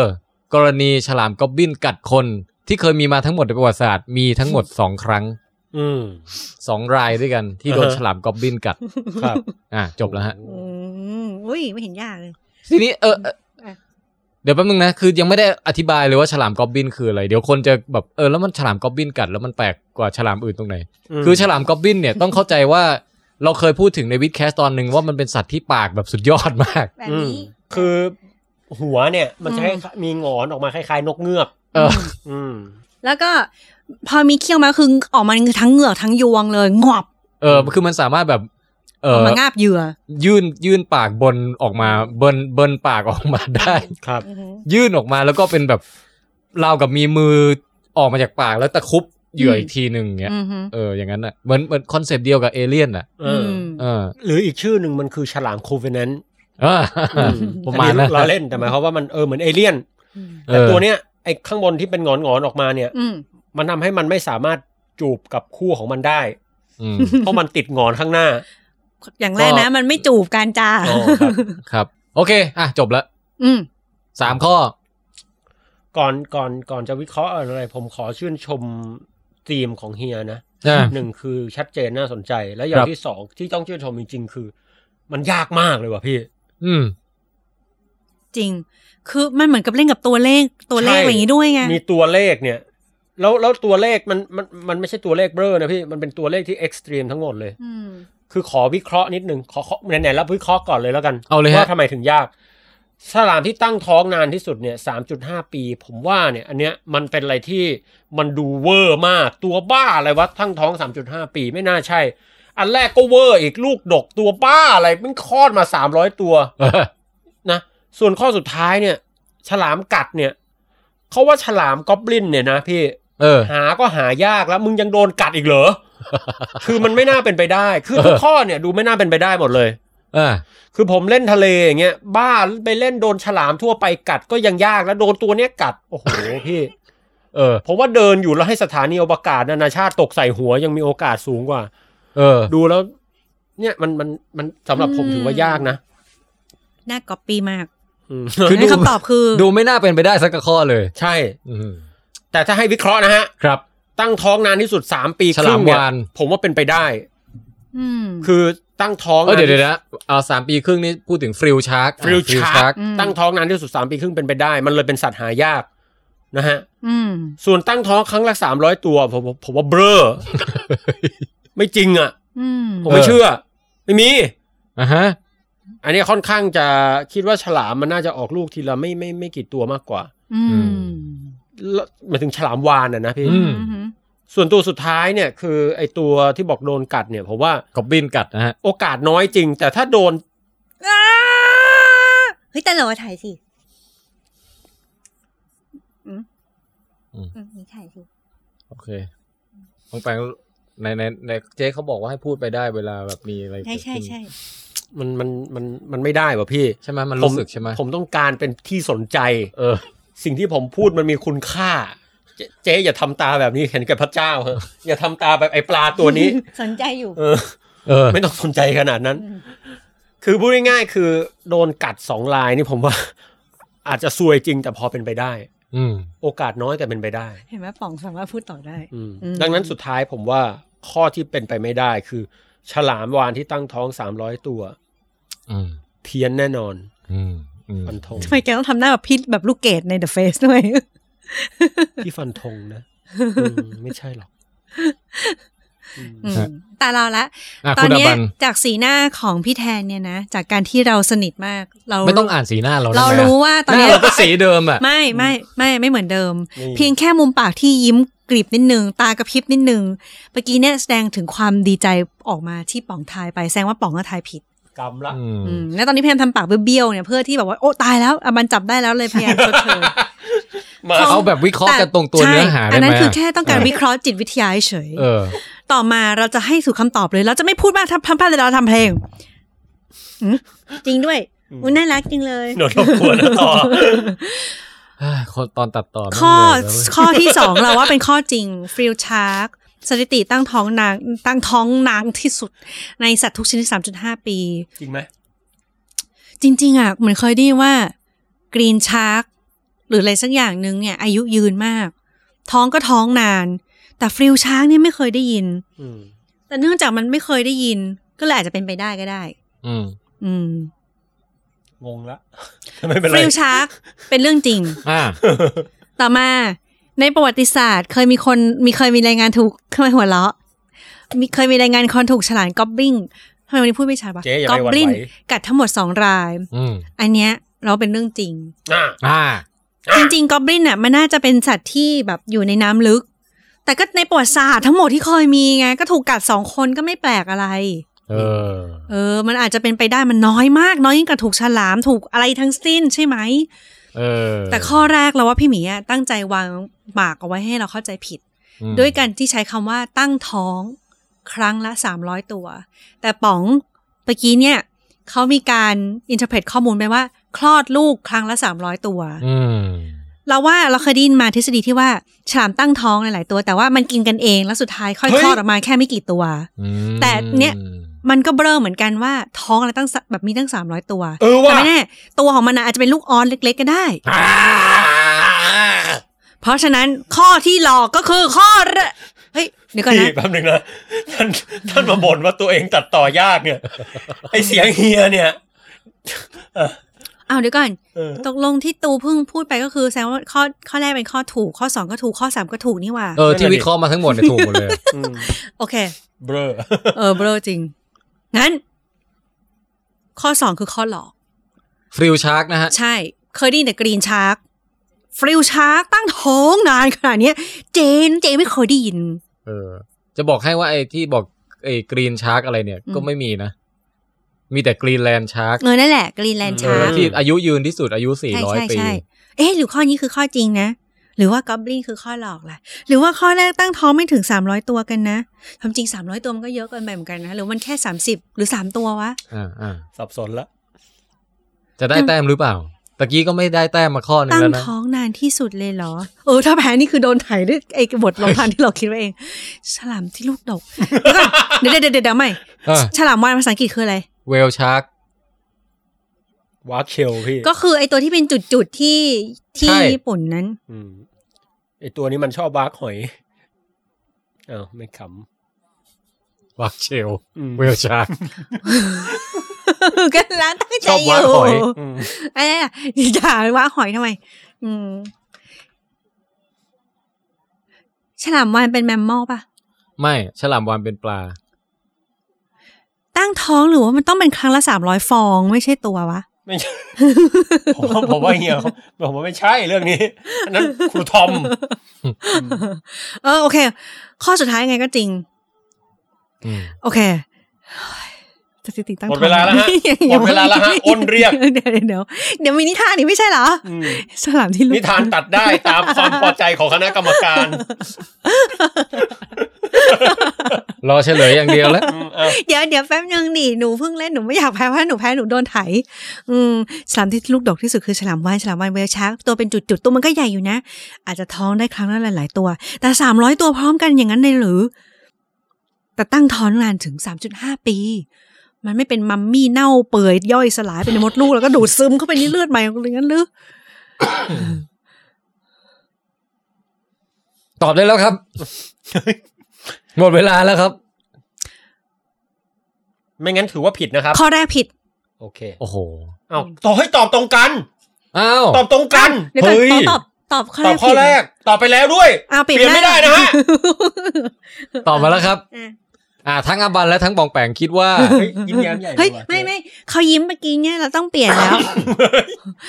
S1: กรณีฉลามกอบบินกัดคน ที่เคยมีมาทั้งหมดในประวัติศาสตร์มีทั้งหมด 2 ครั้ง
S3: อืม
S1: 2 รายด้วยกันที่โดน
S3: อ่าฮะ
S1: ฉลามกอบบินกัด
S3: ครับ
S1: อ่ะจบแล้วฮะ
S2: อืมอุ้ยไม่เห็นยากเลย
S1: ทีนี้เออเอ่อ
S2: อ่ะ
S1: เดี๋ยวแป๊บนึงนะ คือยังไม่ได้อธิบายเลยว่าฉลามกอบบินคืออะไร เดี๋ยวคนจะแบบเออแล้วมันฉลามกอบบินกัดแล้วมันแปลกกว่าฉลามอื่นตรงไหน
S3: ม
S1: คือฉลามกอบบินเนี่ยต้องเข้าใจว่าเราเคยพูดถึงในวิดแคสตอนหนึ่งว่ามันเป็นสัตว์ที่ปากแบบสุดยอดมาก
S2: แบบ
S3: อืม
S2: นี้
S3: คือ หัวเนี่ย มันจะ
S2: อื
S3: ให้
S2: ม
S3: มีหงอนออกมาคล้ายๆ นกเงือก
S1: เออ
S3: อืม
S2: แล้วก็พอมีเขี้ยวมาคือออกมาคือทั้งเหงือกทั้งยวงเลยงอบ
S1: เออคือมันสามารถแบบ เอ
S2: ออก
S1: อ
S2: มางาบเหยื่อ
S1: ยื่นยื่นปากบนออกมาเบินเบินปากออกมาได้
S3: ครับ
S2: อ
S1: ยื่นออกมาแล้วก็เป็นแบบราวกับมีมือออกมาจากปากแล้วตะครุบ เหยื่ออีกทีหนึ่งเงี้ย
S2: อือฮึ
S1: เอออย่างนั้นอ่ะเหมือนเหมือนคอนเซปต์เดียวกับเอเลี่ยนอ่ะ
S3: เอออ
S2: ม
S1: เออ
S3: หรืออีกชื่อหนึ่งมันคือฉลามโคเวนันต์
S1: เออประมาณนั้น
S3: เราเล่นแต่หมายความว่ามันเออเหมือนเอเลี่ยน แต่ตัวเนี้ยไอ้ข้างบนที่เป็นหงอนงอนๆออกมาเนี่ย
S2: อืม
S3: มันทำให้มันไม่สามารถจูบกับคู่ของมันได้
S1: อืม
S3: เพราะมันติดหงอนข้างหน้า
S2: อย่างแรกนะ
S3: ก็
S2: มันไม่จูบกันจ้า
S3: อ๋อครับ
S1: ครับ โอเค อ่ะ จบละ
S2: อืม
S1: สามข้อ
S3: ก่อนก่อนก่อนจะวิเคราะห์อะไร ผมขอชื่นชมธีมของเฮียนะ
S1: อ่า
S3: หนึ่งคือชัดเจนน่าสนใจ และอย่า
S1: ครั
S3: ง
S1: บ
S3: ที่สองที่ต้องชื่นชมจริงๆคือ มันยากมากเลยว่ะพี่
S1: อืม
S2: จริง คือมันเหมือนกับเล่นกับตัวเลขตัวเลข
S3: ใช่
S2: อะไรอย่างนี้ด้วยไง
S3: มีตัวเลขเนี่ย แล้วแล้วตัวเลขมันมันมันไม่ใช่ตัวเลขเบลอนะพี่ มันเป็นตัวเลขที่เอ็กซ์ตรีมทั้งหมดเลย
S2: อืม
S3: คือขอวิเคราะห์นิดนึงขอขอไหนๆแล้ววิเคราะห์ก่อนเลยแล้วกัน
S1: เอาเลยฮะ
S3: ว่าทำไมถึงยากสลามที่ตั้งท้องนานที่สุดเนี่ยสามจุดห้าปี ผมว่าเนี่ยอันเนี้ยมันเป็นอะไรที่มันดูเวอร์มาก ตัวบ้าอะไรวะตั้งท้องสามจุดห้าปีไม่น่าใช่ อันแรกก็เวอร์อีกลูกดกตัวบ้าอะไรมันคลอดมาสามร้อยตัว
S1: เออ
S3: นะส่วนข้อสุดท้ายเนี่ย ฉลามกัดเนี่ยเขาว่าฉลามกอบลินเนี่ยนะพี่
S1: เออ
S3: หาก็หายากแล้วมึงยังโดนกัดอีกเหรอ คือมันไม่น่าเป็นไปได้ คือ
S1: เออ
S3: ทุกข้อเนี่ยดูไม่น่าเป็นไปได้หมดเลย
S1: อ่ะ
S3: คือผมเล่นทะเลอย่างเงี้ยบ้าไปเล่นโดนฉลามทั่วไปกัดก็ยังยากแล้วโดนตัวเนี้ยกัดโอ้โห พี่
S1: เออ
S3: ผมว่าเดินอยู่แล้วให้สถานีอวกาศนานาชาติตกใส่หัวยังมีโอกาสสูงกว่า
S1: เออ
S3: ดูแล้ว เนี่ยมันมันมันสำหรับผมถือว่ายากนะ
S2: น่าก๊อปปี้มาก
S3: อืม
S1: คือดู
S2: งั้นคำตอบคือ
S1: ดูไม่น่าเป็นไปได้สักข้อเลย
S3: ใช่
S1: อืม
S3: แต่ถ้าให้วิเคราะห์นะฮะ
S1: ครับ
S3: ตั้งท้องนานที่สุด 3 ปี
S1: ฉ
S3: ค
S1: ลา
S3: รึ่
S1: ม
S3: งเนี่ยว
S1: าน
S3: ผมว่าเป็นไปได้
S2: อืม
S3: คือตั้งท้อง
S1: เออเดี๋ยวเดี๋ยว
S3: า
S1: นะเอาสามปีครึ่งนี่พูดถึงฟริลชาร์ก
S3: ฟิลชาร์ก
S2: อืม
S3: ตั้งท้องนานที่สุด 3 ปีครึ่งเป็นไปได้ มันเลยเป็นสัตว์หายากนะฮะ
S2: อืม
S3: ส่วนตั้งท้องครั้งละ 300 ตัวผมผมผมว่าเบล อ ไม่จริงอ่ะ
S2: อืม
S3: ผมไม่เชื่อ ไม่มี
S1: อ่ะฮะ
S3: อันนี้ค่อนข้างจะคิดว่าฉลามมันน่าจะออกลูกทีละไม่ไม่ไม่กี่ตัวมากกว่า
S2: อืม
S3: แล้วหมายถึงฉลามวานอ่ะนะพี่
S1: อื
S2: อืม
S3: ส่วนตัวสุดท้ายเนี่ย คือไอตัวที่บอกโดนกัดเนี่ยผมว่า
S1: กอบบินกัดนะฮะ
S3: โอกาสน้อยจริง แต่ถ้าโดน
S2: อ้าเฮ้ยแต่เราถ่ายสิอืม
S1: อืม
S2: อืมถ่ายสิ
S1: โอเคบางแปลงในในในเจ๊เขาบอกว่าให้พูดไปได้เวลาแบบมีอะไร
S2: ใช่
S1: เกิด
S2: ใช่
S1: ขึ้น
S2: ใช่
S3: มันมันมันมันไม่ได้ว่ะพี่
S1: ใช่ไหมมันรู้สึกใช่ไหม
S3: ผมต้องการเป็นที่สนใจ
S1: เออ
S3: สิ่งที่ผมพูดมันมีคุณค่า เจเจ๊อย่าทำตาแบบนี้เห็นแก่พระเจ้าเห อะอย่าทำตาแบบไอ้ปลาตัวนี้
S2: สนใจอยู่
S3: เออ
S1: เออ
S3: ไม่ต้องสนใจขนาดนั้น
S2: อืม
S3: คือพูดง่ายๆคือโดนกัดสองลายนี่ผมว่า อาจจะซวยจริงแต่พอเป็นไปได้
S1: อืม
S3: โอกาสน้อยแต่เป็นไปได้
S2: เห็นไหมป๋องสามารถพูดต่อได้
S3: อืม
S2: อืม
S3: ดังนั้นสุดท้ายผมว่าข้อที่เป็นไปไม่ได้คือ ฉลามวานที่ตั้งท้องสามร้อยตัว
S1: อืม
S3: เพี้ยนแน่นอน
S1: อืมอืม
S3: ฟันธง
S2: ทำไมแกต้องทำหน้าแบบพิษแบบลูกเกดใน The Face ด้วย
S3: ที่ฟันธงนะอืมไม่ใช่หรอกอืม
S2: อืมแต่เราละ
S1: อ่ะ
S2: ตอ
S1: คุ
S2: น
S1: ณอ
S2: เนี้ย
S1: บัน
S2: จากสีหน้าของพี่แทนเนี่ยนะ จากการที่เราสนิทมาก เรา
S1: ไม่ต้องอ่านสีหน้าเรา
S2: เรา
S1: ได้ไหม
S2: รู้ว่าตอน
S1: หน้า
S2: เนี้ย
S1: เราก็สีเดิมอ่ะ
S2: ไม่ไม่ไม่ไม่เหมือนเดิม
S3: นี่
S2: เพียงแค่มุมปากที่ยิ้มกรีบนิดนึง ตากระพริบนิดนึงเมื่อกี้เนี่ยแสดงถึงความดีใจออกมาที่ป๋องทายไปแสดงว่าป๋องก็ทายผิด
S3: กรรมละ
S1: อืม
S2: อืมแล้วตอนนี้พยายามทำปากเบี้ยวๆเนี่ยเพื่อที่แบบว่าโอ้ตายแล้วอ่ะมันจับได้แล้ว เลยพยายามชดเชย
S3: มา
S2: ข
S1: เอาแบบวิเคราะห์กันตรงตัว
S2: ใช่
S1: เนื้อหาได้
S2: อัน
S1: ไหม
S2: นั้น
S1: อ่ะ
S2: คือแค่ต้องการวิเคราะห์จิตวิทยาเฉย
S1: เออ
S2: ต่อมาเราจะให้สู่คำตอบเลย เราจะไม่พูดมากทำทำพลาดเลยเราทำเพลงอืมจริงด้วยอุ้ยน่ารักจริงเลย
S3: หนวดรบกวนนะต่อ
S1: เอ้ยคนตอนตัดต่อแม่ง
S2: ข้อ
S1: เลยแล้วเว้ย
S2: ข้อที่สองเราว่าเป็นข้อจริงฟริลชาร์กสถิติตั้งท้องนางตั้งท้องนางที่สุด ในสัตว์ทุกชนิด 3.5 ปี
S3: จริงไหม
S2: จริง ๆ อ่ะ เหมือนเคยได้ยินว่ากรีนชาร์กหรืออะไรสักอย่างหนึ่งเนี่ย อายุยืนมาก ท้องก็ท้องนาน แต่ฟริลชาร์กเนี่ยไม่เคยได้ยิน
S3: อืม
S2: แต่เนื่องจากมันไม่เคยได้ยิน ก็เลยอาจจะเป็นไปได้ก็ได้
S1: อืม
S2: อืม
S3: งงละ ไม่เป็น
S2: ฟ
S3: ไร
S2: ริลชาร์กเป็นเรื่องจริง
S1: อ่า
S2: ต่อมาในประวัติศาสตร์ เคยมีคนมีเคยมีรายงานถูกทำไมหัวเราะมีเคยมีรายงานคนถูกฉลามกอบลินทำไมวันนี้พูดไม่ชัดวะ
S3: เจ๊อย่าไป
S2: กอบลิน
S3: หวั่นไหว
S2: กัดทั้งหมดสองราย
S1: อืม
S2: อันเนี้ยเราเป็นเรื่องจริง
S3: อ่ะ
S1: อ่า
S2: จริงๆกอบลินอ่ะมันน่าจะเป็นสัตว์ที่แบบอยู่ในน้ำลึก แต่ก็ในประวัติศาสตร์ทั้งหมดที่เคยมีไงก็ถูกกัดสองคนก็ไม่แปลกอะไร
S1: เออ
S2: เออ มันอาจจะเป็นไปได้มันน้อยมาก น้อยยิ่งกว่าถูกฉลามถูกอะไรทั้งสิ้นใช่ไหม
S1: เออ
S2: แต่ข้อแรกเราว่าพี่หมีอะตั้งใจวางหมากเอาไว้ให้เราเข้าใจผิด
S1: อืม
S2: ด้วยการที่ใช้คำว่าตั้งท้องครั้งละ 300 ตัว แต่ป๋องเมื่อกี้เนี่ยเขามีการอินเทอร์เพตข้อมูลไปว่า คลอดลูกครั้งละ 300 ตัว
S1: อืม
S2: เราว่าเราเคยได้ยินมาทฤษฎีที่ว่าฉลามตั้งท้องหลายๆตัว แต่ว่ามันกินกันเองแล้วสุดท้ายค่อย
S3: เฮ้ย
S2: คลอดออกมาแค่ไม่กี่ตัว
S1: อืม
S2: แต่เนี่ย มันก็เบลอเหมือนกันว่าท้องอะไรตั้งสแบบมีตั้ง 300 ตัว
S3: เออ
S2: แต่
S3: ว่ะ
S2: ไม่แน่ตัวของมันน่ะอาจจะเป็นลูกออนเล็ก ๆ ก็ได้
S3: อ่า
S2: เพราะฉะนั้นข้อที่หลอกก็คือข้อแรกเฮ้ยเดี๋ยวก่อน
S3: พี่
S2: นะ
S3: แป๊บหนึงนะท่านท่านมาบ่นว่าตัวเองตัดต่อยาก เนี่ย ไอเสียงเฮียเนี่ย
S2: เอาวเดี๋ยวก่อน
S3: เออ
S2: ตกลงที่ตูเพิ่งพูดไปก็คือแสดงว่าข้อข้อแรกเป็นข้อถูก ข้อสองก็ถูกข้อสามก็ถูกนี่หว่า
S1: เออที่วิเคราะห์มาทั้งหมด เนี่ยถูกหมดเลย
S3: อืม
S2: โอเค
S3: เบลอ
S2: เออเบลอจริง งั้น ข้อสองคือข้อหลอก
S1: ฟริวชาร์กนะฮะ
S2: ใช่ เคยได้ยินแต่กรีนชาร์กฟริวชาร์กตั้งท้องนานขนาดเนี้ย เจนเจนไม่เคยได้ยิน
S1: เออ จะบอกให้ว่าไอ้ที่บอกไอ้กรีนชาร์กอะไรเนี่ย
S2: อืม
S1: ก็ไม่มีนะ มีแต่กรีนแลนด์ชาร์ก
S2: เออนั่นแหละกรีนแลนด์ชาร์ก
S1: ที่อายุยืนที่สุดอายุ
S2: ใช่ใช่
S1: 400 ปี
S2: ใช่เอ๊ะหรือข้อนี้คือข้อจริงนะ หรือว่ากอบลินคือข้อหลอกล่ะ หรือว่าข้อแรกตั้งท้องไม่ถึงสามร้อยตัวกันนะความจริงสามร้อยตัวมันก็เยอะเกินไปเหมือนกันนะ หรือมันแค่สามสิบหรือสามตัววะ
S1: อ่าอ่า
S3: สับสนละ
S1: จะได้แต้มหรือเปล่า ตะกี้ก็ไม่ได้แต้มมาข้อหนึง
S2: ตั้ง
S1: แล้วนะ
S2: ท้องนานที่สุดเลยเหรอ เออ ถ้าแพ้นี่คือโดนไถด้วยไอ้บทลงทันที่เราคิดไว้เอง ฉลามที่ลูกดก เดี๋ยวก่อนเดี๋ยวเดี๋ยวเดี๋ยวเดี๋ยวใหม่
S1: อ่ะ
S2: ฉลามวานภาษาอังกฤษคืออะไร
S1: เวลชาร์ก
S3: วาร์คเคลพี่
S2: ก็คือไอ้ตัวที่เป็นจุดๆที่ที่
S1: ใช่
S2: ญี่ปุ่นนั้น
S3: อืมไอตัวนี้มันชอบวาร์คหอยอ้าวไม่ข
S1: วักเชล
S3: ำอืม
S1: เวลชาร์ก
S2: ก็ร้านตั้งใจ
S1: ชอบ
S2: อ
S1: วา
S2: ยู่
S1: หอย
S3: อืม
S2: ไอ้อะอย่าว่าหอยทำไม อืม ฉลามวานเป็นแมมมอลปะ
S1: ไม่ฉลามวานเป็นปลา
S2: ตั้งท้องหรือว่ามันต้องเป็นครั้งละสามร้อยฟองไม่ใช่ตัววะ
S3: ไม่ใช่ ผมว่าผมว่าเฮียผมว่าไม่ใช่เรื่องนี้อันนั้นครูทอม
S2: เออโอเค ข้อสุดท้ายไงก็จริง
S1: อืม
S2: โอเคสถิติตั้ง
S3: หมดเวลาแล้วฮะ
S2: ยัง
S3: หมดเวลาแล้วฮะอ้นเรียก
S2: เดี๋ยวเดี๋ยวเดี๋ยวมีนิทานอีกไม่ใช่เหรอ
S3: อืม
S2: ฉลามที่ลูก
S3: นิทานตัดได้ตามความพอใจของคณะกรรมการ
S1: รอเฉลยอย่างเดียวแล้ว
S3: อืมอ่ะ
S2: เดี๋ยวเดี๋ยวแป๊บนึงดิหนูเพิ่งเล่นหนูไม่อยากแพ้เพราะหนูแพ้หนูโดนไถ อืมฉลามที่ลูกดกที่สุดคือฉลามวานฉลามวานเวลชาร์กตัวเป็นจุดๆตัวมันก็ใหญ่อยู่นะ อาจจะท้องได้ครั้งละหลาย ๆ ตัว แต่สามร้อยตัวพร้อมกันอย่างนั้นเลยหรือ แต่ตั้งท้องนานถึงสามจุดห้าปี มันไม่เป็นมัมมี่เน่าเปื่อยย่อยสลายเป็นมดลูกแล้วก็ดูดซึมเข้าไปในเลือดใหม่อย่างนั้นหรือ
S1: ตอบได้ แล้วครับ หมดเวลาแล้วครับ
S3: ไม่งั้นถือว่าผิดนะครับ
S2: ข้อแรกผิด
S3: โอเค
S1: โอ้โห
S3: เอาตอบให้ตอบตรงกัน
S1: อ้าว
S3: ตอบตรงกัน
S2: เดี๋ยวก่อน
S3: เฮ้ย
S2: ตอบตอบตอบข้อแรก
S3: ตอบข้อ
S2: ผิดเห
S3: แรกตอบไปแล้วด้วย
S2: อ้าวเปลี่ยน
S3: เปลี่ยนไม่ได้นะฮะ
S1: ตอบมาแล้วครับ
S2: อ่ะ
S1: อ่า ทั้งอาบันและทั้งบองแปงคิด ว่า
S3: เฮ้ยยิ้มแย้มใหญ่ล
S2: เฮ้ย
S3: ว่ะ
S2: ไม่ไม่เขายิ้มเมื่อกี้เนี่ยเราต้องเปลี่ยน แล้ว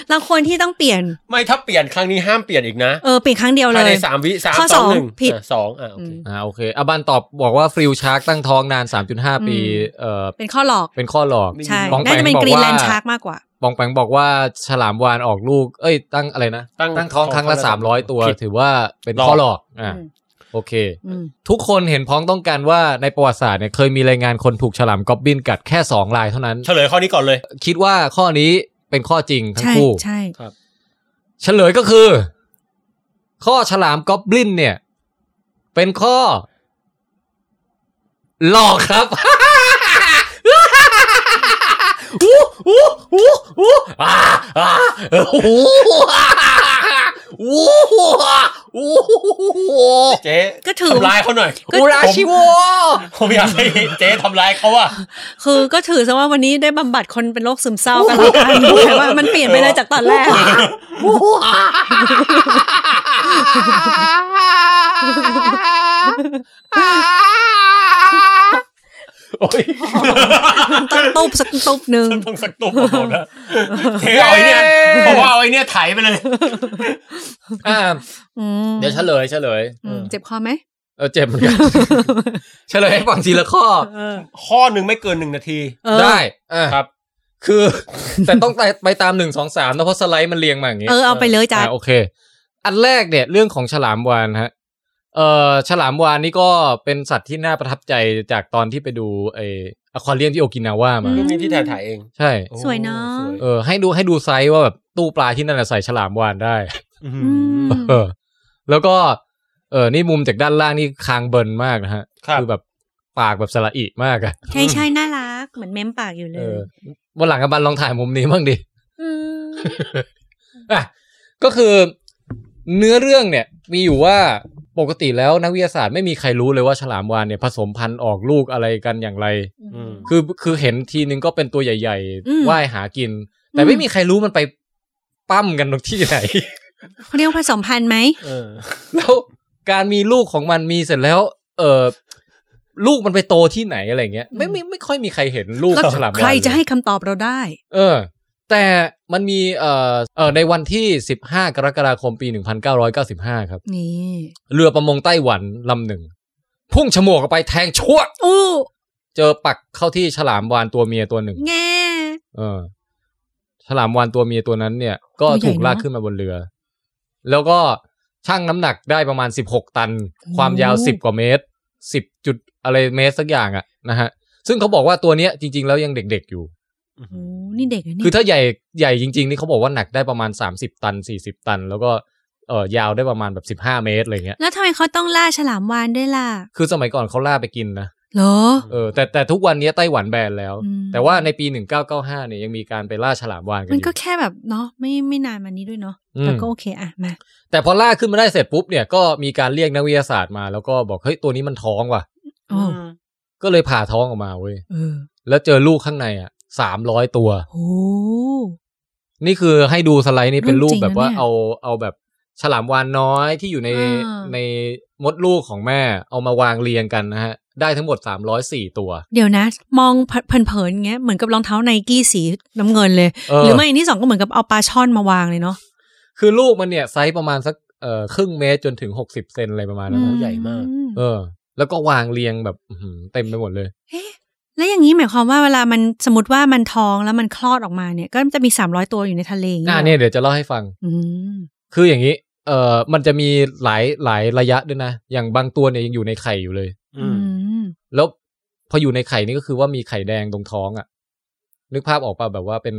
S2: เราควรที่ต้องเปลี่ยน
S3: ไม่ถ้าเปลี่ยนครั้งนี้ห้ามเปลี่ยนอีกนะ
S2: เออเปลี่ยนครั้งเดียวเล
S3: ภายใน
S2: ย
S3: สามวิสาม
S2: ข้อ
S3: สอ
S2: สอง
S3: งหนึ่ง
S2: ผิด
S3: อ่ะสองอ่ะโอ
S2: อื
S3: เค
S2: ม
S1: อ่าโอเคอาบันตอบบอกว่าฟริวชาร์กตั้งท้องนาน 3.5 ปี
S2: อืม
S1: เอ่อ
S2: เป็นข้อหลอก
S1: เป็นข้อหลอก
S2: ใช่
S1: ของแปลง
S2: น่าจะเป็น
S1: บอก
S2: กรีน
S1: ว่า
S2: แลนด์ชาร์กมากกว่า
S1: บองแปงบอกว่าฉลามวานออกลูก เอ้ย ตั้งอะไรนะ ตั้งท้องครั้งละ 300 ตัว
S3: ผิด
S1: ถือว่าเป็น
S3: หลอก
S1: ข้อหลอกอ่า
S2: อืม
S1: โอเค
S2: อืม
S1: ทุกคนเห็นพ้องต้องกันว่าในประวัติศาสตร์เนี่ยเคยมีรายงานคนถูกฉลามกอบบินกัดแค่สองรายเท่านั้น
S3: เฉลยข้อนี้ก่อนเลย
S1: คิดว่าข้อนี้เป็นข้อจริงทั้ง
S2: ใช่
S1: คู่
S2: ใช่
S1: เฉลยก็คือ ข้อฉลามก๊อบลินเนี่ย เป็นข้อ หลอกครับ อู้อู้อู้อู้อ่าอ่าอู้อ่าอู้อ่าอู้
S3: เจ๊
S2: ก็ถือ
S3: ทำลายเขาหน่อย
S1: กูราชิโว
S3: ผมอยากให้เจ๊ทำลายเขาอ่ะ
S2: คือก็ถือซะว่าวันนี้ได้บำบัดคนเป็นโรคซึมเศร้ากันแล้วกันแต่ว่ามันเปลี่ยนไปเลยจากตอนแรก
S1: อู้อ่า
S3: โอ้ย
S2: ต้องตุบสักตุบหนึ่ง
S3: ต้องสักตุ๊บของผมนะเจ๊เอาไอ้เนี่ยผมว่าเอาไอ้เนี่ยไถไปเลย
S1: อ่า
S2: อืม
S1: เดี๋ยวเฉลยเฉลย
S2: อืมเจ็บคอไหม
S1: เออเจ็บเหมือนกัน เฉลยให้ฟังทีละข้อ
S2: เออ
S3: ข้อหนึ่งไม่เกินหนึ่งนาที
S2: เออ
S1: ได้อ่ะ
S3: ครับ
S1: คือ แต่ต้องไปไปตามหนึ่งสองสามนะเพราะสไลด์มันเรียงมาอย่างงี้
S2: เออเอาไปเลยจ้ะ
S1: อ่ะโอเค อันแรกเนี่ย เรื่องของฉลามวานฮะ เอ่อฉลามวาฬนี่ก็เป็นสัตว์ที่น่าประทับใจจากตอนที่ไปดูไออควาเรียมที่โอกินาว่ามา
S2: อื
S3: รูป
S2: ม
S3: นี้ที่ถ่ายถ่ายเอง
S1: ใช่
S3: โอ้
S2: สวยเนอะ
S3: สวย
S1: เออให้ดูให้ดูไซส์ว่าแบบตู้ปลาที่นั่นน่ะใส่ฉลามวาฬได้
S3: อื
S2: อื
S3: ม
S2: ม
S1: เออ แล้วก็เออนี่มุมจากด้านล่างนี่คางเบิร์นมากนะฮะ
S3: ครับ
S1: อแบบปากแบบสระอิมากอะ
S2: ใช่ใช่น่ารัก เหมือนเม้มปากอยู่เล
S1: เอย อวันหลังกับบันลองถ่ายมุมนี้บ้างดิ
S2: ม
S1: อ่ะก็คือเนื้อเรื่องเนี่ยมีอยู่ว่าปกติแล้วนักวิทยาศาสตร์ไม่มีใครรู้เลยว่าฉลามวาฬเนี่ยผสมพันธุ์ออกลูกอะไรกันอย่างไร
S3: อืม
S1: คือคือเห็นทีนึงก็เป็นตัวใหญ่
S2: อืม
S1: ๆว่ายหากิน แต่ไม่มีใครรู้มันไปปั้มกันตรงที่ไหน
S2: เขาเรียกว่าผสมพันธุ์ไหม
S3: เออ
S1: แล้วการมีลูกของมันมีเสร็จแล้ว เออลูกมันไปโตที่ไหนอะไรเงี้ยไม่ไม่ไม่ค่อยมีใครเห็นลูก
S2: ก็
S1: ของฉลามวาฬ
S2: ใครจะ
S1: เลย
S2: ให้คำตอบเราได้
S1: เออ แต่มันมีเอ่อเอ่อในวันที่ 15 กรกฎาคมปี 1995 ครับ
S2: นี่
S1: เรือประมงไต้หวันลำหนึ่ง พุ่งฉมวกออกไปแทงชั่วด
S2: อู้
S1: เจอปักเข้าที่ฉลามวานตัวเมียตัวหนึ่ง
S2: แง่
S1: เออ ฉลามวานตัวเมียตัวนั้นเนี่ย ก็
S2: ตัวใหญ่
S1: ถูกลาก
S2: เนอะ
S1: ขึ้นมาบนเรือ แล้วก็ชั่งน้ำหนักได้ประมาณ 16 ตัน ความยาว
S2: โอ้
S1: 10 กว่าเมตร 10 จุดอะไรเมตรสักอย่างอะนะฮะ ซึ่งเขาบอกว่าตัวเนี้ยจริง ๆ แล้วยังเด็กๆอยู่
S2: โอ้นี่เด็กนะเนี่
S1: คือย ถ้าใหญ่ใหญ่จริงๆ นี่เขาบอกว่าหนักได้ประมาณ 30 ตัน 40 ตัน แล้วก็เออยาวได้ประมาณแบบ 15 เมตรอะไรเงี้ย
S2: แล้วทำไมเขาต้องล่าฉลามวาฬด้วยล่ะ
S1: คือสมัยก่อนเขาล่าไปกินนะ
S2: เหรอ
S1: เออแต่แต่ทุกวันนี้ไต้หวันแบนแล้ว
S2: อืม
S1: แต่ว่าในปี 1995เนี่ยยังมีการไปล่าฉลามวาฬกั
S2: มัน น
S1: อ
S2: ก็
S1: ยู่
S2: แค่แบบเนาะไม่ไม่นานมานี้ด้วยเนาะ
S1: อืม
S2: แต่ก็โอเคอ่ะมา
S1: แต่พอล่าขึ้นมาได้เสร็จปุ๊บเนี่ยก็มีการเรียกนักวิทยาศาสตร์มา แล้วก็บอกเฮ้ยตัวนี้มันท้องว่ะ
S2: โอ้
S1: ก็เลยผ่าท้องออกมาเว้ย
S2: เออ
S1: แล้วเจอลูกข้างในอ่ะสามร้อยตัว
S2: โอ้
S1: นี่คือให้ดูสไลด์นี่เป็นรูป
S2: เรื่องจริง
S1: แบบว่า
S2: นะเนี่ย
S1: เอาเอาแบบฉลามวานน้อยที่อยู่ใน
S2: อ่า
S1: ในมดลูกของแม่เอามาวางเรียงกันนะฮะ ได้ทั้งหมด 304 ตัว
S2: เดี๋ยวนะ มองเผินๆอย่างเงี้ยเหมือนกับรองเท้าไนกี้สีน้ำเงินเลย
S1: เออ
S2: หรือไม่อันที่สองก็เหมือนกับเอาปลาช่อนมาวางเลยเนาะ
S1: คือลูกมันเนี่ย ไซส์ประมาณสักเอ่อครึ่งเมตรจนถึง 60 เซนอะไรประมาณนั้น
S3: โอ้
S1: นะ
S3: ใหญ่มาก
S2: อื
S1: เออ แล้วก็วางเรียงแบบอื้อหือเต็มไปหมดเลย
S2: เอ๊ะแล้วอย่างนี้หมายความว่าเวลามันสมมติว่ามันท้องแล้วมันคลอดออกมาเนี่ย ก็จะมีสามร้อยตัวอยู่ในทะเลอย่าง
S1: อ่าเนี่
S2: เงี้ย
S1: ยเดี๋ยวจะเล่าให้ฟัง
S2: อืม
S1: คืออย่างนี้ เอ่อมันจะมีหลายหลายระยะด้วยนะ อย่างบางตัวเนี่ยยังอยู่ในไข่อยู่เลย
S3: อืม
S2: อืม
S1: แล้วพออยู่ในไข่นี่ก็คือว่ามีไข่แดงตรงท้องอะ่ะ นึกภาพออกป่ะแบบว่าเป็น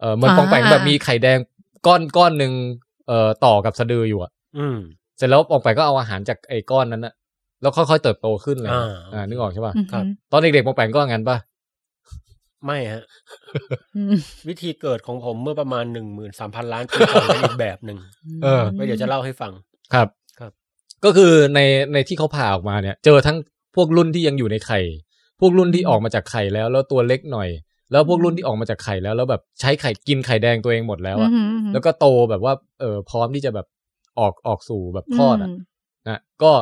S1: เออเหมันปองแปงแบบมีไข่แดงก้อนก้อนหนึ่งเอ่อต่อกับสะดืออยู่อะ่ะ
S3: อืม
S1: เสร็จแล้วปองแปงก็เอาอาหารจากไอ้ก้อนนั้นอะแล้วค่อยๆเติบโตขึ้นเลย
S3: อ่า
S1: อ่านึกออกใช่ป่ะ
S2: อืม
S3: ครับ
S1: ตอนเด็กๆปองแปงก็งั้นป่ะ
S3: ไม่ฮะ
S2: อืม
S3: วิธีเกิดของผมเมื่อประมาณหนึ่งหมื่นสามพันล้านปีก่อนเป็นอีกแบบหนึ่งไว้เดี๋ยวจะเล่าให้ฟัง
S1: ครับ
S3: ครับ
S1: ก็คือในในที่เขาผ่าออกมาเนี่ย เจอทั้งพวกรุ่นที่ยังอยู่ในไข่ พวกรุ่นที่ออกมาจากไข่แล้ว แล้วตัวเล็กหน่อย แล้วพวกรุ่นที่ออกมาจากไข่แล้วแล้วแบบใช้ไข่กินไข่แดงตัวเองหมดแล้วอะ
S2: อืมอืม
S1: แล้วก็โตแบบว่า เออพร้อมที่จะแบบออกออกสู่แบบคลอดอ่ะ
S2: ม
S1: นะก็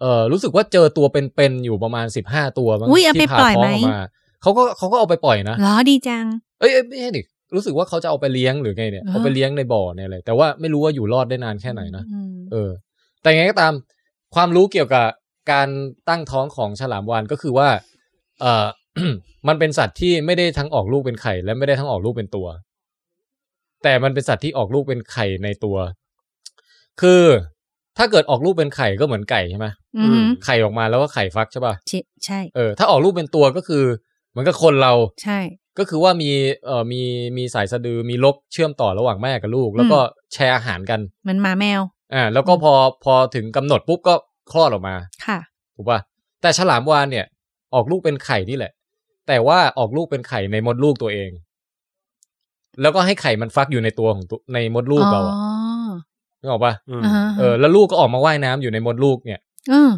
S1: เออรู้สึกว่าเจอตัวเป็นๆอยู่ประมาณสิบห้าตัวมั้ง
S2: อุ้ยเอาไป
S1: ที่ผ่า
S2: ปล่อ
S1: ท้
S2: ย
S1: องออก
S2: ไหม
S1: มาเขาก็เขาก็เอาไปปล่อยนะ
S2: เหรอดีจัง
S1: เอ้ยเอ้ยไม่ใช่ดิรู้สึกว่าเขาจะเอาไปเลี้ยงหรือไงเนี่ย
S2: เหรอ
S1: เอาไปเลี้ยงในบ่อเนี่ยเลยแต่ว่าไม่รู้ว่าอยู่รอดได้นานแค่ไหนนะ
S2: อืม
S1: เออ แต่ไงก็ตาม ความรู้เกี่ยวกับการตั้งท้องของฉลามวาฬก็คือว่า เออ มันเป็นสัตว์ที่ไม่ได้ทั้งออกลูกเป็นไข่ และไม่ได้ทั้งออกลูกเป็นตัว แต่มันเป็นสัตว์ที่ออกลูกเป็นไข่ในตัว คือถ้าเกิดออกลูกเป็นไข่ก็เหมือนไก่ใช่ไหม
S2: อืม
S1: ไข่ออกมาแล้วก็ไข่ฟักใช่ป่ะ
S2: ใช่ใช่
S1: เออ ถ้าออกลูกเป็นตัวก็คือเหมือนกับคนเรา
S2: ใช่
S1: ก็คือว่ามี เอ่อ มี มีสายสะดือ มีลกเชื่อมต่อระหว่างแม่กับลูก แล้วก็แชร์อาหารกัน
S2: มันหมาแมว
S1: อ่า แล้วก็พอ พอถึงกำหนดปุ๊บก็คลอดออกมา
S2: ค่ะ
S1: ถูกป่ะ แต่ฉลามวาฬเนี่ย ออกลูกเป็นไข่นี่แหละ แต่ว่าออกลูกเป็นไข่ในมดลูกตัวเอง แล้วก็ให้ไข่มันฟักอยู่ในตัวของตัวในมดลูกเราอะ
S2: อ๋อ
S1: นึกออกปะ
S3: อืม
S2: อ่าฮะ
S1: เออ แล้วลูกก็ออกมาว่ายน้ำอยู่ในมดลูกเนี่ย
S2: เออ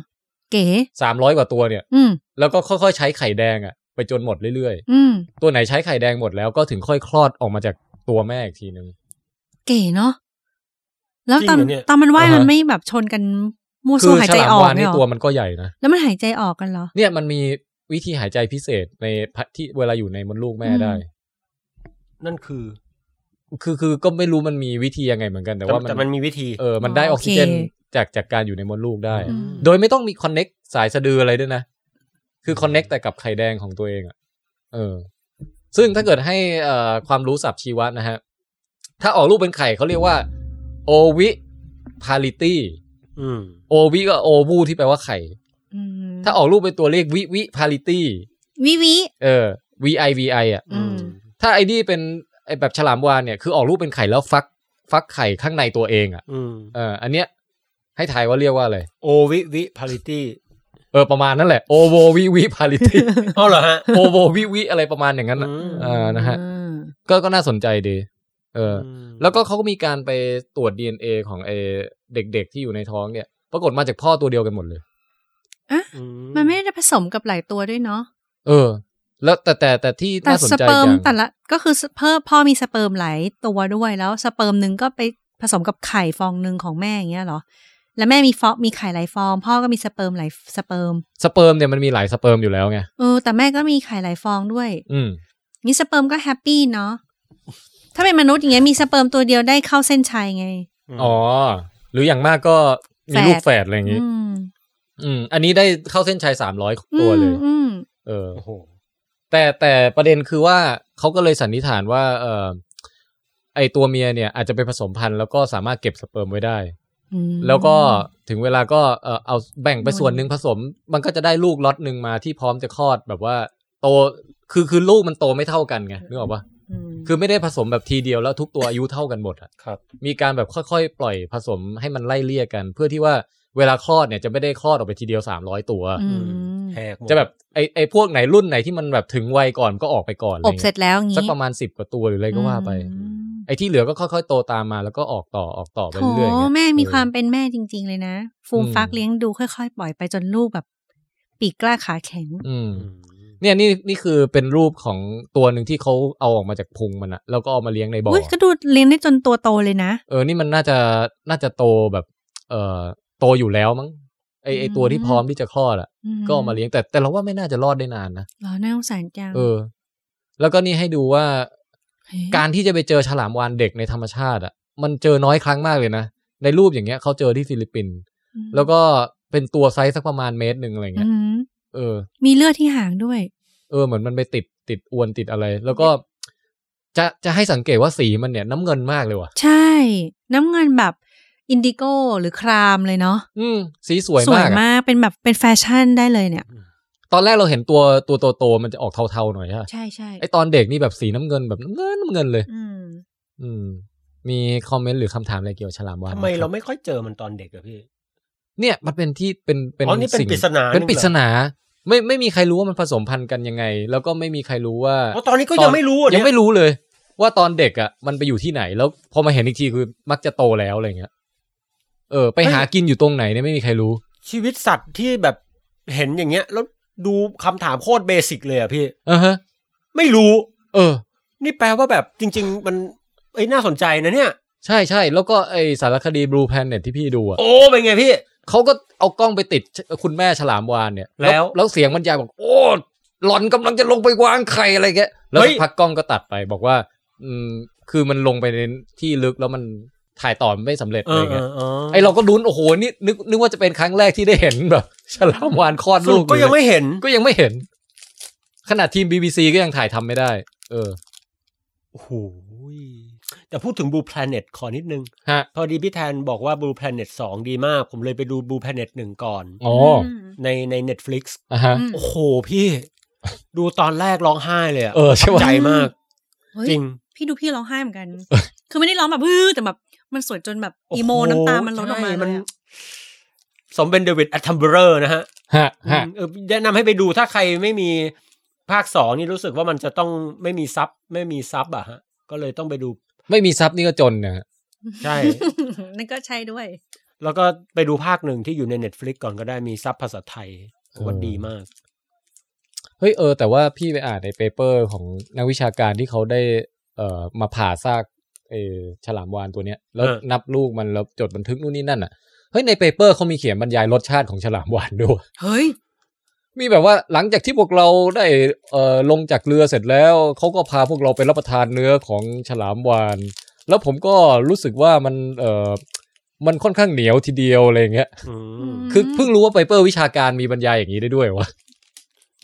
S2: เก๋
S1: สามร้อยกว่าตัวเนี่ย
S2: อืม
S1: แล้วก็ค่อยๆใช้ไข่แดงอะไปจนหมดเรื่อย
S2: อืม
S1: ๆ ตัวไหนใช้ไข่แดงหมดแล้วก็ถึงค่อยคลอดออกมาจากตัวแม่อีกทีนึง
S2: เก๋เนาะ แล้วตอน
S3: จริงเหรอเนี่ย
S2: ตอนมันว่าย
S1: อ่าฮะ
S2: มันไม่แบบชนกันมั่ว
S1: คื
S2: ซั่ว
S1: อ
S2: หาย
S1: ฉ
S2: ใจ
S1: ลาม
S2: ออก
S1: วาฬ
S2: เนี่ย
S1: นี่
S2: เหร
S1: ตัว
S2: อ
S1: มันก็ใหญ่นะ
S2: แล้วมันหายใจออกกันเหรอ
S1: เนี่ยมันมีวิธีหายใจพิเศษในที่เวลาอยู่ในมดลูกแม่ได้
S3: นั่นคือ
S1: คือคือก็ไม่รู้มันมีวิธียังไงเหมือนกัน แต่ว่า
S3: แต่มันมีวิธี
S1: เออ มันได้อ
S2: อ๋อ
S1: อกซิเจน
S2: โอเค
S1: จากจากการอยู่ในมดลูกได้
S2: อืม
S1: โดยไม่ต้องมีคอนเน็กสายสะดืออะไรด้วยนะ คือคอนเน็กแต่กับไข่แดงของตัวเองอะ่ะ เออ ซึ่งถ้าเกิดให้เอ่อความรู้ศัพท์ชีวะนะฮะ ถ้าออกลูกเป็นไข่เขาเรียกว่า o v i p a r i t y
S3: อืม
S1: โอวิก็โอวูที่แปลว่าไข่
S2: อืม
S1: ถ้าออกรูปเป็นตัวเลขวิวิพาริตี้
S2: วิวิ
S1: เออ VI VI อ่ะ
S2: อืม
S1: ถ้าไอนี่เป็นไอแบบฉลามวาฬเนี่ยคือออกรูปเป็นไข่แล้วฟักฟักไข่ข้างในตัวเองอ่ะ
S3: อืม
S1: เอออันเนี้ยให้ทายว่าเรียกว่าอะไร
S3: โอวิวิพาริตี้
S1: เออประมาณนั่นแหละโอโววิวิพาริ ตี้
S3: เอาเหรอฮะ
S1: โอโววิวิอะไรประมาณอย่างนั้นอ่ะ
S3: อืม
S1: เออนะฮะ ก็ก็น่าสนใจดี เอออ
S3: ม
S1: แล้วก็เขาก็มีการไปตรวจ DNA ของไอเด็กๆที่อยู่ในท้องเนี่ย ปรากฏมาจากพ่อตัวเดียวกันหมดเลย
S3: อื
S2: มันไม่ได้ผสมกับหลายตัวด้วยเนาะ
S1: เออ แล้วแต่แต่แต่ที่
S2: แต่
S1: น่าสน
S2: ส
S1: ใจ
S2: เปิร์ม
S1: อย่าง
S2: แต่ละก็คือเพิ่มพ่อมีสเปิร์มหลายตัวด้วยแล้วสเปิร์มหนึ่งก็ไปผสมกับไข่ฟองหนึ่งของแม่อย่างเงี้ยเหรอแล้วแม่มีฟอกมีไข่หลายฟอง พ่อก็มีสเปิร์มหลายสเปิร์ม
S1: สเปิร์มเนี่ยมันมีหลายสเปิร์มอยู่แล้วไง
S2: เออแต่แม่ก็มีไข่หลายฟองด้วย
S1: อืม
S2: นี่สเปิร์มก็แฮปปี้เนาะถ้าเป็นมนุษย์อย่างเงี้ยมีสเปิร์มตัวเดียวได้เข้าเส้นชัยไง
S1: อ๋อ หรืออย่างมากก็มี
S2: แฝด
S1: ลูกแฝดอะไรอย่างงี้
S2: อืม
S1: อืม อันนี้ได้เข้าเส้นชัยสามร้อยตัวเลย
S2: อืมอืม
S1: เออ
S3: โอ้โห
S1: แต่แต่ประเด็นคือว่าเขาก็เลยสันนิษฐานว่า เออไอตัวเมียเนี่ย อาจจะไปผสมพันธุ์แล้วก็สามารถเก็บสเปิร์มไว้ได้
S2: อืม
S1: แล้วก็ถึงเวลาก็เออเอาแบ่งไปส่วนหนึ่งผสม มันก็จะได้ลูกล็อตหนึ่งมาที่พร้อมจะคลอดแบบว่า โตคือคือลูกมันโตไม่เท่ากันไงนึกออกปะ
S2: ม
S1: คือไม่ได้ผสมแบบทีเดียวแล้วทุกตัวอายุเท่ากันหมดอะ
S3: ครับ
S1: มีการแบบค่อยๆ ปล่อยผสมให้มันไล่เลี่ยกัน เพื่อที่ว่าเวลาคลอดเนี่ยจะไม่ได้คลอดออกไปทีเดียวสามร้อยตัว
S2: อืม
S3: แหกหมด
S1: จะแบบไอไอพวกไหนรุ่นไหนที่มันแบบถึงวัยก่อนก็ออกไปก่อนอะ
S2: อ
S1: ไร
S2: บ
S1: เงี้ย
S2: เสร็จแล้วอย่างงี้
S1: สักประมาณสิบกว่าตัวหรืออะไรก็ว่าไป
S2: อืม
S1: ไอที่เหลือก็ค่อยๆโตตามมาแล้วก็ออกต่อออกต่อไป
S2: โถ
S1: เรื่อยๆอย่างเงี้ย
S2: แม่มี
S1: เออ
S2: ความเป็นแม่จริง ๆ เลยนะ ฟูม
S1: อืม
S2: ฟักเลี้ยงดูค่อย ๆ ปล่อยไปจนลูกแบบ ปีกกล้าขาแข็ง
S1: อืม
S3: อืม
S1: เนี่ยนี่นี่คือเป็นรูปของตัวหนึ่งที่เขาเอาออกมาจากพุงมันอะแล้วก็เอามาเลี้ยงในบ่อ
S2: อุ้ยก็ดูเลี้ยงได้จนตัวโตเลยนะ
S1: เออนี่มันน่าจะน่าจะโตแบบ เอ่อโตอยู่แล้วมั้งไอไอตัวที่พร้อมที่จะคลอดอะก็เอามาเลี้ยงแต่แต่เราว่าไม่น่าจะรอดได้นานนะ
S2: เหรอน่าสงสารจัง
S1: เออ แล้วก็นี่ให้ดูว่า
S2: เฮ้ย
S1: การที่จะไปเจอฉลามวาฬเด็กในธรรมชาติอะมันเจอน้อยครั้งมากเลยนะในรูปอย่างเงี้ยเขาเจอที่ฟิลิปปินส์
S2: อืม
S1: แล้วก็เป็นตัวไซส์สักประมาณเมตรหนึ่งอะไร
S2: อื
S1: เงี้ย
S2: ม
S1: เออ
S2: มีเลือดที่หางด้วย
S1: เออเหมือนมันไปติดติดอวนติดอะไร แล้วก็จะจะให้สังเกตว่าสีมันเนี่ย น้ำเงินมากเลยว่ะ
S2: ใช่ น้ำเงินแบบอินดิโก้หรือครามเลยเนาะ
S1: อืม สีสวย
S2: สว
S1: มาย กอะ
S2: มากเป็นแบบเป็นแฟชั่นได้เลยเนี่ย
S1: ตอนแรกเราเห็นตัวตัวโตๆมันจะออกเทาๆหน่อยฮะ
S2: ใช่ใช่
S1: ไอตอนเด็กนี่แบบสีน้ำเงินแบบน้ำเงินน้ำเงินเลย
S2: อืม
S1: อืม มีคอมเมนต์หรือคำถามอะไรเกี่ยวกับฉลามวาฬ
S3: ทำไม
S1: หคบ
S3: เราไม่ค่อยเจอมันตอนเด็กอะพี่
S1: เนี่ยมันเป็นที่เป็นเป็น
S3: อ๋อนี่เป็น
S1: สิ่ง
S3: ปริศนา
S1: เป็น
S3: นี่
S1: ปริศ
S3: เหรอ
S1: นา ไม่ไม่มีใครรู้ว่ามันผสมพันธุ์กันยังไง แล้วก็ไม่มีใครรู้ว่า
S3: เพราะตอนนี้ก็ยังไม่รู้อะ
S1: ยั
S3: เนี่
S1: ง
S3: ย
S1: ไม่รู้เลย ว่าตอนเด็กอ่ะ มันไปอยู่ที่ไหนแล้วพอมาเห็นอีกทีคือมักจะโตแล้วอะไรเงี้ยเออ ไปหากินอยู่ตรงไหนเนี่ยไม่มีใครรู้
S3: ชีวิตสัตว์ที่แบบเห็นอย่างเงี้ย แล้วดูคำถามโคตรเบสิกเลยอะพี่
S1: เออฮะ
S3: ไม่รู้
S1: เออ
S3: นี่แปลว่าแบบจริง ๆ มันเอ้ยน่าสนใจนะเนี่ย
S1: ใช่ใช่แล้วก็ไอสารคดี Blue Planet ที่พี่ดูอ่ะ
S3: โอ้เป็นไงพี่
S1: เขาก็เอากล้องไปติดคุณแม่ฉลามวานเนี่ย
S3: แล้ว
S1: แล้วเสียงมันยายบอก โอ้หล่อนกำลังจะลงไปวางไข่อะไรเงี้ยแล้ว
S3: เฮ้
S1: สั
S3: ย
S1: กพักกล้องก็ตัดไปบอกว่า อืมคือมันลงไปในที่ลึกแล้วมันถ่ายต่อไม่สำเร็จ
S3: เอ
S1: อะไร
S3: อเอ
S1: เงี้ย
S3: อเออ
S1: ไอเราก็ดุนโอ้โหนี่นึกนึกว่าจะเป็นครั้งแรกที่ได้เห็นแบบ ฉลามวานคลอด
S3: ส
S1: ลู
S3: รุ
S1: ก
S3: ปก็ยัง
S1: อ
S3: ไม่เห็น
S1: ก็ยังไม่เห็น ขนาดทีม BBC ก็ยังถ่ายทำไม่ได้ เออ
S3: โอ้โหแต่พูดถึง Blue Planet ขอนิดนึง
S1: ฮะ
S3: พอดีพี่แทนบอกว่า Blue Planet 2 ดีมาก ผมเลยไปดู Blue Planet 1 ก่อน
S1: อ๋อ
S3: ในใน Netflix
S1: อ่ะฮะ
S2: อืม
S3: โอ้โหพี่ ดูตอนแรกร้องไห้เลยอะ
S1: เออ ใช่
S3: ใจ
S1: ป่ะ
S3: มาก
S2: เฮ้ย
S3: จริง
S2: พี่ดูพี่ร้องไห้เหมือนกัน คือไม่ได้ร้องแบบพื้อแต่แบบมันสวยจนแบบอีโม
S3: โอ้โห
S2: น้ำตามันล้นออกมา
S3: ใช่
S2: เล
S3: มัน
S2: ยอะ
S3: สมเป็นเดวิดแอตทัมเบอร์นะฮะ
S1: ฮะ ฮะ
S3: เออแนะนำให้ไปดูถ้าใครไม่มีภาคสองนี่รู้สึกว่ามันจะต้องไม่มีซับไม่มีซับอะฮะ ก็เลยต้องไปดู
S1: ไม่มีซับนี่ก็จนนะฮะ
S3: ใช่
S2: นั่นก็ใช่ด้วย
S3: แล้วก็ไปดูภาคหนึ่งที่อยู่ใน Netflix ก่อนก็ได้มีซับภาษาไทยผมว่าดีมาก
S1: เฮ้ย เออ แต่ว่าพี่ไปอ่านในเปเปอร์ของนักวิชาการที่เขาได้ เอ่อ มาผ่าซากเออฉลามวานตัวเนี้ย แล้ว
S3: เออ
S1: นับลูกมันแล้วจดบันทึกนู่นนี่นั่นอ่ะ เฮ้ย ในเปเปอร์เขามีเขียนบรรยายรสชาติของฉลามวานด้วย
S2: เฮ้ย
S1: มีแบบว่าหลังจากที่พวกเราได้เอ่อลงจากเรือเสร็จแล้วเขาก็พาพวกเราไปรับประทานเนื้อของฉลามวาฬแล้วผมก็รู้สึกว่ามันเอ่อมันค่อนข้างเหนียวทีเดียวอะไรอย่างเงี้ย
S3: อื
S2: ม
S3: ม
S1: คือเพิ่งรู้ว่าไปเปอร์วิชาการมีบรรยายอย่างนี้ได้ด้วยวะ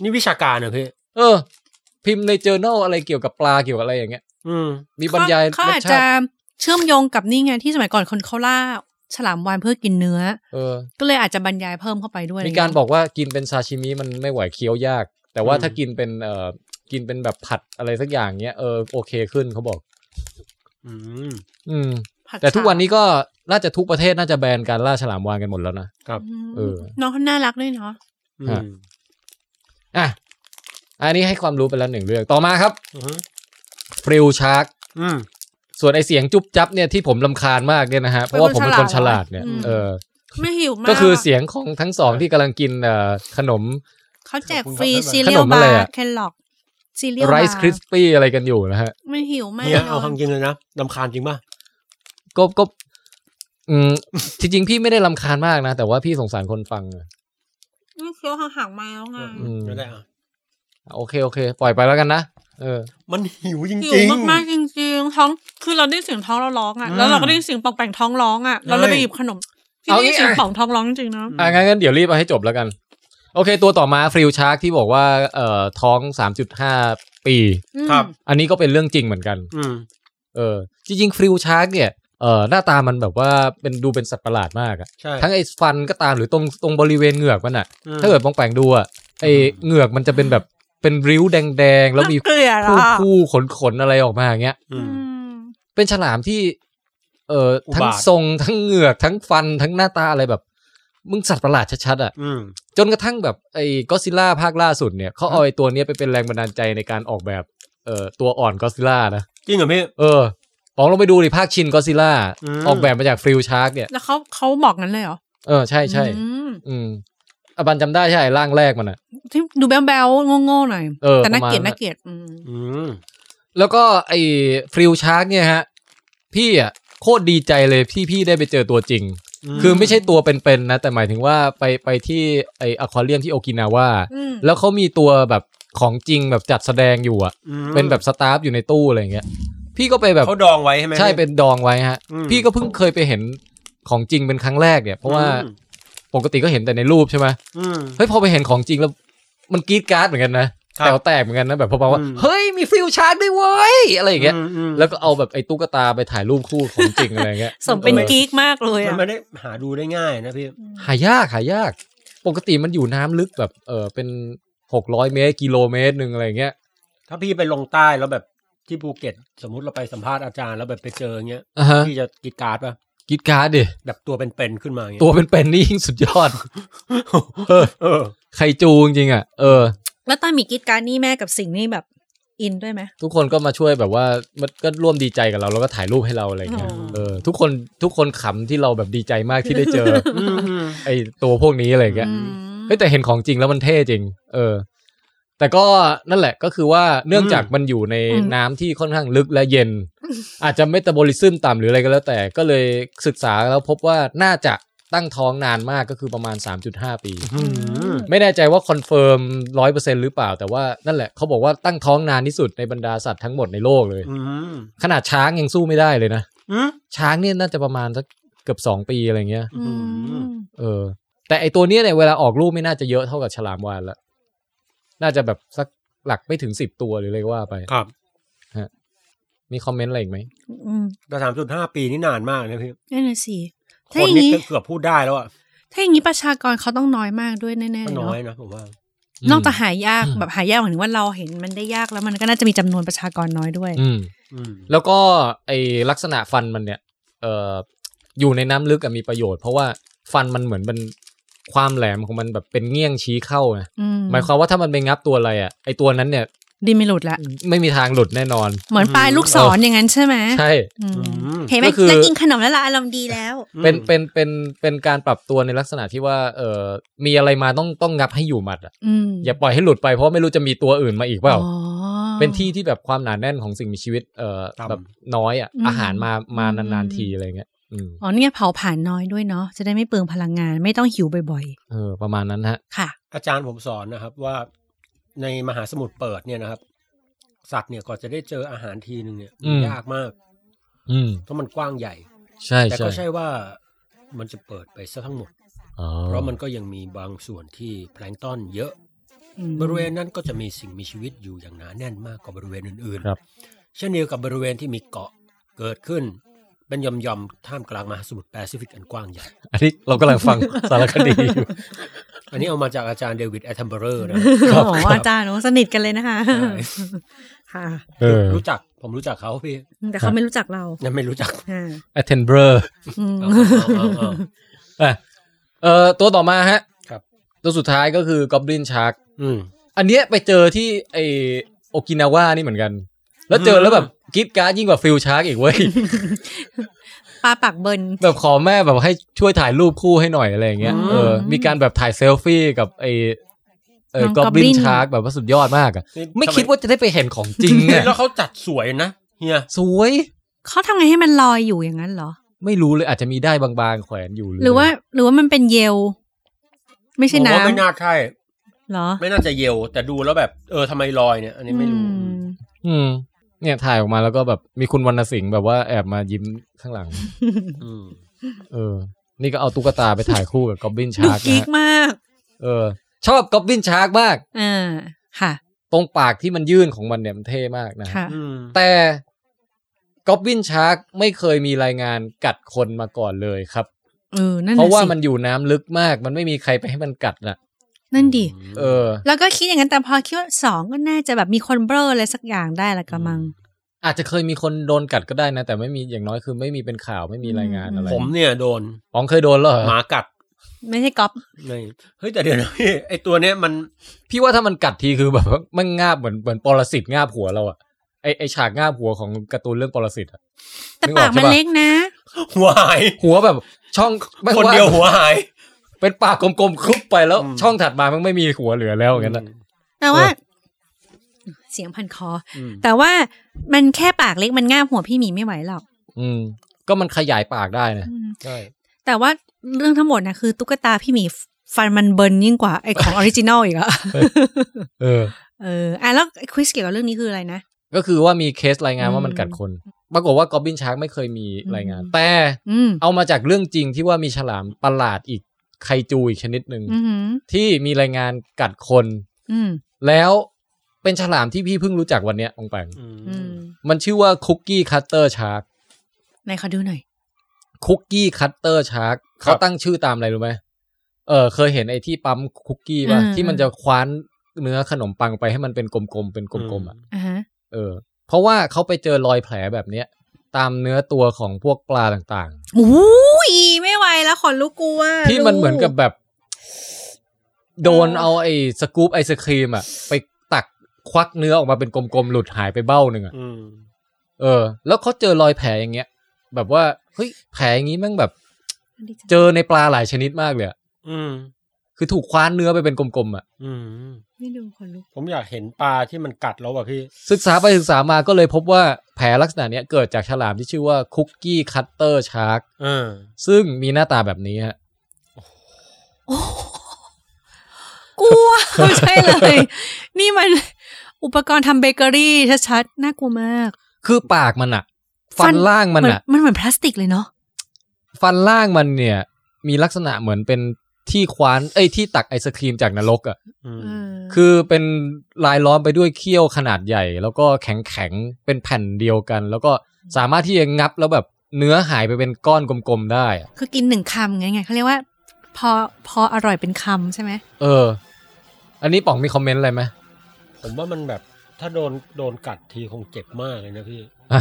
S3: นี่วิชาการเหรอพี่
S1: เออ พิมพ์ใน journal อะไรเกี่ยวกับปลาเกี่ยวกับอะไรอย่างเงี้ย
S3: อืม
S1: มีบรรยาย
S2: เขา
S1: ร
S2: อา
S1: ส
S2: จจะ
S1: ชาติ
S2: เชื่อมโยงกับนี่ไงที่สมัยก่อนคนเขาล่า ฉลามวานเพื่อกินเนื้อ
S1: เออ
S2: ก็เลยอาจจะบรรยายเพิ่มเข้าไปด้วย
S1: มีการ
S2: ะไร
S1: บ
S2: เงี้
S1: อ
S2: ย
S1: กว่ากินเป็นซาชิมิมันไม่ไหวเคี้ยวยาก แต่ว่า
S3: อืม
S1: ถ้ากินเป็นเอ่อกินเป็นแบบผัดอะไรสักอย่างเนี้ยเออโอเคขึ้นเขาบอก
S3: อืม
S1: อืม
S2: ผัด
S1: แต่ทุก
S2: ฉลาม
S1: วันนี้ก็น่าจะทุกประเทศน่าจะแบนการล่าฉลามวาฬกันหมดแล้วนะ
S3: ครับ
S2: อืม
S1: เออ
S2: น้องเขาน่ารักด้วยเนาะ
S3: อืม
S1: อ่ะอันนี้ให้ความรู้ไปแล้วหนึ่งเรื่องต่อมาครับ
S3: อือฮึ
S1: ฟิลชาร์ก
S3: อืม
S1: ส่วนไอเสียงจุ๊บจับเนี่ยที่ผมลำคาญมากเนี่ยนะฮะเพราะว่าผมเป็นคนฉลาดเนี่ยเออ
S2: ไม่หิวมาก
S1: ก็คือเสียงของทั้งสองที่กำลังกินเอ่อขนม
S2: เขาแจก
S3: ขอบคุณครับ
S2: ฟรีซี
S3: บ๊ายบาย
S2: เรีย
S1: ขน
S2: ล
S1: ม
S2: บา
S1: อะไรอะ
S2: ร์แคลล็อกซีเรียล
S1: ไร
S2: บา
S1: ซ์คริสปี้อะไรกันอยู่นะฮะ
S2: ไม่หิวมาก
S3: เนี่ยเอา
S2: ลย
S3: คำจริงเลยนะลำคาญจริงป่ะ
S1: ก็ก็ อืม จริงๆ พี่ไม่ได้ลำคาญมากนะ แต่ว่าพี่สงสารคนฟังอะ
S2: นี่เคี้ยวห่างๆมาแล้วไง
S1: อืม
S3: ไม่ได้อ่ะ
S1: โอเคโอเค ปล่อยไปแล้วกันนะเออ
S3: มันหิวจริง
S2: หิ
S3: จริง
S2: วมากๆจริงๆท้องคือเราได้ยินเสียงท้องเราร้องอ่ะ
S3: อืม
S2: แล้วเราก็ได้ยินเสียงป่องแปงท้องร้องอ่ะเราเลย
S3: ใช่
S2: ไปหยิบขนมที่
S1: เอา
S2: ได้
S1: งี้
S2: ยินเสียงป่องท้องร้องจริงๆนะ
S1: อ่ะงั้นงั้นเดี๋ยวรีบเอาให้จบแล้วกัน โอเค ตัวต่อมาฟิลชาร์กที่บอกว่า เอ่อท้อง 3.5 ปี
S3: ครับ
S1: อันนี้ก็เป็นเรื่องจริงเหมือนกัน
S3: อืม
S1: เออ จริงๆฟิลชาร์กเนี่ยเอ่อหน้าตามันแบบว่าเป็นดูเป็นสัตว์ประหลาดมากอะ
S3: ใช่
S1: ทั้งไอ้ฟันก็ตามหรือตรงตรงบริเวณเหงือกมันอะ
S3: อืม
S1: ถ้าเกิดมองแปลงดูอะไอ้เหงือกมันจะเป็นแบบเป็นริ้วแดงๆ แล้วมี
S2: น่าเกลียด
S1: คู่
S2: อ่ะ
S1: คู่ขนขนๆอะไรออกมาอย่างเงี้ย
S3: อื
S2: อื
S3: ม
S2: ม
S1: เป็นฉลามที่ เอ่อ
S3: อุ
S1: ทั้ง
S3: บาท
S1: ทรงทั้งเหงือกทั้งฟันทั้งหน้าตาอะไรแบบ มึงสัตว์ประหลาดชัดๆอ่ะ
S3: อืม
S1: จนกระทั่งแบบไอ้ก็ซิล่าภาคล่าสุดเนี่ยเขาเอาไอ้ตัวเนี้ยไปเป็นแรงบันดาลใจในการออกแบบเอ่อตัวอ่อนก็ซิล่านะ
S3: จริงเหรอพี่
S1: เออลองลงไปดูดิภาคชินก็ซิล่า
S3: อืม
S1: ออกแบบมาจากฟิลชาร์กเนี่ย
S2: แล้วเขาเขาบอกงั้นเลยเหรอ
S1: เออใช่ใช่
S2: อืม
S1: อืมอบันจำได้ใช่ร่างแรกมันอ่ะ
S2: ที่ดูแบ๊วๆโง่ๆหน่อย
S1: เออ
S2: แต่น่า
S1: ประมาณ
S2: เกลียด
S1: นั้น
S2: น่าเกลียดอืม
S3: อืม
S1: แล้วก็ไอ้ฟิลชาร์กเนี่ยฮะ พี่อ่ะโคตรดีใจเลยพี่พี่ได้ไปเจอตัวจริง คือไม่ใช่ตัวเป็นๆนะ แต่หมายถึงว่าไปไปที่ไออะควาเรียมที่โอกินาว่า
S2: อืม
S1: แล้วเขามีตัวแบบของจริงแบบจัดแสดงอยู่อะ
S3: อืม
S1: เป็นแบบสตาฟอยู่ในตู้อะไรอย่างเงี้ยพี่ก็ไปแบบ
S3: เขาดองไว้ใช่ไหม
S1: ใช่
S3: พี่
S1: เป็นดองไว้ฮะ
S3: อืม
S1: พี่ก็เพิ่งเคยไปเห็นของจริงเป็นครั้งแรกเนี่ย เพราะว่าปกติก็เห็นแต่ในรูปใช่ไหม
S3: อืม
S1: เฮ้ยพอไปเห็นของจริงแล้วมันกรีดกราร์ดเหมือนกันนะครับ แตวแตกเหมือนกันนะแบบพอบอกว่า
S3: อืม
S1: เฮ้ยมีฟิลชาร์ดด้วยเว้ยอะไรอย่างเงี้ย
S3: มม
S1: แล้วก็เอาแบบไอ้ตุ๊กตาไปถ่ายรูปคู่ของจริงอะไรอย่างเงี้ย
S2: สมเป็นกีกมากเลย
S3: มั
S2: อ่ะ
S3: นไม่ได้หาดูได้ง่ายนะพี่
S1: หายากหายาก ปกติมันอยู่น้ำลึกแบบเออเป็นหกร้อยเมตรกิโลเมตรหนึ่งอะไรเงี้ย
S3: ถ้าพี่ไปลงใต้แล้วแบบที่ภูเก็ต สมมติเราไปสัมภาษณ์อาจารย์แล้วแบบไปเจออย่างเงี้ย
S1: อ่ะฮะ
S3: พี่จะกรีดกรารดป่ะ
S1: กิดการ์ดดิ
S3: แบบตัวเป็นๆขึ้นมาอย่างเงี้ย
S1: ตัวเป็นๆนี่ยิ่ง สุดยอด เออ
S3: เออ
S1: ไคจูจริงๆอ่ะเออ
S2: แล้วตอนมีกีกการดนี่แม่กับสิ่งนี่แบบอินด้วยไหม
S1: ทุกคนก็มาช่วยแบบว่ามันก็ร่วมดีใจกับเรา แล้วก็ถ่ายรูปให้เราอะไรเงี้ย
S2: อ๋อ
S1: เออทุกคนทุกคนขำที่เราแบบดีใจ มากที่ได้เจอ
S3: อืมอืม
S1: ไอตัวพวกนี้อะไรเงี้ย
S2: อืม
S1: เฮ้ยแต่เห็นของจริงแล้วมันเท่จริง เออ แต่ก็นั่นแหละก็คือว่าเนื่องจากมันอยู่ในน้ำที่ค่อนข้างลึกและ เย็น อาจจะเมตาบอลิซึมต่ำหรืออะไรก็แล้วแต่ก็เลยศึกษาแล้วพบว่าน่าจะตั้งท้องนานมากก็คือประมาณ 3.5 ปี
S3: อืม
S1: ไม่แน่ใจว่าคอนเฟิร์มร้อยเปอร์เซ็นหรือเปล่า แต่ว่านั่นแหละเขาบอกว่าตั้งท้องนานที่สุดในบรรดาสัตว์ทั้งหมดในโลกเลย
S3: อืม
S1: ขนาดช้างยังสู้ไม่ได้เลยนะ
S3: อืม
S1: ช้างเนี่ยน่าจะประมาณสักเกือบสองปีอะไรเงี้ย
S2: อืม
S1: เออ แต่ไอตัวเนี้ยเนี่ยเวลาออกลูกไม่น่าจะเยอะเท่ากับฉลามวาฬละน่าจะแบบสักหลักไม่ถึงสิบตัวหรืออะไรก็ว่าไป
S3: ครับ
S1: มีคอมเมนต์อะไรอีกไหม
S2: อืม
S3: แต่สามจุดห้าปีนี่นานมากนะพี่
S2: นั่นน่ะสิ
S3: ค
S2: ถ้าน อย่าง
S3: นี่
S2: นี้
S3: เกือบพูดได้แล้วอ่ะ
S2: ถ้าอย่างนี้ประชากรเขาต้องน้อยมากด้วยแน่ๆ
S3: ก็น้
S2: เนาะ
S3: อยนะผมว่า
S1: อืม
S2: นอกจากหายากแบบหายากหมายถึงว่าเราเห็นมันได้ยากแล้วมันก็น่าจะมีจำนวนประชากรน้อยด้วย
S1: อืม
S3: อืม
S1: แล้วก็ไอลักษณะฟันมันเนี่ย เอ่อ อยู่ในน้ำลึกอะมีประโยชน์ เพราะว่าฟันมันเหมือนมันความแหลมของมันแบบเป็นเงี้ยงชี้เข้าไง
S2: อืม
S1: หมายความว่าถ้ามันไปงับตัวอะไรอะไอตัวนั้นเนี่ย
S2: ดินไม่หลุดละ
S1: ไม่มีทางหลุดแน่นอน
S2: เหมือนปลายลูกศรอย่างนั้นใช่ไหม
S1: ใช่
S2: อืม
S3: อืม
S2: เห็นไหม
S1: ก็คือ
S2: จะกินขนมแล้วละอารมณ์ดีแล้ว
S1: เป็นเป็นเป็นเป็นการปรับตัวในลักษณะที่ว่า เอ่อ มีอะไรมาต้องต้องงับให้อยู่หมัดอะ
S2: อืม
S1: อย่าปล่อยให้หลุดไปเพราะไม่รู้จะมีตัวอื่นมาอีกเปล่า
S2: อ๋อ
S1: เป็นที่ที่แบบความหนาแน่นของสิ่งมีชีวิตเอ่อ
S3: ต่ำ
S1: แบบน้อยอ่ะ
S2: อืม
S1: อาหารมามา
S2: อืม
S1: นานๆทีอะไรเงี้ยอืม
S2: อ๋อเนี่ยเผาผ่านน้อยด้วยเนาะจะได้ไม่เปลืองพลังงานไม่ต้องหิวบ่อย
S1: เออประมาณนั้นฮะ
S2: ๆ ค่ะ
S3: อาจารย์ผมสอนนะครับว่าในมหาสมุทรเปิดเนี่ยนะครับ สัตว์เนี่ยก่อนจะได้เจออาหารทีหนึ่งเนี่ย
S1: อืม
S3: ยากมาก
S1: อืม
S3: เพราะมันกว้างใหญ่
S1: ใช่
S3: แต่
S1: ใช่
S3: ก็ใช่ว่ามันจะเปิดไปซะทั้งหมด
S1: อ๋อ
S3: เพราะมันก็ยังมีบางส่วนที่แพลงก์ต้อนเยอะ
S2: อืม
S3: บริเวณนั้นก็จะมีสิ่งมีชีวิตอยู่อย่างหนาแน่นมากกว่าบริเวณอื่น
S1: ครับ
S3: ๆ เช่นเดียวกับบริเวณที่มีเกาะเกิดขึ้น เป็นหย่อมๆท่ามกลางมหาสมุทรแปซิฟิกอันกว้างใหญ่
S1: อันนี้เรากำลังฟัง สารคดี อยู่
S3: อันนี้เอามาจากอาจารย์เดวิดแอตเทมเบอร์เรอร์นะ
S1: ครั
S2: โอ้
S1: บ
S2: โหอาจารย์เนอะสนิทกันเลยนะคะ
S3: ใช่
S2: ค่ะ
S1: เออ
S3: รู้จักผมรู้จักเขาพี่
S2: แต่เขาไม่รู้จักเรา
S3: ยังไม่รู้จัก
S2: อ่า
S1: แอตเทนเบอร์
S2: อืม
S3: เอาเอาเอาเอา
S1: อ่ะเอ่อตัวต่อมาฮะ
S3: ครับ
S1: ตัวสุดท้ายก็คือก็อบลินชาร์ก
S3: อืม
S1: อันเนี้ยไปเจอที่ไอโอกินาว่านี่เหมือนกัน แล้วเจอ
S3: อืม
S1: แล้วแบบกรีดกราร์ดยิ่งกว่าฟิลชาร์กอีกเว้ย
S2: ปลาปากเบิร์น
S1: แบบขอแม่แบบให้ช่วยถ่ายรูปคู่ให้หน่อยอะไรอย่างเงี้ย
S3: อืม
S1: เออมีการแบบถ่ายเซลฟี่กับไอเออ
S2: น้อง
S1: กอบลิน
S2: Goblin
S1: ชาร์กแบบว่าสุดยอดมากอะไม่คิด
S3: ส
S1: ว่าจะได้ไปเห็นของจริง
S3: มัย
S1: เนี่ย
S3: แล้วเขาจัดสวยนะเฮีย
S1: สวย
S2: เขาทำไงให้มันลอยอยู่อย่างนั้นเหรอ
S1: ไม่รู้เลยอาจจะมีได้ายบางๆแขวนอยู่
S2: หรือว่า หรือว่ามันเป็นเยล ไม่ใช่
S3: ผมว่าไม่
S2: น้ำ
S3: น่าใช่
S2: เหรอ
S3: ไม่น่าจะเยลแต่ดูแล้วแบบเออทำไมลอยเนี่ย อันนี้ไม่รู้
S2: อืม
S1: อืมเนี่ยถ่ายออกมาแล้วก็แบบมีคุณวรรณสิงห์แบบว่าแอบมายิ้มข้างหลัง
S3: อืม
S1: เออ นี่ก็เอาตุ๊กตาไปถ่ายคู่กับกอบลิน
S2: ดู
S1: ชาร์ก
S2: กิ๊ก
S1: นะฮะ
S2: มาก
S1: เออ ชอบกอบลินชาร์กมาก
S2: เอ่าค่ะ
S1: ตรงปากที่มันยื่นของมันเนี่ยมันเท่มากนะฮะ
S2: ค่ะ
S3: อืม
S1: แต่กอบลินชาร์กไม่เคยมีรายงานกัดคนมาก่อนเลยครับ
S2: เออ นั่น
S1: เพ
S2: น่
S1: ราะว่า
S2: สิ
S1: มันอยู่น้ำลึกมาก มันไม่มีใครไปให้มันกัดน่ะ
S2: นั่นดิ
S1: เออ
S2: แล้วก็คิดอย่างนั้นแต่พอคิดว่าสองก็น่าจะแบบมีคนเบลออะไรสักอย่างได้ละกระมัง
S1: อาจจะเคยมีคนโดนกัดก็ได้นะ แต่ไม่มีอย่างน้อยคือไม่มีเป็นข่าวไม่มีรายงานอะไร
S3: ผมเนี่ยโดน
S1: อ๋องเคยโดนเหรอ
S3: หมากัด
S2: ไม่ใช่ก๊อป
S3: ในเฮ้ยแต่เดี๋ยวนะพี่ไอตัวเนี้ยมัน
S1: พี่ว่าถ้ามันกัดทีคือแบบว่ามันงาบเหมือนเหมือนปรสิตงาบหัวเราอะไอไอฉากงาบหัวของการ์ตูนเรื่องปรสิตอะ
S2: แต่
S1: กออ
S2: ปา
S1: ก ใช่
S2: มัน
S1: ปะ
S2: เล็กนะ
S3: หัวหาย
S1: หัวแบบช่องแม่ง
S3: คนเดียว
S1: าง
S3: หัวหาย
S1: เป็นปากกลมๆคลุบไปแล้ว
S3: อืม
S1: ช่องถัดมามันไม่มีหัวเหลือแล้วอย่างนั้นน่ะ
S2: แต่ว่า
S1: เออ
S2: เสียงพันคอ
S3: อืม
S2: แต่ว่ามันแค่ปากเล็กมันง่ามหัวพี่หมีไม่ไหวหรอก
S1: อืม ก็มันขยายปากได้นะ
S2: อืม
S3: ใช่
S2: แต่ว่าเรื่องทั้งหมดนะคือตุ๊กตาพี่หมีฟันมันเบิร์นยิ่งกว่าไอของออริจินอลอีกอะ
S1: เออ
S2: เอออ่ะแล้วควิสเกี่ยวกับเรื่องนี้คืออะไรนะ
S1: ก็คือว่ามีเคสรายงานว่ามัน
S2: อืม
S1: กัดคน ปรากฏว่ากอบบินชาร์กไม่เคยมีรายงาน
S2: อืม
S1: แต่
S2: อืม
S1: เอามาจากเรื่องจริงที่ว่ามีฉลามประหลาดอีกไคจูอีกชนิดหนึ่ง
S2: อือหือ
S1: ที่มีรายงานกัดคน
S2: อืม
S1: แล้วเป็นฉลามที่พี่เพิ่งรู้จักวันเนี้ยองแปง
S3: อืม
S2: อืม
S1: มันชื่อว่าคุกกี้คัตเตอร์ชาร์ก
S2: ไหนขอดูหน่อย
S1: คุกกี้คัตเตอร์ชาร์กเขาตั้งชื่อตามอะไรรู้ไหมเออ เคยเห็นไอ้ที่ปั๊มคุกกี้ป่ะ
S2: อืม
S1: ที่มันจะคว้านเนื้อขนมปังไปให้มันเป็นกลมๆเป็นกลมๆอ่ะ
S2: อ่าฮะ
S1: เออ เพราะว่าเขาไปเจอรอยแผลแบบเนี้ย ตามเนื้อตัวของพวกปลาต่าง
S2: อู้ยไม่ไหวแล้วขนลุกกลัว
S1: ๆ ที่มันเหมือนกับแบบ โดนเอาไอ้สกู๊ปไอศครีมอ่ะ ไปตักควักเนื้อออกมาเป็นกลมๆ หลุดหายไปเบ้าหนึ่งอ่ะ
S3: อืม
S1: เออ แล้วเขาเจอรอยแผลอย่างเงี้ย แบบว่าเฮ้ยแผลอย่างงี้แม่งแบบ เจอในปลาหลายชนิดมากเลยอะ
S3: อืม
S1: คือถูกคว้านเนื้อไปเป็นกลมๆอ่ะ
S3: อืม
S2: ไม่ดูขนลุก
S3: ผมอยากเห็นปลาที่มันกัดแล้วอะพี่
S1: ศึกษาไปศึกษามาก็เลยพบว่าแผลลักษณะเนี้ยเกิดจากฉลามที่ชื่อว่าคุกกี้คัตเตอร์ชาร์ก
S3: เออ
S1: ซึ่งมีหน้าตาแบบนี้ฮะ
S2: กลัว ไม่ใช่เลย นี่มันอุปกรณ์ทำเบเกอรี่ชัดๆน่ากลัวมาก
S1: คือปากมันอะ
S2: ฟั
S1: ฟั
S2: น
S1: นล่างมันอะ
S2: มันเหมือนพลาสติกเลยเนาะ
S1: ฟันล่างมันเนี่ย มีลักษณะเหมือนเป็นที่คว้านเอ้ยที่ตักไอศครีมจากนรกอะ
S3: อืม
S2: เออ
S1: คือเป็นลายล้อมไปด้วยเขี้ยวขนาดใหญ่ แล้วก็แข็งแข็งๆเป็นแผ่นเดียวกัน แล้วก็สามารถที่จะงับแล้วแบบเนื้อหายไปเป็นก้อนกลมๆได้อะ
S2: คือกินหนึ่งคำไงไงเขาเรียกว่า พอพออร่อยเป็นคำใช่ไหม
S1: เออ อันนี้ป๋องมีคอมเมนต์อะไรไหม
S3: ผมว่ามันแบบถ้าโดนโดนกัดทีคงเจ็บมากเลยนะพี่
S1: อ่า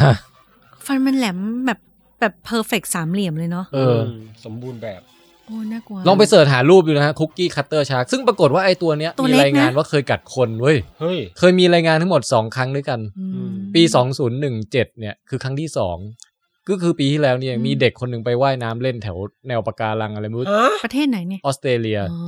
S2: ฟันมันแหลมแบบแบบเพอร์เฟกสามเหลี่ยมเลยเนาะ
S1: เออ
S3: มสมบูรณ์แบบ
S2: โอ้น่ากลัว
S1: ลองไปเสิร์ชหารูปดูนะฮะคุกกี้คัตเตอร์ชาร์กซึ่งปรากฏว่าไอตัวเนี้ย
S2: ตัว
S1: มี
S2: เล็กนะ
S1: รายงานว่าเคยกัดคนเว้ย
S3: เฮ้ย
S1: เคยมีรายงานทั้งหมดสองครั้งด้วยกัน
S2: อืม
S1: ปี 2017 เนี่ย คือครั้งที่สองก็คือปีที่แล้วเนี่ย
S2: อืม
S1: มีเด็กคนหนึ่งไปว่ายน้ำเล่นแถวแนวปะการังอะไรไม่รู้
S3: ฮะ
S2: ประเทศไหนเนี่ย
S1: ออสเตรเลีย
S2: อ๋อ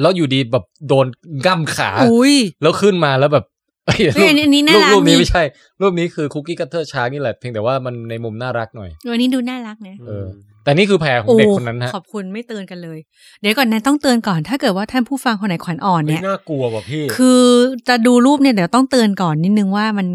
S1: แล้วอยู่ดีแบบโดนง่ำขา
S2: อุ้ย
S1: แล้วขึ้นมาแล้วแบบเอ้ย
S2: เฮ้ยอันนี้อันนี้น่า
S1: รูป
S2: รัก
S1: รูปนี้
S2: ดี
S1: ไม่ใช่ รูปนี้คือคุกกี้กัตเตอร์ชาร์กนี่แหละ เพียงแต่ว่ามันในมุมน่ารักหน่อย
S2: วันนี้ดูน่ารักนะ
S1: เออ แต่นี่คือแผลของเด็กคนนั้นฮะ
S2: ขอบคุณไม่เตือนกันเลย เดี๋ยวก่อนนะต้องเตือนก่อน ถ้าเกิดว่าท่านผู้ฟังคนไหนขวัญอ่อน
S3: ไม่
S2: เนี่ย
S3: น่ากลัวว่ะพี่
S2: คือจะดูรูปเนี่ยเดี๋ยวต้องเตือนก่อนนิดนึงว่ามัน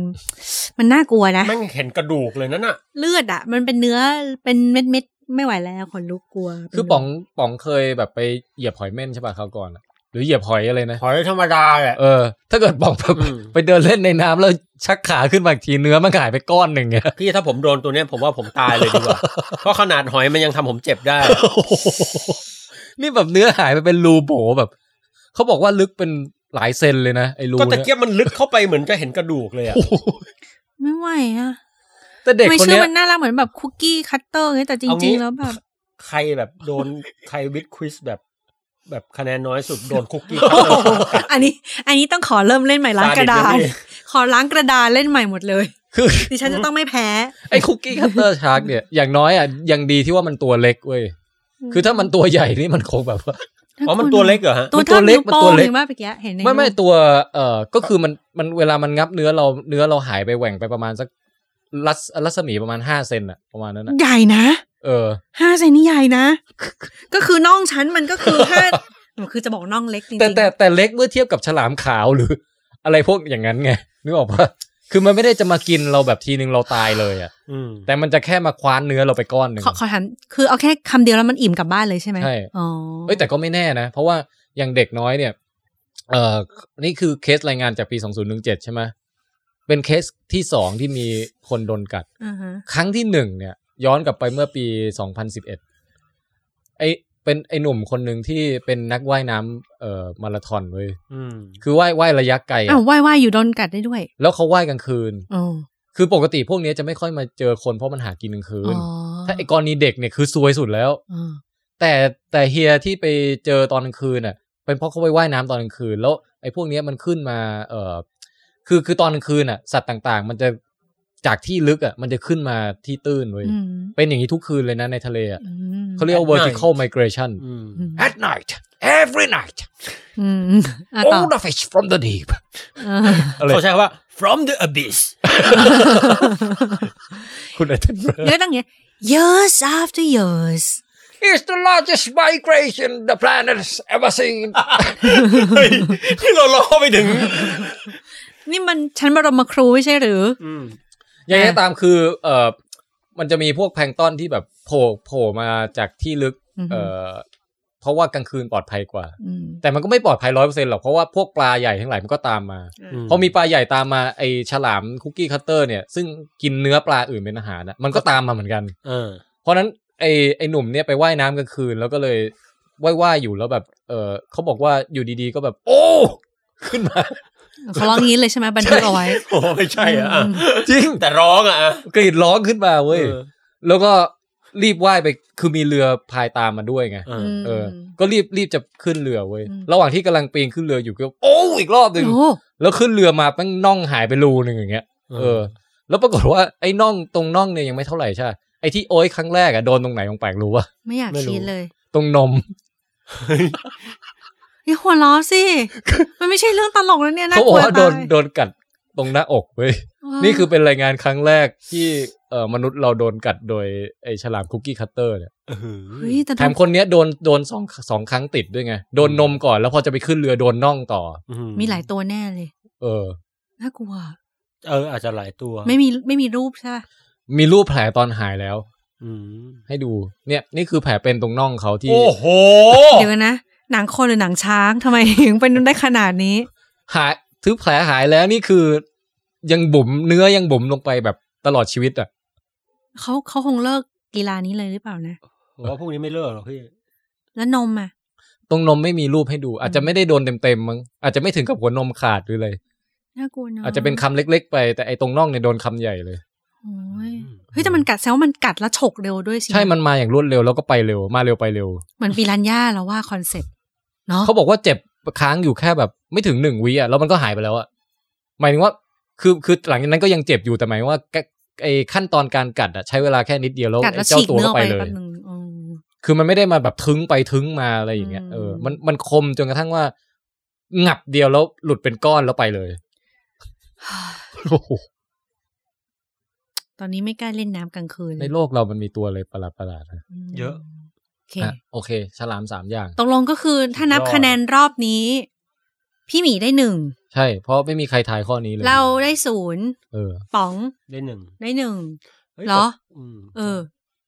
S2: มันน่ากลัวนะ
S3: แม่งเห็นกระดูกเลยนั่นน่ะ
S2: เลือดอะมันเป็นเนื้อเป็นเม็ดเม็ดๆไม่ไหวแล้วขนลุกกลัว
S1: คือป๋องป๋องเคยแบบไปเหยียบหอยเม่นใช่ป่ะคราวก่อนอะ หรือเหยียบหอยอะไรนะ
S3: หอยธรรมดาแหละ
S1: เออ ถ้าเกิด บอกแบบ
S3: อืม
S1: ไปเดินเล่นในน้ำแล้วชักขาขึ้นมาอีกทีเนื้อมันหายไปก้อนหนึ่ง ไง
S3: พี่ถ้าผมโดนตัวเนี้ยผมว่าผมตายเลยดีกว่า เพราะขนาดหอยมันยังทำผมเจ็บได้
S1: นี่แบบเนื้อหายไปเป็นรูโบแบบเขาบอกว่าลึกเป็นหลายเซนเลยนะไอ้รู
S3: ก็ตะ
S1: เนี่ย
S3: เกียบมันลึกเข้าไปเหมือนจะเห็นกระดูกเลยอะ
S2: ไม่ไหวอะ
S1: แต่เด็ก
S2: ไม่
S1: คน
S2: ชื่อ
S1: เนี้ย
S2: มันน่ารักเหมือนแบบคุกกี้คัตเตอร์ไงแต่จ
S3: เอางี้
S2: ริง ๆ แล้วแบบ
S3: ใครแบบโดน ใครวิดควิสแบบ แบบคะแนนน้อยสุดโดนคุกกี้
S2: อันนี้ อันนี้ต้องขอเริ่มเล่นใหม่ล้างกระดา
S3: ซา
S2: น
S3: ดิสเลยพี่
S2: ขอล้างกระดานเล่นใหม่หมดเลย
S1: คือ
S2: ดิฉันจะต้องไม่แพ้
S1: ไอ้คุกกี้คัตเตอร์ชาร์กเนี่ยอย่างน้อยอ่ะยังดีที่ว่ามันตัวเล็กเว้ยคือถ้ามันตัวใหญ่นี่มันคงแบบว่า
S3: อ๋อมันตัวเล็กเหรอฮะ
S2: ตัว
S1: มันตั
S2: เท่าว
S1: เล็
S2: นิ้
S1: ก
S2: ว
S1: มัน
S2: โป้
S1: ตัว
S2: ง
S1: เล็ก
S2: เองว่าเมื่อกี้เห็นใน
S1: ไม่ไม่
S2: รูป
S1: ตัวเอ่อก็คือมันมันเวลามันงับเนื้อเราเนื้อเราหายไปแหว่งไปประมาณสักรัศรัศมีประมาณห้าเซนอะประมาณนั้นอะ
S2: ใหญ่นะ
S1: เออ
S2: ห้าเซนนี่ใหญ่นะ ก็คือน่องฉันมันก็คือ ห้าหนูคือจะบอกน่องเล็กจริง
S1: แต่
S2: ๆ
S1: แต่แต่เล็กเมื่อเทียบกับฉลามขาวหรือ อะไรพวกอย่างนั้นไงนึกออกปะคือมันไม่ได้จะมากินเราแบบทีนึงเราตายเลยอะ
S3: อืม
S1: แต่มันจะแค่มาคว้านเนื้อเราไปก้อนหนึ่ง
S2: ขอขอถามคือเอาแค่คำเดียวแล้วมันอิ่มกลับบ้านเลยใช่ไหม
S1: ใช่
S2: อ๋อ
S1: เอ้ยแต่ก็ไม่แน่นะ เพราะว่าอย่างเด็กน้อยเนี่ย เอ่อนี่คือเคสรายงานจากปี 2017 ใช่ไหมเป็นเคสที่สองที่มีคนโดนกัด
S2: อ่าฮะ
S1: ครั้งที่หนึ่งเนี่ย ย้อนกลับไปเมื่อปี 2011 ไอเป็นไอหนุ่มคนหนึ่งที่เป็นนักว่ายน้ำเอ่อมาราธอนเว้ย
S3: อืม
S1: คือว่ายว่ายระยะไกลอะ
S2: อ้าวว่ายว่ายอยู่โดนกัดได้ด้วย
S1: แล้วเขาว่ายกลางคืน
S2: อ๋อ
S1: คือปกติพวกเนี้ยจะไม่ค่อยมาเจอคนเพราะมันหากินกลางคื
S2: อ๋
S1: น
S2: อ
S1: ถ้าไอกรณีเด็กเนี่ยคือซวยสุดแล้ว
S2: อ๋อ
S1: แต่แต่เฮียที่ไปเจอตอนกลางคืนน่ะ เป็นเพราะเขาไปว่ายน้ำตอนกลางคืน แล้วไอ้พวกเนี้ยมันขึ้นมา เออคือคือตอนกลางคืนน่ะ สัตว์ต่างๆ มันจะจากที่ลึกอ่ะมันจะขึ้นมาที่ตื้นเว้ย
S2: อืม
S1: เป็นอย่างนี้ทุกคืนเลยนะในทะเลอ่ะ
S2: อืม
S1: เขาเรียกว่า
S3: At night
S1: vertical migration
S3: อืม
S2: อืม
S1: at night every night
S2: อืมอ่ะต่อ
S1: all the fish from the deep
S2: อ่า
S1: อะไร
S3: เขาใช้คำว่า from the abyss
S1: คุณไอ้ท่าน
S2: เนื้อตั้งอย่างเงี้ย years after years
S1: is the largest migration the planet has ever seen
S3: เฮ้ยนี่เราล้อไปถึง
S2: นี่มันชั้นบรมครูไม่ใช่หรือ
S3: อืม
S1: อย่างไรก็
S2: อ่ะ
S1: ตามคือเอ่อมันจะมีพวกแพลงก์ตอนที่แบบโผล่โผล่มาจากที่ลึก เอ่อเพราะว่ากลางคืนปลอดภัยกว่า
S2: ม
S1: แต่มันก็ไม่ปลอดภัยร้อยเปอร์เซ็นต์หรอก เพราะว่าพวกปลาใหญ่ทั้งหลายมันก็ตามมา พอมีปลาใหญ่ตามมาไอฉลามคุกกี้คัตเตอร์เนี่ยซึ่งกินเนื้อปลาอื่นเป็นอาหารนะมันก็ตามมาเหมือนกัน
S3: เออ
S1: เพราะฉะนั้นไอไอหนุ่มเนี่ยไปว่ายน้ำกลางคืนแล้วก็เลยว่ายว่ายๆอยู่แล้วแบบเออเขาบอกว่าอยู่ดีๆก็แบบ โอ้ ขึ้นมา
S2: เขาร้องงี้เลยใช่ไหมบันทึกเอาไว้
S3: โอ้ไม่ใช่อ่ะอ่ะ
S1: จริง
S3: แต่ร้องอ่ะอ่ะ
S1: กรีดร้องขึ้นมาเว้ย
S3: เออ
S1: แล้วก็รีบว่ายไปคือมีเรือพายตามมาด้วยไง
S3: อ่ะ
S1: เออ ก็รีบรีบจะขึ้นเรือเว้ย
S2: อืม
S1: ระหว่างที่กำลังปีนขึ้นเรืออยู่ก็โอ้อีกรอบหนึ่ง
S2: โอ้โห
S1: แล้วขึ้นเรือมาแมันน่องหายไปรูหนึ่งอย่างเงี้ย เออ แล้วปรากฏว่าไอ้น่องตรงน่องเนี่ยยังไม่เท่าไหร่ใช่ปะไอ้ที่โอ้ยครั้งแรกอะโดนตรงไหนของแปลกรู้ปะ
S2: ไม่อยากคิดเลย
S1: ตรงนม
S2: นี่หัวล้อสิ มันไม่ใช่เรื่องตลกแล้วเนี่ยน่า
S1: เขา
S2: ก
S1: บอ
S2: ลั
S1: ก
S2: ว
S1: ว่าโด
S2: ตาน ย
S1: โดนกัดตรงหน้าอกเว้ย นี่คือเป็นรายงานครั้งแรกที่เออมนุษย์เราโดนกัดโดยไอ้ฉลามคุกกี้คัตเตอร์เนี่ย
S3: เออ
S2: เฮ้ยแต่
S1: แถมคนเนี้ยโดนโดนสองสองครั้งติดด้วยไง โดนนมก่อนแล้วพอจะไปขึ้นเรือโดนน่องต่อ
S2: มีหลายตัวแน่เลย
S1: เออ
S2: น่ากลัว
S3: เอออาจจะหลายตัว
S2: ไม่มีไม่มีรูปใช่ป่ะ
S1: มีรูปแผลตอนหายแล้ว
S3: อืม
S1: ให้ดูเนี่ยนี่คือแผลเป็นตรงน่องเขาที่
S3: โอ้โห
S2: เดี๋ยวกันนะ หนังคนหรือหนังช้างทำไมถึงเป็นได้ขนาดนี้
S1: หายถือแผลหายแล้วนี่คือยังบุ๋มเนื้อยังบุ๋มลงไปแบบตลอดชีวิตอ่ะ
S2: เขาเขาคงเลิกกีฬานี้เลยหรือเปล่านะ
S3: ผมว่าพวกนี้ไม่เลิกหรอกพี่
S2: แล้วนมอ่ะ
S1: ตรงนมไม่มีรูปให้ดู อาจจะไม่ได้โดนเต็มๆมั้งอาจจะไม่ถึงกับหัวนมขาดหรืออะไร
S2: น่ากลัวเนาะ
S1: อาจจะเป็นคำเล็ก ๆ ไปแต่ไอ้ตรงน่องเนี่ยโดนคำใหญ่เลย
S2: โอ้ยเฮ้ยแต่มันกัดแซวามันกัดแล้วฉกเร็วด้วยสิ
S1: ใช่มันมาอย่างรวดเร็วแล้วก็ไปเร็วมาเร็วไปเร็ว
S2: เหมือนปีรันย่าแล้วว่าคอนเซ็ปต์เนาะ
S1: เขาบอกว่าเจ็บค้างอยู่แค่แบบไม่ถึงหนึ่งวิอ่ะแล้วมันก็หายไปแล้วอ่ะหมายถึงว่าคือคือหลังจากนั้นก็ยังเจ็บอยู่แต่หมายถึงว่าแกไอ้ขั้นตอนการกัดอ่ะใช้เวลาแค่นิดเดียวแล้ว
S2: กัดแล้
S1: ไอ้
S2: ว
S1: เจ้า
S2: ฉีก
S1: ตัว
S2: เนื้อ
S1: ก็
S2: ออก
S1: ไป
S2: ไป
S1: เลย
S2: แป๊บนึงอืม
S1: คือมันไม่ได้มาแบบทึ้งไปทึ้งมาอะไรอย่างเงี้ย
S2: อืม
S1: เออมันมันคมจนกระทั่งว่า งับเดียวแล้วหลุดเป็นก้อนแล้วไปเลยโอ้โห
S2: ตอนนี้ไม่กล้าเล่นน้ำกลางคืน
S1: ในโลกเรามันมีตัวอะไรประหลาดประหลาดๆนะ
S2: ม
S3: เยอะ
S2: โอเค
S1: อ่ะโอเคฉลามสามอย่าง
S2: ตกลงก็คือถ้านับ
S3: ยอด
S2: คะแนนรอบนี้ พี่หมีได้หนึ่ง
S1: ใช่ เพราะไม่มีใครทายข้อนี้เลย
S2: เราได้ศูนย์
S1: เออ
S2: ป๋อง
S3: ได้หนึ่ง
S2: ได้หนึ่ง
S3: ฮ้ย
S2: เหรอ
S3: แต่ม
S2: เออ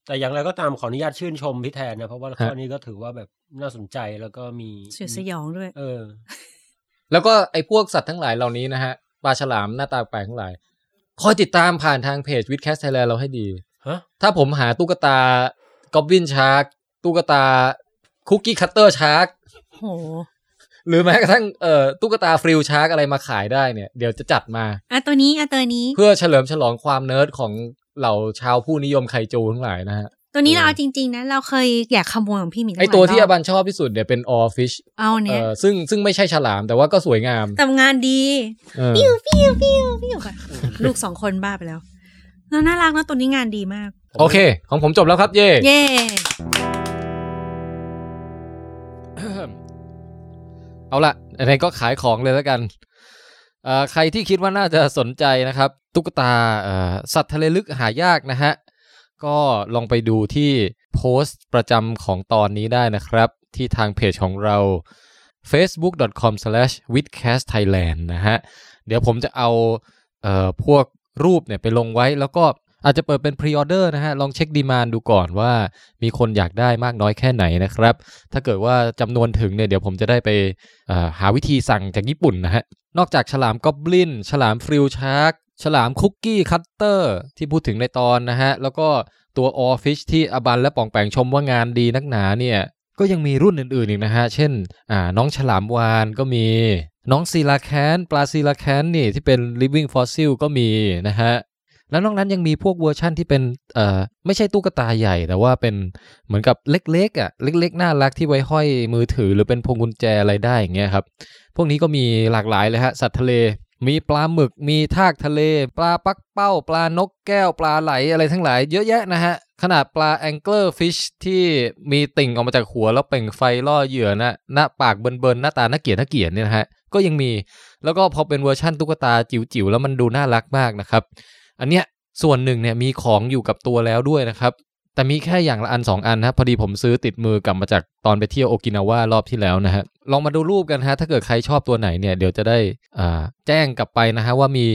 S3: แต่อย่างไรก็ตามขออนุญาตชื่นชมพี่แทนนะ เพราะว่า
S1: ฮะ
S3: ข้อนี้ก็ถือว่าแบบน่าสนใจแล้วก็มี
S2: เสียดสยองด้วย
S3: เออ
S1: แล้วก็ไอ้พวกสัตว์ทั้งหลายเหล่านี้นะฮะปลาฉลามหน้าตาแปลกทั้งหลายคอยติดตามผ่านทางเพจวิดแคสไทยแลนด์เราให้ดี
S3: ฮะ
S1: ถ้าผมหาตุ๊กตา กอบวินชาร์กตุ๊กตาคุกกี้คัตเตอร์ชาร์ก
S2: โห
S1: หรือแม้กระทั่งเอ่อตุ๊กตาฟริวชาร์กอะไรมาขายได้เนี่ย เดี๋ยวจะจัดมา
S2: อ่ะตัวนี้ อ่ะตัวนี้
S1: เพื่อเฉลิมฉลองความเนิร์ดของเหล่าชาวผู้นิยมไคจูทั้งหลายนะฮะ
S2: ตัวนี้
S1: เออ
S2: เราเอาจริง ๆ นะ เราเคยอยากขโมยของพี่หมี
S1: ไอตัวที่อา
S2: บั
S1: บันชอบที่สุดเนี่ยเป็นออฟิช
S2: เอา
S1: เอ่
S2: เนี่ย
S1: อซึ่งซึ่งไม่ใช่ฉลามแต่ว่าก็สวยงาม
S2: ทำงานดี
S1: เออ
S2: ปิ้วปิ้วปิ้วปิ้วแบบ ลูกสองคนบ้าไปแล้วแล้วน่ารักนะตัวนี้งานดีมาก
S1: โอเค ของผมจบแล้วครับเย่
S2: เย่
S1: เอาละไหนๆก็ขายของเลยแล้วกันเอ่อใครที่คิดว่าน่าจะสนใจนะครับ ตุ๊กตาเอ่อสัตว์ทะเลลึกหายากนะฮะ ก็ลองไปดูที่โพสต์ประจำของตอนนี้ได้นะครับ ที่ทางเพจของเรา facebook.com/withcastthailand นะฮะ เดี๋ยวผมจะเอาเอ่อพวกรูปเนี่ยไปลงไว้ แล้วก็อาจจะเปิดเป็นพรีออเดอร์นะฮะ ลองเช็คดีมานดูก่อนว่ามีคนอยากได้มากน้อยแค่ไหนนะครับ ถ้าเกิดว่าจำนวนถึงเนี่ยเดี๋ยวผมจะได้ไปเอ่อหาวิธีสั่งจากญี่ปุ่นนะฮะ นอกจากฉลามกอบลิน ฉลามฟริวชาร์กฉลามคุกกี้คัตเตอร์ที่พูดถึงในตอนนะฮะ แล้วก็ตัวออฟิชที่อบันและป่องแปงชมว่างานดีนักหนาเนี่ย ก็ยังมีรุ่นอื่นๆอีกนะฮะ เช่นอ่าน้องฉลามวานก็มี น้องซีลาแคนปลาซีลาแคนนี่ที่เป็น living fossil ก็มีนะฮะ แล้วนอกนั้นยังมีพวกเวอร์ชั่นที่เป็นเอ่อไม่ใช่ตุ๊กตาใหญ่ แต่ว่าเป็นเหมือนกับเล็กๆอ่ะเล็ก ๆ น่ารักที่ไว้ห้อยมือถือหรือเป็นพวงกุญแจอะไรได้อย่างเงี้ยครับ พวกนี้ก็มีหลากหลายเลยฮะ สัตว์ทะเล มีปลาหมึก มีทากทะเล ปลาปักเป้า ปลานกแก้ว ปลาไหลอะไรทั้งหลายเยอะแยะนะฮะ ขนาดปลาแองเกิลฟิชที่มีติ่งออกมาจากหัวแล้วเปล่งไฟล่อเหยื่อนะหน้าปากเบิร์นๆหน้าตาน่าเกลียดน่าเกลียดเนี่ยนะฮะ ก็ยังมี แล้วก็พอเป็นเวอร์ชั่นตุ๊กตาจิ๋วๆแล้วมันดูน่ารักมากนะครับ อันเนี้ยส่วนหนึ่งเนี่ยมีของอยู่กับตัวแล้วด้วยนะครับ แต่มีแค่อย่างละอัน 2 อันนะพอดีผมซื้อติดมือกลับมาจากตอนไปเที่ยวโอกินาวารอบที่แล้วนะฮะลองมาดูรูปกันฮะ ถ้าเกิดใครชอบตัวไหนเนี่ยเดี๋ยวจะได้อ่าแจ้งกลับไปนะฮะว่ามี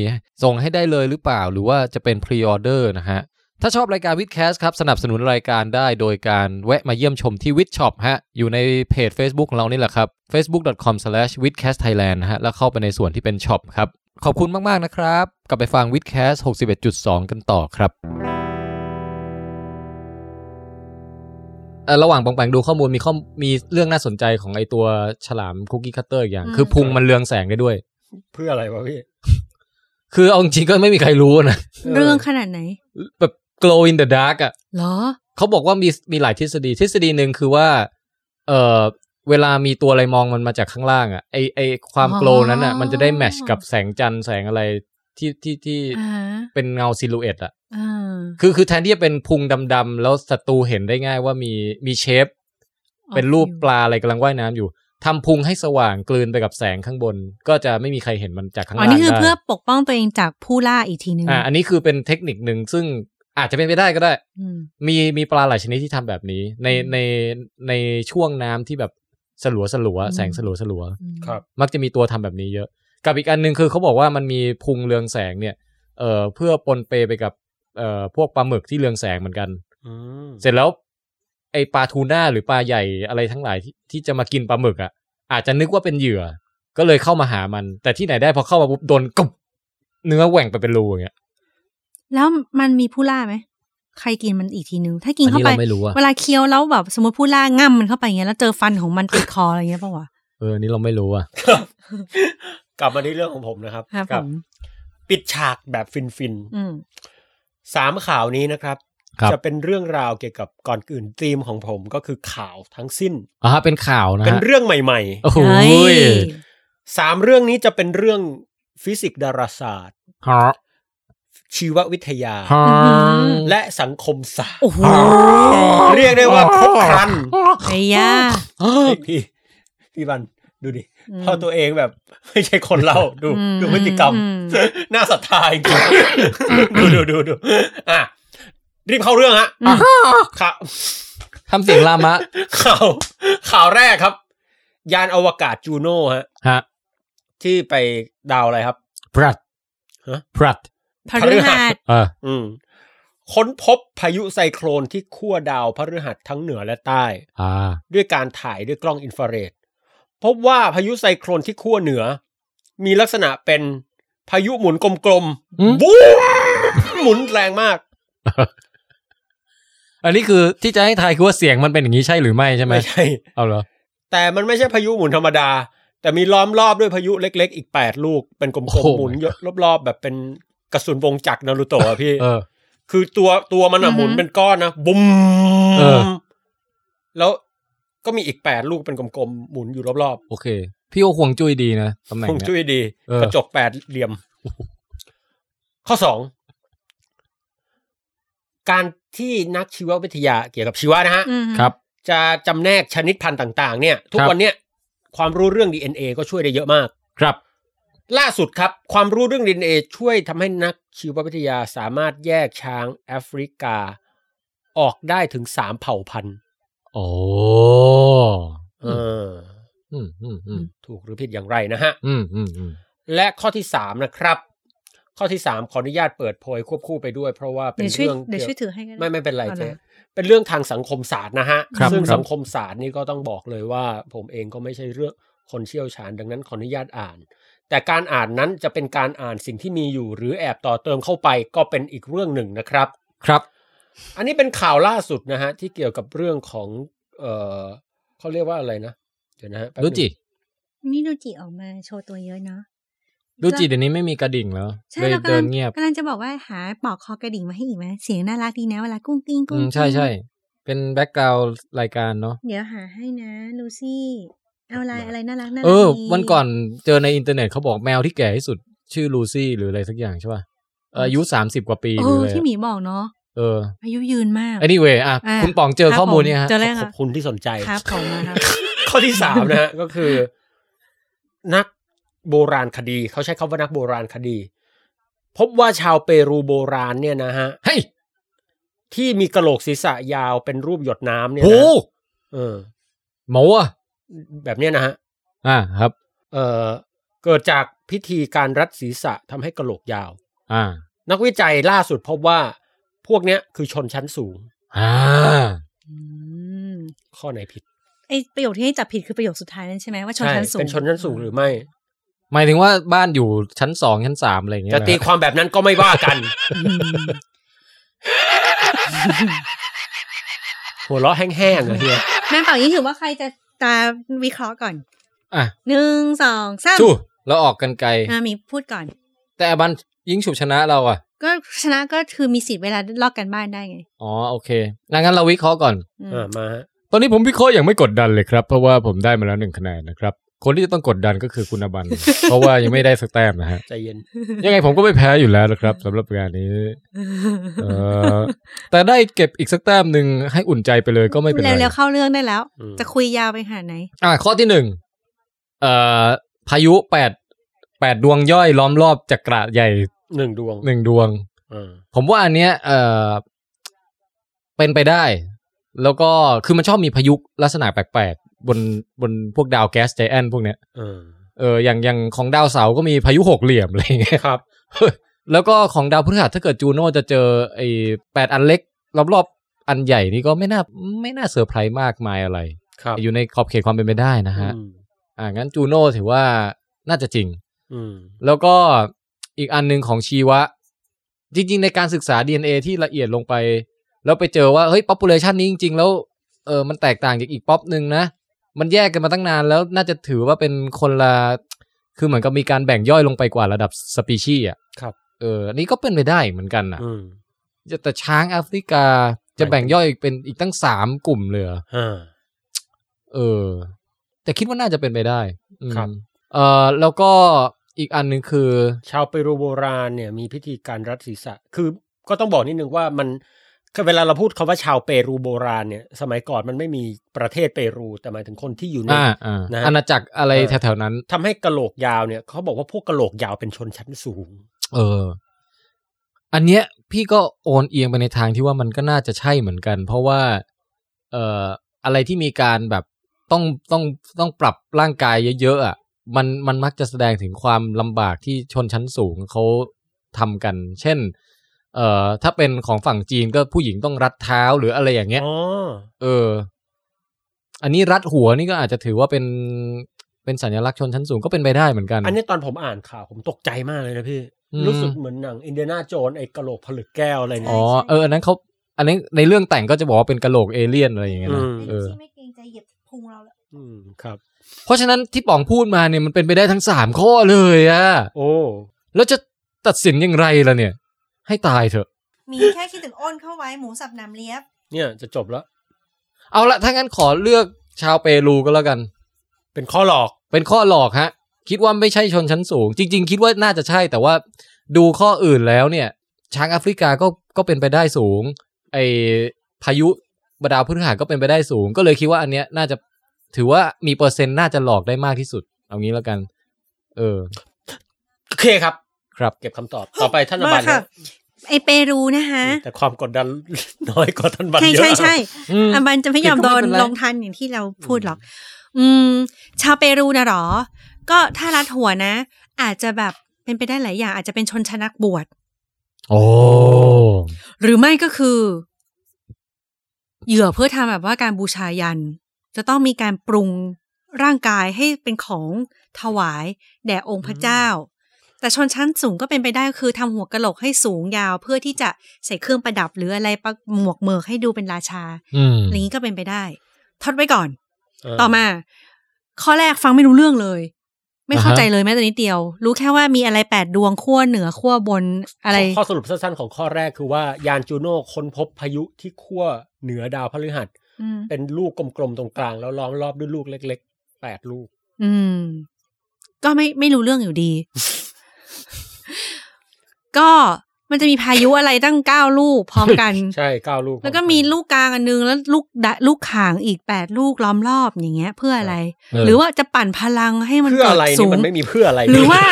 S1: ส่งให้ได้เลยหรือเปล่า หรือว่าจะเป็นพรีออเดอร์นะฮะ ถ้าชอบรายการวิดแคสครับ สนับสนุนรายการได้โดยการแวะมาเยี่ยมชมที่วิดช็อปฮะ อยู่ในเพจ Facebook ของเรานี่แหละครับ facebook.com/withcastthailand นะฮะ แล้วเข้าไปในส่วนที่เป็นช็อปครับ ขอบคุณมาก ๆ นะครับ กลับไปฟังวิดแคส61.2 กันต่อครับเอ่อระหว่างปองแปงดูข้อมูลมีข้อมีเรื่องน่าสนใจของไอตัวฉลามคุกกี้คัตเตอร์อีกอย่าง
S2: อืม
S1: คือพุงมันเรืองแสงได้ด้วย
S3: เพื่ออะไรวะพี่
S1: คือเอาจริงๆก็ไม่มีใครรู้นะ
S2: เรื่องขนาดไหน
S1: แบบ glow in the dark อะ
S2: เหรอ
S1: เขาบอกว่ามีมีหลายทฤษฎีทฤษฎีหนึ่งคือว่า เออเวลามีตัวอะไรมองมันมาจากข้างล่างอ่ะไอไอความ
S2: อ๋อ
S1: โกลนั้นอ่ะ มันจะได้แมชกับแสงจันทร์แสงอะไรที่ที่ที่
S2: อ่า
S1: เป็นเงาซิลูเอตอ่ะ
S2: อ่า
S1: คือคือแทนที่จะเป็นพุงดำๆแล้วศัตรูเห็นได้ง่ายว่ามีมีเชฟ เป็นรูปปลาอะไรกำลังว่ายน้ำอยู่ทำพุงให้สว่างกลืนไปกับแสงข้างบน ก็จะไม่มีใครเห็นมันจากข้าง
S2: อ๋อ
S1: ล่าง
S2: นี่คือ
S1: ได้
S2: เพื่อปกป้องตัวเองจากผู้ล่าอีกทีหนึ่ง
S1: อ่าอันนี้คือเป็นเทคนิคหนึ่งซึ่งอาจจะเป็นไปได้ก็ได้
S2: อืม
S1: มีมีปลาหลายชนิดที่ทำแบบนี้ ใน
S2: อืม
S1: ในในช่วงน้ำที่แบบสลัวสลัว
S2: อืม
S1: แสงสลัวสลัว
S2: อืม
S3: ครับ
S1: มักจะมีตัวทำแบบนี้เยอะ กับอีกอันหนึ่งคือเขาบอกว่ามันมีพุงเรืองแสงเนี่ยเอ่อเพื่อปนเปไปกับเอ่อพวกปลาหมึกที่เรืองแสงเหมือนกัน
S3: อืม
S1: เสร็จแล้วไอปลาทูน่าหรือปลาใหญ่อะไรทั้งหลายที่ที่จะมากินปลาหมึกอ่ะอาจจะนึกว่าเป็นเหยื่อ ก็เลยเข้ามาหามัน แต่ที่ไหนได้พอเข้ามาปุ๊บโดนกบเนื้อแหว่งไปเป็นรูอย่างเงี้ย
S2: แล้วมันมีผู้ล่าไหม ใครกินมันอีกทีหนึ่งถ้ากิน
S1: อัน
S2: เข้า
S1: นี้เรา
S2: ไป
S1: ไม่รู้อะ
S2: เวลาเคี้ยวแล้วแบบสมมติผู้ล่าง่ำมันเข้าไปอย่างเงี้ยแล้วเจอฟันของมันติดคออะไรเงี้ยป่าวะ
S1: เอออันนี้เราไม่รู้อะ
S3: กลับมาที่เรื่องของผมนะครับ
S2: ครับผ
S3: กั
S2: ม
S3: ปิดฉากแบบฟินฟินๆ
S2: อืม
S3: สามข่าวนี้นะครับ
S1: ครับ
S3: จะเป็นเรื่องราวเกี่ยวกับก่อนอื่นธีมของผมก็คือข่าวทั้งสิ้น
S1: อ่าฮะเป็นข่าวนะ
S3: เป็น
S1: ฮะ
S3: เรื่องใหม่
S1: โอ้โห
S3: ๆสามเรื่องนี้จะเป็นเรื่องฟิสิกส์ดาราศาสตร์
S1: ฮะ
S3: ชีววิทยา
S1: ฮะ
S2: ม
S3: และสังคมศาสตร์
S2: โอ้โห
S3: เรียกได้ว่าครบครัน
S2: ไอ้ยา
S3: เฮ้ยพี่พี่บันดูดิ
S2: ม
S3: พ่อตัวเองแบบ ไม่ใช่คนเล่าดู
S2: อืม
S3: ดูพฤติกรรม
S2: อืม
S3: น่าศรัทธาจริงๆดูดูดูดูอ่ะรีบเข้าเรื่องฮะ
S2: อืม
S3: ครับ
S1: ทำเสียงลามะ
S3: ข่าวข่าวแรกครับ ยานอวกาศจูโน่ฮะ
S1: ฮะ
S3: ที่ไปดาวอะไรครับ
S1: พรัด
S3: ฮะ
S1: พรัด
S2: พฤหัส
S1: เออ
S3: อืม ค้นพบพายุไซโครนที่ขั้วดาวพฤหัสทั้งเหนือและใต้
S6: อ่า
S3: ด้วยการถ่ายด้วยกล้องอินฟราเรดพบว่าพายุไซโครนที่ขั้วเหนือ มีลักษณะเป็นพายุหมุนกลม
S6: อืม
S3: ๆบูมหมุนแรงมาก
S6: อันนี้คือที่จะให้ทายคือว่าเสียงมันเป็นอย่างนี้ใช่หรือไม่ใช่ไหม
S3: ไม่ใช่
S6: เอาเหรอ
S3: แต่มันไม่ใช่พายุหมุนธรรมดา แต่มีล้อมรอบด้วยพายุเล็กๆ อีก 8 ลูก เป็นกลมๆหมุนรอบๆ แบบเป็นกระสุนวงจักรนารูโตะอะพี่
S6: เออ
S3: คือตัวตัวมัน
S2: อื
S3: อะ
S2: อฮึ
S3: หมุนเป็นก้อนนะบุ้ม
S6: เออ
S3: แล้วก็มีอีก 8 ลูกเป็นกลมๆหมุนอยู่รอบ
S6: โอเค พี่โอห่วงจุ้ยดีนะตำแห
S3: ๆ
S6: น่ง
S3: คง
S6: เนี้ย
S3: จุ้ยดี
S6: เออ
S3: กระจกแปดเหลี่ยม ข้อสองการที่นักชีววิทยาเกี่ยวกับชีวะนะฮะ
S2: อืม
S6: ครับ
S3: จะจำแนกชนิดพันธุ์ต่าง ๆ เนี่ย ทุก
S6: ครับ
S3: วันเนี่ยความรู้เรื่อง DNA ก็ช่วยได้เยอะมาก
S6: ครับ
S3: ล่าสุดครับ ความรู้เรื่อง DNA ช่วยทำให้นักชีววิทยาสามารถแยกช้างแอฟริกา ออกได้ถึงสามเผ่าพันธุ์
S6: โอ้
S3: เออ
S6: อืมอืมอืม
S3: ถูกหรือผิดอย่างไรนะฮะ
S6: อืมอืมอืม
S3: และข้อที่สามนะครับ ข้อที่สามขออนุญาตเปิดโพยควบคู่ไปด้วย เพราะว่าเป็
S2: เดี๋
S3: น
S2: ยวช่วย
S3: เรื่อง
S2: เดี๋ยวช่วย
S3: เกี่ยว
S2: ถือให้กัน
S3: ไม่ไม่เป็นไร
S2: เอา
S3: เจ๊
S2: นะ
S3: เป็นเรื่องทางสังคมศาสตร์นะฮะ
S6: ครับ
S3: ซึ่ง
S6: ครับ
S3: สังคมศาสตร์นี่ก็ต้องบอกเลยว่า ผมเองก็ไม่ใช่เรื่องคนเชี่ยวชาญดังนั้นขออนุญาตอ่าน แต่การอ่านนั้นจะเป็นการอ่านสิ่งที่มีอยู่หรือแอบต่อเติมเข้าไปก็เป็นอีกเรื่องหนึ่งนะครับ
S6: ครับ
S3: อันนี้เป็นข่าวล่าสุดนะฮะที่เกี่ยวกับเรื่องของเออเขาเรียกว่าอะไรนะเดี๋ยวนะฮะแป๊บนึ
S6: ดู
S3: ง
S6: จิ
S2: นี่ดูจิออกมาโชว์ตัวเยอะเนาะ
S6: ดูจิเดี๋ยวนี้ไม่มีกระดิ่งแล้ว
S2: ใช่
S6: เลย
S2: เรากำ
S6: เดิ
S2: ลั
S6: น
S2: ง
S6: เงียบ
S2: กำลังจะบอกว่าหาปลอกคอกระดิ่งมาให้อีกไหมเสียงน่ารักดีนะเวลากุ้งกิ้ง
S6: อื
S2: กุ้ง
S6: ม
S2: กิ้ง
S6: ใช่ใช่เป็นแบ็กกราวด์รายการเนาะ
S2: เดี๋ยวหาให้นะลูซี่เอาอะไรอะไรน่ารักน่ารั
S6: เออ
S2: ดี
S6: วันก่อนเจอในอินเทอร์เน็ตเขาบอกแมวที่แก่ที่สุด ชื่อลูซี่หรืออะไรสักอย่างใช่ป่ะเอออายุสามสิบกว่าปีห
S2: เอ
S6: รือ
S2: อ
S6: อะไร
S2: ที่หมีบอกเนาะ
S6: เออ
S2: อายุยืนมาก
S6: ไอ้นี่เวยอ่ะคุณป๋องเจอข้อมูลเนี่ยฮะ
S2: เจอแล้ว
S3: ขอบคุณที่สนใจ
S2: ครับของมาครับ
S3: ข้อที่สามนะฮะ ก็คือ นักโบราณคดี เขาใช้คำว่านักโบราณคดี พบว่าชาวเปรูโบราณเนี่ยนะฮะ
S6: เฮ้ย
S3: ที่มีกะโหลกศีรษะยาวเป็นรูปหยดน้ำเนี่ย
S6: โห
S3: นะเออ
S6: หมออ่ะ
S3: แบบเนี้ยนะฮะ
S6: อ่าครับ
S3: เออเกิดจากพิธีการรัดศีรษะทำให้กะโหลกยาว
S6: อ่า
S3: นักวิจัยล่าสุดพบว่าพวกเนี้ยคือชนชั้นสูง
S6: อ่า
S2: อืม
S3: ข้อไหนผิด
S2: ไอประโยคที่ให้จับผิดคือประโยคสุดท้ายนั่นใช่ไหมว่าชนชั้นสูง
S3: เป็นชนชั้นสูงหรือไม่
S6: หมายถึงว่าบ้านอยู่ชั้นสองชั้นสามอะไรอย่างเงี้ย
S3: จะตี
S6: เหรอ
S3: ความแบบนั้นก็ไม่ว่ากัน
S2: อืม
S3: หัวเราะแห้งๆอะเฮีย
S2: แม่เป่ายิ่งถือว่าใครจะตาวิเคราะห์ก่อน
S6: อ่ะ
S2: หนึ่งสองสาม
S6: ชูแล้วออกกันไกล
S2: อ่ะมีพูดก่อน
S6: แต่บันยิงฉุบชนะเราอ่ะ
S2: ก็ชนะก็คือมีสิทธิ์เวลาลอกกันบ้านได้ไง
S6: อ๋อโอเคงั้นงั้นเราวิเคราะห์ก่อน
S2: อืม
S3: อ่ะมาฮะ
S6: ตอนนี้ผมวิเคราะห์อย่างไม่กดดันเลยครับ เพราะว่าผมได้มาแล้วหนึ่งคะแนนนะครับ คนที่จะต้องกดดันก็คือคุณอบัน เพราะว่ายังไม่ได้สกแต้มนะฮะ
S3: ใจเย็น
S6: ยังไงผมก็ไม่แพ้อยู่แล้วนะครับสำหรับงานนี้ เออ แต่ได้เก็บอีกสักแต้มหนึ่งให้อุ่นใจไปเลยก็ไม่เป็นไร
S2: เร็วๆเข้าเรื่องได้แล้ว
S3: อืม
S2: จะคุยยาวไปขนาดไหน
S6: อ่ะข้อที่หนึ่งเอ่อพายุแปดแปดดวงย่อยล้อมรอบจักระใหญ่
S3: หนึ่งดวง
S6: หนึ่งดวง
S3: อ่า
S6: ผมว่าอันเนี้ยเออเป็นไปได้ แล้วก็คือมันชอบมีพายุลักษณะแปลกๆ บนบนพวกดาวแก๊สไจแอนพวกเนี้ย
S3: เออ
S6: เอออย่างอย่างของดาวเสาร์ก็มีพายุหกเหลี่ยม อะไรอย่างเงี้ย
S3: ครับ
S6: แล้วก็ของดาวพฤหัสถ้าเกิดจูโน่จะเจอไอ้แปดอันเล็ก รอบๆ อันใหญ่นี่ก็ไม่น่าไม่น่าเซอร์ไพรส์มากมายอะไร
S3: ครับ
S6: อยู่ในขอบเขตความเป็นไปได้นะฮะ
S3: อืม
S6: อ่างั้นจูโน่ถือว่าน่าจะจริง
S3: อืม
S6: แล้วก็อีกอันหนึ่งของชีวะ จริง ๆ ในการศึกษา DNA ที่ละเอียดลงไป แล้วไปเจอว่า เฮ้ย population นี้จริง ๆ แล้วเออมันแตกต่างจากอีกป๊อปหนึ่งนะ มันแยกกันมาตั้งนานแล้วน่าจะถือว่าเป็นคนละ คือเหมือนกับมีการแบ่งย่อยลงไปกว่าระดับสปีชีส์อ่ะ
S3: ครับ
S6: เอออันนี้ก็เป็นไปได้เหมือนกันนะ
S3: อืม
S6: แต่ช้างแอฟริกาจะแบ่งย่อยเป็นอีกตั้งสามกลุ่มเลยเหรอ
S3: อ่า
S6: เออ แต่คิดว่าน่าจะเป็นไปได้อืม
S3: ครับ
S6: เออแล้วก็อีกอันหนึ่งคือ
S3: ชาวเปรูโบราณเนี่ยมีพิธีการรัดศีรษะ คือก็ต้องบอกนิดนึงว่ามันคือเวลาเราพูดคำว่าชาวเปรูโบราณเนี่ย สมัยก่อนมันไม่มีประเทศเปรู แต่หมายถึงคนที่อยู่ใน
S6: อ่าอ่า
S3: นะฮะ
S6: อาณาจักรอะไร
S3: เออ
S6: แถวๆนั้น
S3: ทำให้กะโหลกยาวเนี่ย เขาบอกว่าพวกกะโหลกยาวเป็นชนชั้นสูง
S6: เออ อันเนี้ย พี่ก็โอนเอียงไปในทางที่ว่ามันก็น่าจะใช่เหมือนกัน เพราะว่า เอ่อ อะไรที่มีการแบบต้องต้องต้องปรับร่างกายเยอะๆอ่ะ มันมันมักจะแสดงถึงความลำบากที่ชนชั้นสูงเขาทำกัน เช่น เอ่อถ้าเป็นของฝั่งจีนก็ผู้หญิงต้องรัดเท้าหรืออะไรอย่างเงี้ย
S3: อ๋อ
S6: เออ อันนี้รัดหัวนี่ก็อาจจะถือว่าเป็นเป็นสัญลักษณ์ชนชั้นสูงก็เป็นไปได้เหมือนกัน
S3: อันนี้ตอนผมอ่านข่าวผมตกใจมากเลยนะพี่
S6: อืม
S3: รู้สึกเหมือนหนังอินเดียนาโจนไอ้กะโหลกผลึกแก้วอะไร
S6: อ๋
S3: เนี่
S6: อ
S3: ย
S6: เออ อันนั้นเขาอันนี้ในเรื่องแต่งก็จะบอกว่าเป็นกะโหลกเอเลี่ยนอะไรอย่างเงี้ยนะ
S3: อืม
S6: เออ
S2: ที่ไม่เกรงใจเหยียบพุงเราเลย
S3: อืมครับ
S6: เพราะฉะนั้นที่ป๋องพูดมาเนี่ยมันเป็นไปได้ทั้งสามข้อเลยอะ
S3: โอ้
S6: แล้วจะตัดสินอย่างไรล่ะเนี่ย ให้ตายเถอะ
S2: มีแค่คิดถึงอ้นเข้าไว้หมูสับหน้ำเลียบ
S3: เนี่ยจะจบแล้ว
S6: เอาละถ้างั้นขอเลือกชาวเปรูก็แล้วกัน
S3: เป็นข้อหลอก
S6: เป็นข้อหลอกฮะ คิดว่าไม่ใช่ชนชั้นสูง จริง ๆ คิดว่าน่าจะใช่แต่ว่าดูข้ออื่นแล้วเนี่ย ช้างแอฟริกาก็ก็เป็นไปได้สูง ไอพายุบดาวพฤหัสก็เป็นไปได้สูง ก็เลยคิดว่าอันเนี้ยน่าจะถือว่ามีเปอร์เซ็นต์น่าจะหลอกได้มากที่สุด เอางี้แล้วกัน เออ
S3: โอเคครับ
S6: ครับ
S3: เก็บคำตอบ ต่อไปท่านอบั
S2: มาน ค่ะ ไอเปรูนะคะ
S3: แต่ความกดดัน น้อยกว่าท่านบัน
S2: ใช่
S3: เยอะ
S2: ใช่ใช่
S6: อืม
S2: อันบันจะไม่ยอมโดน
S6: ก็ไม่เป็นไร
S2: ลงทันอย่างที่เราพูดหรอก อืม ชาวเปรูนะหรอ ก็ถ้ารัดหัวนะ อาจจะแบบเป็นไปได้หลายอย่าง อาจจะเป็นชนชนนักบวช
S6: โอ้
S2: หรือไม่ก็คือ เหยื่อเพื่อทำแบบว่าการบูชายัน จะต้องมีการปรุงร่างกายให้เป็นของถวาย แด่องค์พระเจ้า แต่ชนชั้นสูงก็เป็นไปได้ก็คือทำหัวกะโหลกให้สูงยาว เพื่อที่จะใส่เครื่องประดับหรืออะไรประหมวกเมือกให้ดูเป็นราชา
S6: อืม
S2: อะไรนี้ก็เป็นไปได้ ทดไว้ก่อน
S3: เ
S2: ต่อมา ข้อแรกฟังไม่รู้เรื่องเลย ไม่เข้าใจเลยแม้แต่นิดเดียว รู้แค่ว่ามีอะไรแปดดวงขั้วเหนือขั้วบนอะไร
S3: ข้อข้อสรุปสั้นๆของข้อแรกคือว่ายานจูโน่ค้นพบพายุที่ขั้วเหนือดาวพฤหัส
S2: อืม
S3: เป็นลูกกลมๆตรงกลาง แล้วล้อมรอบด้วยลูกเล็กๆแปดลูก
S2: อืม ก็ไม่ไม่รู้เรื่องอยู่ดี ก็มันจะมีพายุอะไรตั้งเก้าลูกพร้อมกัน
S3: ใช่เก้าลูก
S2: แล้วก็มีลูกกลางอันนึงแล้วลูกดะลูกขางอีกแปดลูกล้อมรอบอย่างเงี้ย เพื่ออะไร หรือว่าจะปั่นพลังให้มัน
S3: เพื่อ
S2: เกิ
S3: อะ
S2: ด
S3: ไร
S2: สู
S3: นี่
S2: ง
S3: มันไม่มีเพื่ออะไร
S2: หรือ ว่า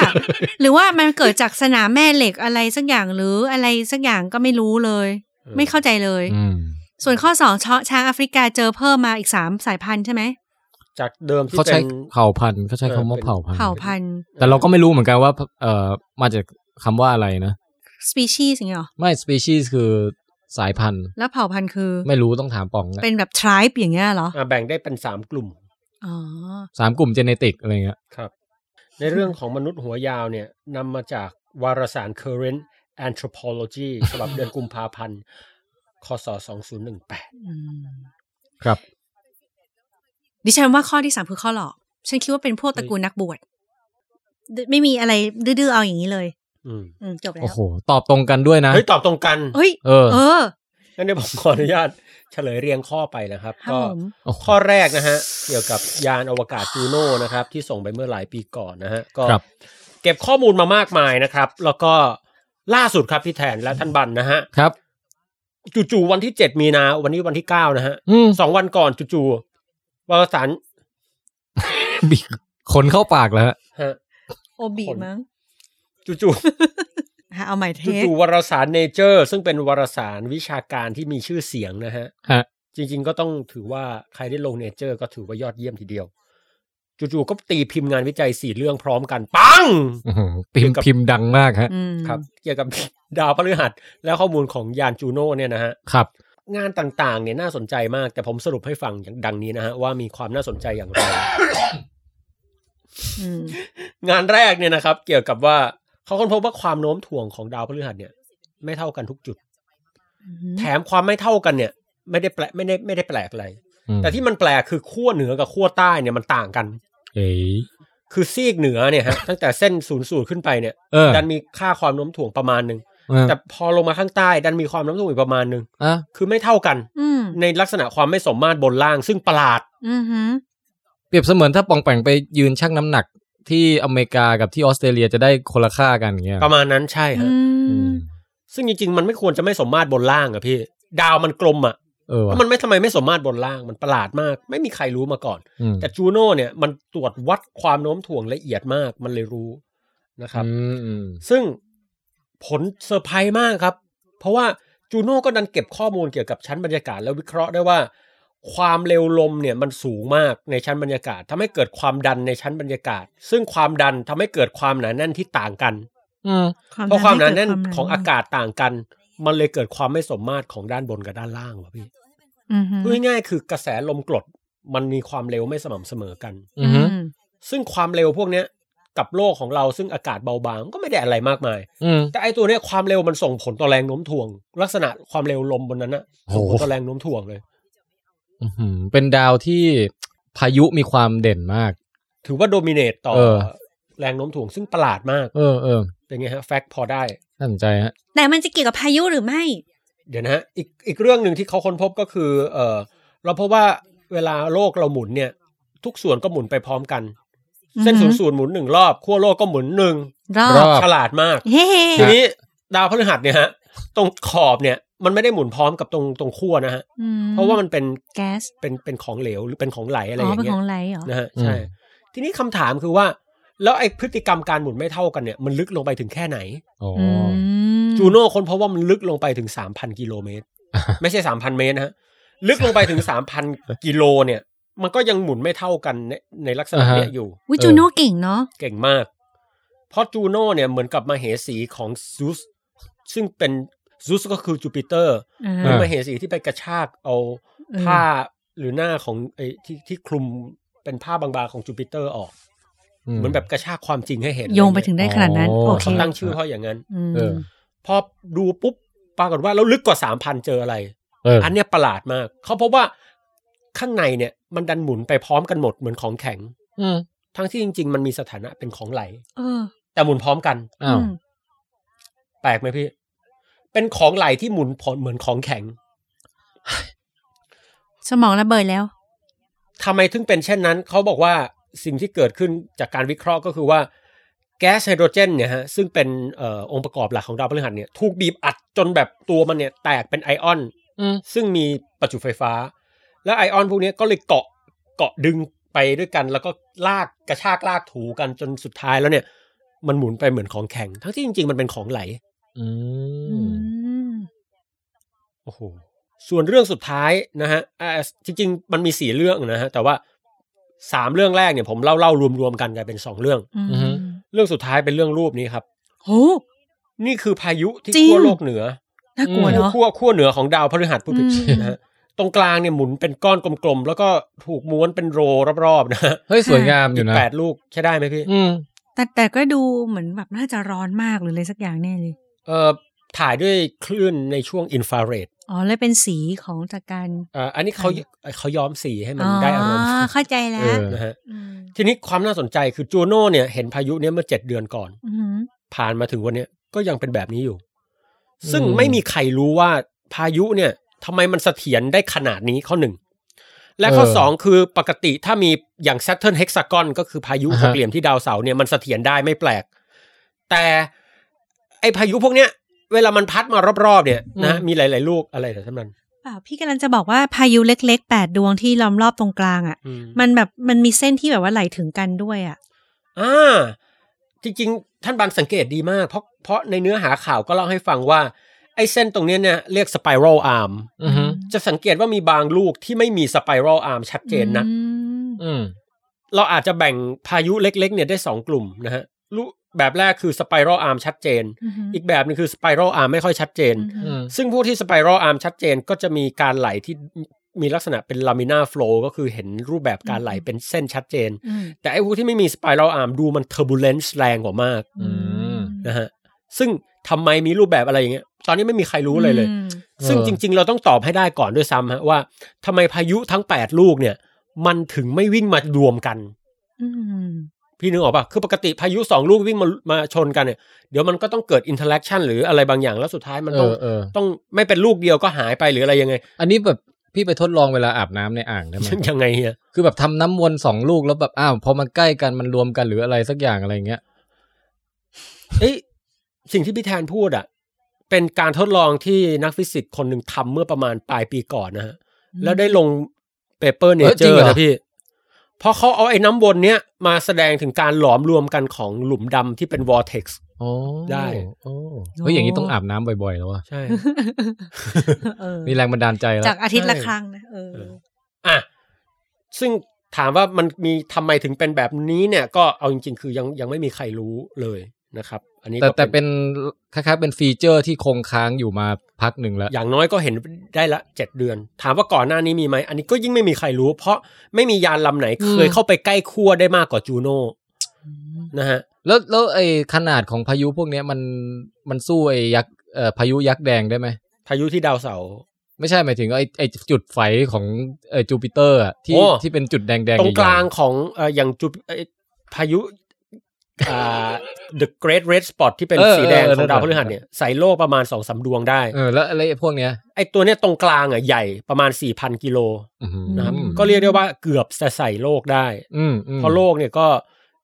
S2: หรือว่ามันเกิดจากสนามแม่เหล็กอะไรสักอย่างหรืออะไรสักอย่างก็ไม่รู้เลย ไม่เข้าใจเลย
S6: อืม
S2: ส่วนข้อสองช้อช้างแอฟริกาเจอเพิ่มมาอีกสามสายพันธุ์ใช่ไหม
S3: จากเดิมที่
S6: เขาใช้
S3: เป็น
S6: เผ่าพันธุ์เขาใช้คำว่า
S3: เออเป็น
S6: เผ่าพันธุ์
S2: เผ่าพันธุ์
S6: แต่เราก็ไม่รู้เหมือนกันว่า เอ่อมาจากคำว่าอะไรนะ
S2: species อย่างเงี้ยหรอ
S6: ไม่ species คือสายพันธุ์
S2: แล้วเผ่าพันธุ์คือ
S6: ไม่รู้ต้องถามป๋องนะ
S2: เป็นแบบ tribe อย่างเงี้ยเหรอ
S3: อ่าแบ่งได้เป็นสามกลุ่ม
S2: อ๋อ
S6: สามกลุ่มเจเนติกอะไรเงี้ย
S3: ครับ ในเรื่องของมนุษย์หัวยาวเนี่ยนำมาจากวารสาร Current Anthropology ฉบับเดือนกุมภาพันธ์คศ2018
S2: อืม
S6: ครับ
S2: ดิฉันว่าข้อที่สามคือข้อหลอก ฉันคิดว่าเป็นพวกตระกูลนักบวชไม่มีอะไรดื้อๆเอาอย่างนี้เลย
S3: อืม
S2: อืมจบแล้
S6: โอ้
S2: ว
S6: โห ตอบตรงกันด้วยนะ
S3: เฮ้ย ตอบตรงกัน
S2: เฮ้ย
S6: เออ
S2: เออ
S3: งั้นเดี๋ยวผมขออนุญาตเฉลยเรียงข้อไปนะครับ
S2: ครับ
S3: ก็
S2: ผม
S6: โอ้โห
S3: ข้อแรกนะฮะ เกี่ยวกับยานอวกาศจูโน่นะครับ ที่ส่งไปเมื่อหลายปีก่อนนะฮะ ก็
S6: ครับ
S3: เก็บข้อมูลมามากมายนะครับ แล้วก็ล่าสุดครับพี่แทนและท่านบันนะฮะ
S6: ครับ
S3: จู่ๆวันที่ 7 มีนา วันนี้วันที่ 9 นะฮะ
S6: อืม
S3: สองวันก่อนจู่ๆวารสาร
S6: บีบขนเข้าปากแล้วฮะ
S3: ฮะ
S2: โอบีมั้ง
S3: จู่ ๆ
S2: ฮะเอาใหม่เทค
S3: จู่ๆวารสารเนเจอร์ ซึ่งเป็นวารสารวิชาการที่มีชื่อเสียงนะฮะ
S6: ฮะ
S3: จริงๆก็ต้องถือว่าใครได้ลงเนเจอร์ ก็ถือว่ายอดเยี่ยมทีเดียว จู่ๆก็ตีพิมพ์งานวิจัยสี่เรื่องพร้อมกัน ปัง
S6: อื้อหือพิมพ์พิมพ์ดังมากฮะ
S2: อืม
S3: ครับ เกี่ยวกับ ดาวพฤหัส และข้อมูลของยานจูโน่เนี่ยนะฮะ
S6: ครับ
S3: งานต่างๆ เนี่ยน่าสนใจมาก แต่ผมสรุปให้ฟังอย่างดังนี้นะฮะ ว่ามีความน่าสนใจอย่างไร
S2: อืม
S3: งานแรกเนี่ยนะครับ เกี่ยวกับว่าเขาค้นพบว่าความโน้มถ่วงของดาวพฤหัสเนี่ย ไม่เท่ากันทุกจุด
S2: อืม
S3: แถมความไม่เท่ากันเนี่ย ไม่ได้แปลไม่ได้ไม่ได้แปลกอะไร
S6: อืม
S3: แต่ที่มันแปลกคือขั้วเหนือกับขั้วใต้เนี่ยมันต่างกัน
S6: เอ๋ย
S3: คือซีกเหนือเนี่ยฮะ ตั้งแต่เส้นศูนย์สูตรขึ้นไปเนี่ย
S6: เออ
S3: ดันมีค่าความโน้มถ่วงประมาณหนึ่ง
S6: เออ
S3: แต่พอลงมาข้างใต้ดันมีความโน้มถ่วงอีกประมาณหนึ่ง
S6: อ่ะ
S3: คือไม่เท่ากัน
S2: อืม
S3: ในลักษณะความไม่สมมาตรบนล่างซึ่งประหลาด
S2: อืมฮึ
S6: เปรียบเสมือนถ้าปองแปงไปยืนชั่งน้ำหนักที่อเมริกากับที่ออสเตรเลียจะได้คนละค่ากันอย่างเงี้ย
S3: ประมาณนั้นใช่
S2: อื
S3: ฮะ
S2: ม
S3: ซึ่งจริงๆมันไม่ควรจะไม่สมมาตรบนล่างอะพี่ ดาวมันกลมอะ
S6: เอ
S3: แล้ว
S6: อะ
S3: วมันไม่ทำไมไม่สมมาตรบนล่างมันประหลาดมาก ไม่มีใครรู้มาก่อน
S6: อืม
S3: แต่จูโน่เนี่ยมันตรวจวัดความโน้มถ่วงละเอียดมากมันเลยรู้นะครับ
S6: อืมอืม
S3: ซึ่งผลเซอร์ไพรส์มากครับ เพราะว่าจูโน่ก็ดันเก็บข้อมูลเกี่ยวกับชั้นบรรยากาศ แล้ววิเคราะห์ได้ว่า ความเร็วลมเนี่ยมันสูงมากในชั้นบรรยากาศทำให้เกิดความดันในชั้นบรรยากาศ ซึ่งความดันทำให้เกิดความหนาแน่นที่ต่างกัน
S6: อืม
S3: เพราะความหนา
S2: เกิ
S3: แน่น
S2: ด
S3: ของอากาศต่างกัน มันเลยเกิดความไม่สมมาตรของด้านบนกับด้านล่างว่ะพี่
S2: อือฮึ
S3: พูดง่ายๆคือกระแสลมกรดมันมีความเร็วไม่สม่ำเสมอกัน
S1: อือฮึ
S2: อืม
S3: ซึ่งความเร็วพวกเนี้ยกับโลกของเราซึ่งอากาศเบาบางก็ไม่ได้อะไรมากมาย
S1: อืม
S3: แต่ไอตัวเนี้ยความเร็วมันส่งผลต่อแรงโน้มถ่วง ลักษณะความเร็วลมบนนั้นนะ
S1: โอ้
S3: ส่ง
S1: โห
S3: ผลต่อแรงโน้มถ่วงเลย
S1: อื้อหือเป็นดาวที่พายุมีความเด่นมาก
S3: ถือว่าโดมิเนตต่อ
S1: เออ
S3: แรงโน้มถ่วงซึ่งประหลาดมาก
S1: เออเออ
S3: เป็นไงฮะแฟกต์พอได้
S1: น่าสนใจฮะ
S2: แต่มันจะเกี่ยวกับพายุหรือไม่
S3: เดี๋ยวนะฮะอีกอีกเรื่องหนึ่งที่เขาค้นพบก็คือ เออเราพบว่าเวลาโลกเราหมุนเนี่ย ทุกส่วนก็หมุนไปพร้อมกัน
S2: อือฮึ
S3: เส้นศูนย์ศูนย์หมุนหนึ่งรอบขั้วโลกก็หมุนหนึ่ง
S2: รอ
S1: รอบ บ
S3: ฉลาดมาก
S2: เฮ้
S3: ทีนี้ดาวพฤหัสเนี่ยฮะ ตรงขอบเนี่ย มันไม่ได้หมุนพร้อมกับตรงตรงขั้วนะฮะ
S2: อื
S3: เพราะว่ามันเป็น
S2: แก๊ส
S3: เป็นเป็นของเหลวหรือเป็นของไหลอะไร
S2: อ๋
S3: อ
S2: อย่าง เป็น
S3: เงี้
S2: ข
S3: ย
S2: องไหลเหรอ
S3: นะฮะ
S1: อืม
S3: ใช่ ทีนี้คำถามคือว่า แล้วไอ้พฤติกรรมการหมุนไม่เท่ากันเนี่ยมันลึกลงไปถึงแค่ไหน
S1: อ๋อ
S2: อืม
S3: จูโน่คนเพราะว่ามันลึกลงไปถึง 3,000 กิโลเม ตร ไม่ใช่ 3,000 เมตรนะฮะ ลึกลงไปถึง 3,000 กิโลเนี่ย มันก็ยังหมุนไม่เท่ากันในในลักษณะเนี้ยอยู่
S2: วิจูโน่เก่งเนาะ
S3: เก่งมาก เพราะจูโน่เนี่ยเหมือนกับมาเหสีของซูสซึ่งเป็นซูสก็คือจูปิเตอร์
S2: อ่า
S3: เหมือนมาเหสีที่ไปกระชากเอาผ้าหรือหน้าของไอ้ที่ที่คลุมเป็นผ้าบางๆของจูปิเตอร์ออก เหมือนแบบกระชากความจริงให้เห็น
S2: โยงไปถึงได้ขนาดนั้น
S1: อ๋อ
S2: โอเค
S3: เขาตั้งชื่อเขาอย่างนั้น
S2: อืม
S1: เออ
S3: พอดูปุ๊บปรากฏว่าแล้วลึกกว่าสามพันเจออะไร
S1: เออ
S3: อันเนี้ยประหลาดมาก เขาพบว่าข้างในเนี่ยมันดันหมุนไปพร้อมกันหมดเหมือนของแข็ง
S1: อืม
S3: ทั้งที่จริง ๆ มันมีสถานะเป็นของไหล
S2: เออ
S3: แต่หมุนพร้อมกัน
S1: อ้าว
S2: อืม
S3: แปลกไหมพี่ เป็นของไหลที่หมุนพอเหมือนของแข็ง
S2: สมองระเบิดแล้ว
S3: ทำไมถึงเป็นเช่นนั้น เขาบอกว่าสิ่งที่เกิดขึ้นจากการวิเคราะห์ก็คือว่า แก๊สไฮโดรเจนเนี่ยฮะซึ่งเป็นเออองค์ประกอบหลักของดาวพฤหัสเนี่ยถูกบีบอัดจนแบบตัวมันเนี่ยแตกเป็นไอออน
S1: อืม
S3: ซึ่งมีประจุไฟฟ้า แล้วไอออนพวกเนี้ยก็เลยเกาะเกาะดึงไปด้วยกัน แล้วก็ลากกระชากลากถูกันจนสุดท้ายแล้วเนี่ย มันหมุนไปเหมือนของแข็ง ทั้งที่จริง ๆ มันเป็นของไหล
S1: อื
S2: อื
S1: ม
S2: ม
S3: โอ้โห ส่วนเรื่องสุดท้ายนะฮะอ่าจริง ๆ มันมีสี่เรื่องนะฮะ แต่ว่าสามเรื่องแรกเนี่ยผมเล่าเล่ารวมๆกันกลายเป็นสองเรื่อง
S2: อืม
S3: เรื่องสุดท้ายเป็นเรื่องรูปนี้ครับ
S2: โห
S3: นี่คือพายุที่
S2: จริง
S3: ขั้วโลกเหนือ
S2: น่ากลัวเนาะ
S3: ขั้วขั้วเหนือของดาวพฤหัสผู้ผิด
S2: อืม
S3: นะฮะตรงกลางเนี่ยหมุนเป็นก้อนกลมๆ แล้วก็ถูกม้วนเป็นโรรอบๆนะฮะ
S1: เฮ้ยสวยงามอ
S3: อี
S1: ยู่
S3: ก
S1: นะ
S3: แปดลูกใช่ได้ไหมพี่
S1: อืม
S2: แต่แต่ก็ดูเหมือนแบบน่าจะร้อนมากหรืออะไรสักอย่างแน่เลย
S3: เอ่อถ่ายด้วยคลื่นในช่วงอินฟราเรด
S2: อ๋อเลยเป็นสีของจากการ
S3: อ่าอันนี้เขา
S2: ค่ะ
S3: เขาย้อมสีให้มั
S2: อ๋
S3: น
S2: อ
S3: ได้อารมณ์
S2: เข้าใจแล้
S1: เอ
S2: ว
S1: อ
S3: นะฮะ
S2: ม
S3: ทีนี้ความน่าสนใจคือจูโน่เนี่ยเห็นพายุเนี่ยเมื่อเจ็ดเดือนก่อน
S2: อือหือ
S3: ผ่านมาถึงวันเนี้ยก็ยังเป็นแบบนี้อยู่ ซึ่ง
S1: อืม
S3: ไม่มีใครรู้ว่าพายุเนี่ยทำไมมันเสถียรได้ขนาดนี้ข้อหนึ่ง และข้อสองคือปกติถ้ามีอย่าง Saturn Hexagon ก็คือพายุหกเหลี่ยมที่ดาวเสาร์เนี่ยมันเสถียรได้ไม่แปลก แต่ไอพายุพวกเนี้ย เวลามันพัดมารอบๆเนี่ยนะมีหลายๆลูกอะไรแต่ท่านนั้น
S2: เปล่าพี่กำลังจะบอกว่าพายุเล็กๆแปดดวงที่ล้อมรอบตรงกลางอ่ะ
S3: อืม
S2: มันแบบมันมีเส้นที่แบบว่าไหลถึงกันด้วยอ่ะ
S3: อ่าจริงๆ ท่านบันสังเกตดีมาก เพราะเพราะในเนื้อหาข่าวก็เล่าให้ฟังว่า ไอ้เส้นตรงเนี้ยเนี่ยเรียกสไปรัลอาร์ม
S1: อืมอืม
S3: จะสังเกตว่ามีบางลูกที่ไม่มีสไปรัลอาร์มชัดเจนนะ
S2: อืม
S1: อืม
S3: เราอาจจะแบ่งพายุเล็กๆเนี่ยได้ 2 กลุ่มนะฮะลูกแบบแรกคือสไปรัลอาร์มชัดเจน อีกแบบหนึงคือสไปรัลอาร์มไม่ค่อยชัดเจน
S1: อืม
S3: ซึ่งพวกที่สไปรัลอาร์มชัดเจนก็จะมีการไหลที่มีลักษณะเป็นลามิน่าฟลูก็คือเห็นรูปแบบการไหลเป็นเส้นชัดเจน
S2: อืม
S3: แต่ไอ้พวกที่ไม่มีสไปรัลอาร์มดูมันเทอร์บูเลนซ์แรงกว่ามาก
S1: อืม
S3: นะฮะซึ่งทำไมมีรูปแบบอะไรอย่างเงี้ย ตอนนี้ไม่มีใครรู้เลยเลย
S2: อืม
S3: ซึ่ง
S1: เออ
S3: จริง ๆ เราต้องตอบให้ได้ก่อนด้วยซ้ำฮะว่าทำไมพายุทั้ง 8 ลูกเนี่ย มันถึงไม่วิ่งมารวมกัน
S2: อืม
S3: พี่นึกออกปะคือปกติพายุ 2 ลูกวิ่งมามาชนกันเนี่ยเดี๋ยวมันก็ต้องเกิดอินเทอร์แอคชั่นหรืออะไรบางอย่างแล้วสุดท้ายมัน
S1: เอ
S3: ต้อง
S1: อเออ
S3: ต้องไม่เป็นลูกเดียวก็หายไปหรืออะไรยังไง
S1: อันนี้แบบพี่ไปทดลองเวลาอาบน้ำในอ่างได้ไหม
S3: ยังไงเฮีย
S1: คือแบบทำน้ำวนสองลูกแล้วแบบอ้าวพอมันใกล้กันมันรวมกันหรืออะไรสักอย่างอะไรเงี้ย
S3: เอ้ยสิ่งที่พี่แทนพูดอะเป็นการทดลองที่นักฟิสิกส์คนหนึ่งทำเมื่อประมาณปลายปีก่อนนะฮะ แล้วได้ลงเปเปอร์เน
S1: เออ
S3: เจ
S1: จริ
S3: องร์
S1: เหรอ
S3: นะพี่ เพราะเขาเอาไอ้น้ำวนเนี้ยมาแสดงถึงการหลอมรวมกันของหลุมดำที่เป็นวอ r t เท็กซ์
S1: โอ้
S3: ได้
S1: โอ้เฮ้ยอย่างนี้ต้องอาบน้ำบ่อยๆแล้ววะ
S3: ใช่
S2: เออ
S1: มีแรงบันดาลใจแล้ว
S2: จากอาทิตย์ละ
S3: ใช่
S2: ครั้งนะเออ
S3: อ่ะ ซึ่งถามว่ามันมีทำไมถึงเป็นแบบนี้เนี่ย ก็เอาจริง ๆ คือยังยังไม่มีใครรู้เลย นะครับ อันนี้
S6: แต่
S3: ก็
S6: แต่เป็นคล้ายๆเป็นฟีเจอร์ที่คงค้างอยู่มาพักหนึ่งแล้ว
S3: อย่างน้อยก็เห็นได้ละเจ็ดเดือน ถามว่าก่อนหน้านี้มีไหม อันนี้ก็ยิ่งไม่มีใครรู้ เพราะไม่มียานลำไหน
S2: อืม
S3: เคยเข้าไปใกล้ขั้วได้มากกว่าจูโน่นะฮะ
S6: แล้วแล้วไอ้ขนาดของพายุพวกเนี้ยมันมันสู้ไอ้ยักษ์เอ่อพายุยักษ์แดงได้ไหม
S3: พายุที่ดาวเสาร์
S6: ไม่ใช่หมายถึงไอ้ไอ้จุดไฟของไอ้จูปิเตอร์อะที่
S3: โอ้
S6: ที่เป็นจุดแดงแดง
S3: ตรงกลางของเอ่ออย่างจุดเอ่อพายุอ่า The Great Red Spot ที่เป็นสีแดงของดาวพฤหัสเนี่ยใส่โล่ประมาณสองสาดวงได้
S6: เออแล้วอะไรพวกเนี้ย
S3: ไอตัวเนี้ยตรงกลางอ่ะใหญ่ประมาณ 4,000 กิโล
S6: อื้อหือ
S3: นะครับก็เรียกได้ว่าเกือบจะใส่โลกได้
S6: อืมอืม
S3: เพราะโลกเนี่ยก็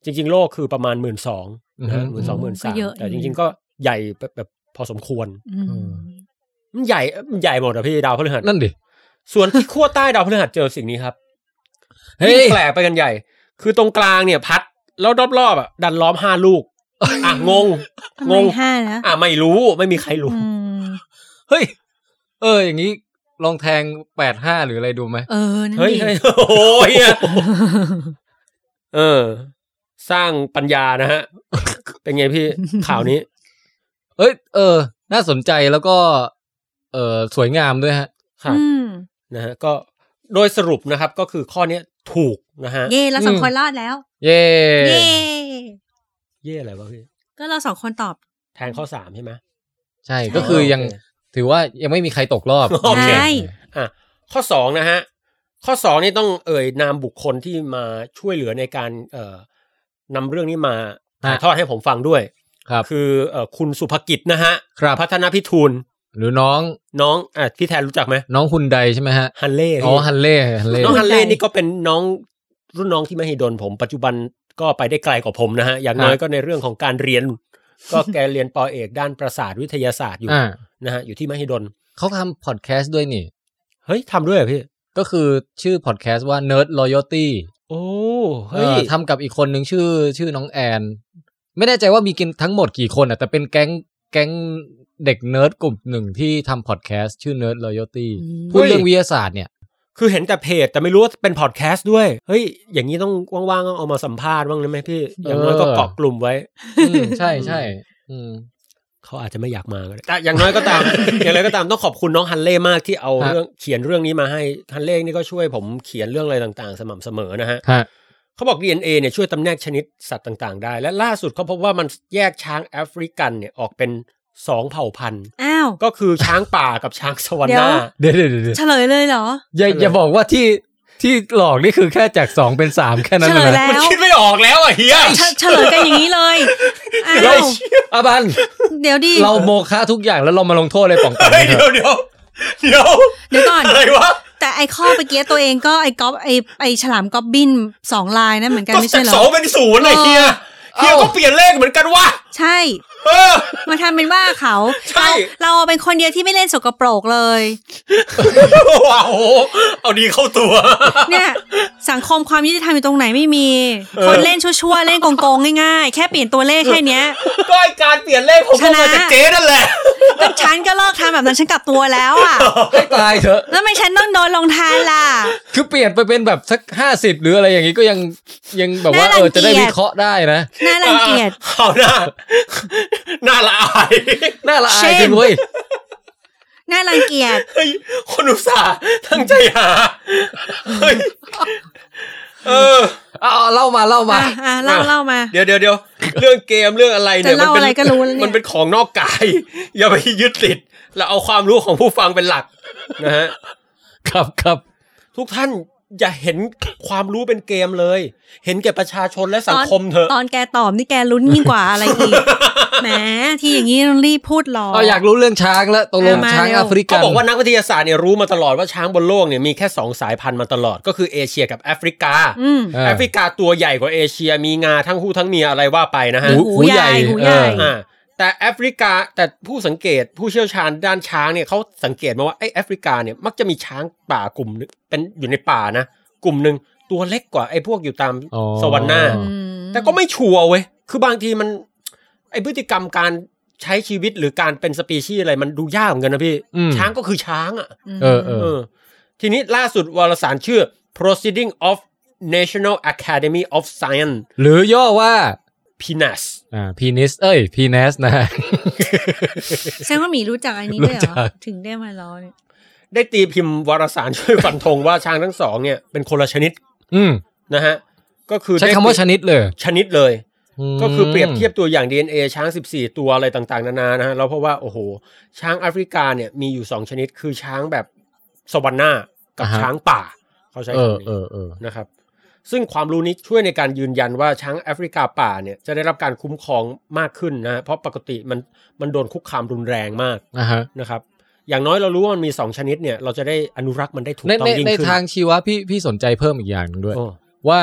S3: จริง ๆ โลกคือประมาณ 1 2ื่นสองนะ
S6: อื
S3: ห
S6: อ
S3: มื่น
S6: ฮึ
S3: สองหมื่น
S2: ก็
S3: สาม
S2: เยอะ
S3: แต่จริง ๆ ก็ใหญ่แบบแบบพอสมควร
S2: อืม
S3: มันใหญ่มันใหญ่หมดอะพี่ดาวพฤหัส
S6: นั่นดิ
S3: ส่วนที่ขั้วใต้ดาวพฤหัสเจอสิ่งนี้ครับ
S6: เฮ้ย
S3: ยิ่งแปลกไปกันใหญ่ คือตรงกลางเนี่ยพัดแล้วรอบๆอ่ะดันล้อมห้าลูกอ่ะงง
S2: ทำไม
S3: งง
S2: ห้าแล้ว
S3: อ่ะไม่รู้ไม่มีใครรู้
S2: อืม
S6: เฮ้ย เออ อย่างนี้ลองแทงแปดห้าหรืออะไรดูไหม
S2: เออนั่น
S3: เฮ้ย
S2: ดิ
S3: เฮ้ยโอ้โหเหี้ย เออ สร้างปัญญานะฮะ เป็นไงพี่ ข่าวนี้
S6: เอ้ย เออ น่าสนใจแล้วก็ เออสวยงามด้วยฮะ
S3: ครับ
S2: อืม
S3: นะฮะก็โดยสรุปนะครับ ก็คือข้อเนี้ยถูกนะฮะ
S2: เย่เราสองคนรอดแล้ว
S6: เย่
S2: เย่
S3: เย่อะไรวะพี่
S2: ก็เราสองคนตอบ
S3: แทนข้อสามใช่ไหม
S6: ใช่ก็คือยัง
S3: โเ
S6: ถือว่ายังไม่มีใครตกรอบ
S3: โอเค
S2: ใช่
S3: อ่ะข้อสองนะฮะ ข้อสองนี่ต้องเอ่ยนามบุคคลที่มาช่วยเหลือในการเอ่อนำเรื่องนี้มาถ่ายทอดให้ผมฟังด้วย
S6: ครับ
S3: คือเอ่อคุณสุภกิจนะฮะ
S6: ครับ
S3: พัฒนาพิทูล
S6: หรือน้อง
S3: น้องอ่ะพี่แทนรู้จักไหม
S6: น้องฮุนไดใช่ไหมฮะ
S3: ฮันเล่
S6: อ๋อ ฮันเล่ฮันเล่
S3: น้องฮันเล่นี่ก็เป็นน้องรุ่นน้องที่มหิดลผม ปัจจุบันก็ไปได้ไกลกว่าผมนะฮะ อย่างน้อย
S6: ฮะ
S3: ก็ในเรื่องของการเรียน ก็แกเรียนปอเอกด้านประสาทวิทยาศาสตร์อยู่
S6: อ่า
S3: นะฮะอยู่ที่มหิดล
S6: เขาทำพอดแคสต์ด้วยนี่
S3: เฮ้ยทำด้วยเหรอพี่
S6: ก็คือชื่อพอดแคสต์ว่า Nerd Loyalty
S3: โอ้
S6: เอ
S3: เฮ้ย
S6: อทำกับอีกคนหนึ่งชื่อชื่อน้องแอน ไม่แน่ใจว่ามีกินทั้งหมดกี่คนอ่ะแต่เป็นแก๊งแก๊งเด็กเนิร์ดกลุ่มหนึ่งที่ทำพอดแคสต์ชื่อ Nerd Loyalty พูดเรื่องวิทยาศาสตร์เนี่ย
S3: คือเห็นแต่เพจแต่ไม่รู้ว่าเป็นพอดแคสต์ด้วย เฮ้ย อย่างนี้ต้องว่างๆต้องเอามาสัมภาษณ์บ้างนะไหมพี่ อย่างน้อยก็เกาะกลุ่มไว้
S6: อืมใช่ใช่อืม
S3: เขาอาจจะไม่อยากมาก็ได้แต่อย่างน้อยก็ตาม อย่างไรก็ตามต้องขอบคุณน้องฮันเล่มากที่เอา
S6: ฮะ
S3: เรื่องเขียนเรื่องนี้มาให้ฮันเล่นี่ก็ช่วยผมเขียนเรื่องอะไรต่างๆ สม่ำเสมอนะฮะ
S6: ฮะ
S3: เขาบอก DNA เนี่ยช่วยตำแหนกชนิดสัตว์ต่างๆ ได้ และล่าสุดเขาพบว่ามันแยกช้างแอฟริกันเนี่ยออกเป็นสองเผ่าพันธุ์
S2: อ้าว
S3: ก็คือช้างป่ากับช้างสวรร
S2: เดี๋ยว
S3: ค์
S6: เดี๋ยวเดี๋ยวเดี๋ยวเดี๋ยว
S2: เฉลยเลยเหรอ
S6: อย่า
S3: เฉลย
S6: อย่าบอกว่าที่ที่หลอกนี่คือแค่จากสองเป็นสามแค่นั้น
S2: เฉลย
S6: นะ
S2: แล้ว
S3: มันคิดไม่ออกแล้วอ่ะเฮีย
S2: เฉเฉลยกันอย่างนี้เลยอ้าว
S6: อาบัน
S2: เดี๋ยวดิ
S6: เราโมฆะทุกอย่างแล้วเรามาลงโทษเลยป่องปัง
S3: เฮ้ยเดี๋ยวเดี๋ยวเดี๋ยว
S2: เดี๋ยวก่อน
S3: อะไรวะ
S2: แต่ไอข้อเมื่อกี้ตัวเองก็ไอก๊อปไอไอฉลามก๊อบบินสองลายนะเหมือนกัน
S3: ก็
S2: ไม่
S3: จา
S2: ใช่
S3: ก
S2: เหร
S3: สอ
S2: อ
S3: งเป็นศูนย์เลยเฮีย
S2: เอ้า
S3: เฮียก็เปลี่ยนเลขเหมือนกันวะ
S2: ใช่
S3: เออ
S2: มาทำเป็นว่าเขา
S3: ใช่
S2: เราเราเป็นคนเดียวที่ไม่เล่นสกปรกเลย
S3: ว้าวเอาดีเข้าตัว
S2: เนี่ย สังคมความยุติธรรมอยู่ตรงไหนไม่มี
S3: เออ
S2: คนเล่นชั่วๆ เล่นโกงๆง่ายๆ แค่เปลี่ยนตัวเลขแค่เนี้ย
S3: ก็ไอการเปลี่ยนเลขผมก็มาจากเจ๊นั่นแหละ
S2: แต่ฉันก็เลิกทำแบบนั้นฉันกลับตัวแล้ว อ่ะ
S6: ให้ตายเถอะ
S2: แล้วทำไมฉันต้องโดนลงทานล่ะ
S6: คือเปลี่ยนไปเป็นแบบสักห้าสิบหรืออะไรอย่างนี้ก็ยังยังแบบว่า
S2: น่ารั
S6: เอง อจะได้
S2: เกียจ
S6: วิเคราะห์ได้นะ
S2: น่ารังเกียจ
S3: เอาหน้าหน้าละอาย
S6: น่าละอาย
S2: Shame
S6: จริงเว้ย
S2: น่ารังเกียจ
S3: เฮ้ยคนอุตส่าห์ตั้งใจหาเฮ้ยเออ
S6: เอาเอาเล่ามาเล่ ามา
S2: อ่ะอ่ะเล่า
S3: อ่ะ
S2: เล่ามา
S3: เดี๋ยวเดี๋ยวเดี๋ยวเรื่องเกมเรื่องอะไรเนี่ย
S2: จะเล่า
S3: มั
S2: อะไร
S3: เป็น
S2: ก็รู้แล้วเนี่ย
S3: มันเป็นของนอกกาย อย่าไปยึดติดเราเอาความรู้ของผู้ฟังเป็นหลักนะฮะ
S6: ครับครับ
S3: ทุกท่านอย่าเห็นความรู้เป็นเกมเลย เห็นแก่ประชาชนและสังคมเถอะ
S2: ตอนแกตอบนี่แกลุ้นยิ่งกว่าอะไร อีก แหมที่อย่างนี้ต้องรีบพูดหรอ
S6: เอาอยากรู้เรื่องช้างแล้วตกลง
S2: เอามา
S6: ช้าง
S2: เร็ว
S6: แอฟริกั
S3: เขา
S6: น
S3: บอกว่านักวิทยาศาสตร์เนี่ยรู้มาตลอดว่าช้างบนโลกเนี่ยมีแค่สองสายพันธุ์มาตลอดก็คือเอเชียกับแอฟริกา
S2: อืม
S6: เออ
S3: แอฟริกาตัวใหญ่กว่าเอเชียมีงาทั้งหูทั้งเมียอะไรว่าไปนะฮะ
S6: หูหูใหญ่
S2: หูใหญ่
S6: เออ
S3: อ่าแต่แอฟริกาแต่ผู้สังเกตผู้เชี่ยวชาญด้านช้างเนี่ยเขาสังเกตมาว่าไอ้แอฟริกาเนี่ยมักจะมีช้างป่ากลุ่มหนึงเป็นอยู่ในป่านะ กลุ่มหนึ่งตัวเล็กกว่าไอ้พวกอยู่ตาม
S6: อ๋อ
S3: สวรรค์หน้า
S6: อื
S2: อืม
S3: แต่ก็ไม่ชัวร์เว้ย คือบางทีมัน ไอ้พฤติกรรมการใช้ชีวิตหรือการเป็นสปีชีส์อะไรมันดูยากเหมือนกันนะพี่
S6: อืม
S3: ช้างก็คือช้างอ่ะ
S6: เออเออ
S3: เออทีนี้ล่าสุดวารสารชื่อ proceeding of National Academy of Science
S6: หรือย่อว่า
S3: พีนัส
S6: อ่าพีนิสเอ้ยพีเนสนะฮะ
S2: แสดงว่าหมีรู้จักอันนี้ด้วยเห
S6: รู้จั
S2: ร
S6: ก
S2: อถึงได้มาล้อเนี่ย
S3: ได้ตีพิมพ์วารสารช่วยฟันธงว่าช้างทั้งสองเนี่ยเป็นคนละชนิด
S6: อืม
S3: นะฮะ ก็คือ
S6: ใช้คำว่าชนิดเลย
S3: ชนิดเลย ก็คือเปรียบเทียบตัวอย่าง DNA ช้าง 14 ตัวอะไรต่างๆ นานานะฮะแล้วเพราะว่าโอ้โห ช้างแอฟริกาเนี่ยมีอยู่ 2 ชนิดคือช้างแบบสวรรค์หน้ากับ
S6: อ่าฮะ
S3: ช้างป่า เขาใช้
S6: เอ
S3: คำ
S6: อ
S3: นี้
S6: เออเออ
S3: นะครับ ซึ่งความรู้นี้ช่วยในการยืนยันว่าช้างแอฟริกาป่าเนี่ยจะได้รับการคุ้มครองมากขึ้นนะฮะเพราะปกติมันมันโดนคุกคามรุนแรงมาก
S6: นะฮะ
S3: นะครับ อย่างน้อยเรารู้ว่ามันมี 2 ชนิดเนี่ยเราจะได้อนุรักษ์มันได้ถูก
S6: ใน
S3: ต้อ
S6: ใน
S3: งยิ่ง
S6: ใน
S3: ขึ้น
S6: ทางชีวะพี่พี่สนใจเพิ่มอีกอย่างหนึ่งด้วย
S3: โอ้
S6: ว่า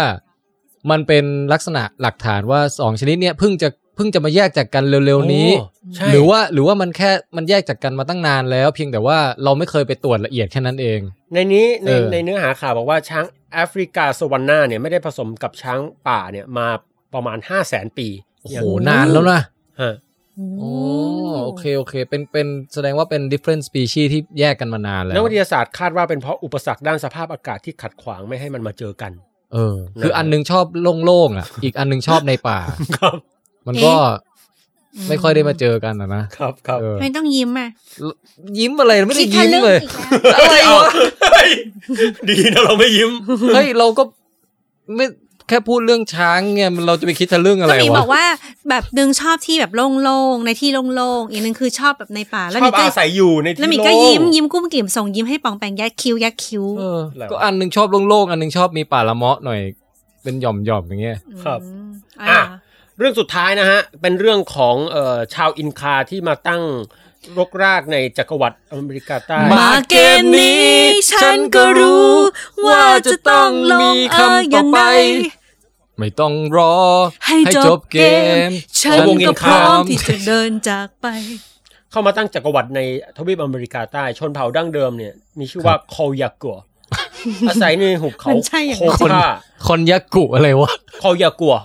S6: มันเป็นลักษณะหลักฐานว่าสองชนิดเนี้ยเพิ่งจะเพิ่งจะมาแยกจากกันเร็วๆนี้
S3: โอ้ใช่
S6: หรือว่าหรือว่ามันแค่มันแยกจากกันมาตั้งนานแล้ว เพียงแต่ว่าเราไม่เคยไปตรวจละเอียดแค่นั้นเอง
S3: ในนี้ใน
S6: เออ
S3: ในเนื้อหาข่าวบอกว่าช้างแอฟริกาสวรรค์หน้าเนี่ยไม่ได้ผสมกับช้างป่าเนี่ยมาประมาณ 5 0 0แสนปี
S6: โอ้โหนานแล้วนะ
S3: ฮะ
S2: โอ้
S6: โอ้โอเคโอเค เป็นเป็นแสดงว่าเป็น different species ที่แยกกันมานานแล้
S3: นัก
S6: ว
S3: วิทยาศาสตร์คาดว่าเป็นเพราะอุปสรรคด้านสภาพอากาศที่ขัดขวางไม่ให้มันมาเจอกัน
S6: เออ คืออันหนึงชอบโล่ง ๆอ่ะ อีกอันหนึงชอบในป่า
S3: ครับ
S6: มันก็ไม่ค่อยได้มาเจอกันนะนะครับ
S3: ครับ
S6: เออ
S2: ทำไม่ต้องยิ้มอ่ะ
S6: ยิ้มอะไรไม่ได้ยิ้มเลย
S2: คิดทะงอีก
S6: อะไรวะ
S3: ดีนะเราไม่ยิ้ม
S6: เฮ้ย เราก็ไม่แค่พูดเรื่องช้างเนี่ยมันเราจะไปคิดทะลึ่ง
S2: แล้
S6: อะ
S2: ว
S6: ไร
S2: ก็มีบอ
S6: วะ
S2: กว่าแบบหนึ่งชอบที่แบบโล่งๆในที่โล่งๆอีกหนึ่งคือชอบแบบในป่า แล้ว
S3: ช
S2: มี
S3: อบอาศัยอยู่ในที่
S2: แล้วมี
S3: โล่ง
S2: ก็ยิ้มยิ้มกุ้มกิ่มส่งยิ้มให้ปองแปงยัดคิ้วยัดคิ้ว
S6: เออ
S3: อะไรวะ
S6: ก็อันหนึงชอบโล่งๆอันหนึงชอบมีป่าละเมาะหน่อย เป็นหย่อมๆอย่างเงี้ย
S3: ครับ
S2: อืม
S3: อ่ะ
S2: อ่ะ
S3: เรื่องสุดท้ายนะฮะ เป็นเรื่องของเอ่อชาวอินคาที่มาตั้งรกรากในจักรวรรดิอเมริกาใต้
S6: มา
S2: มาเกมนี้ ฉันก็รู้ ว่าจะต้องลงเอออย่างไร
S6: ไม่ต้องรอ
S2: ให้จบเกม ฉัน
S3: วงเงิ
S2: ก็
S3: น
S2: พร้อ
S3: ข้าม ม
S2: ที่จะเดินจากไป
S3: เข้ามาตั้งจักรวรรดิในทวีปอเมริกาใต้ ชนเผ่าดั้งเดิมเนี่ย มีชื่อว่าโคยากัว อาศัยในหุบเขา
S2: มันใช่อย่าง
S3: โค
S2: นั้น
S3: ค่า
S6: คอนยักกุอะไรวะ
S3: โคยา กัว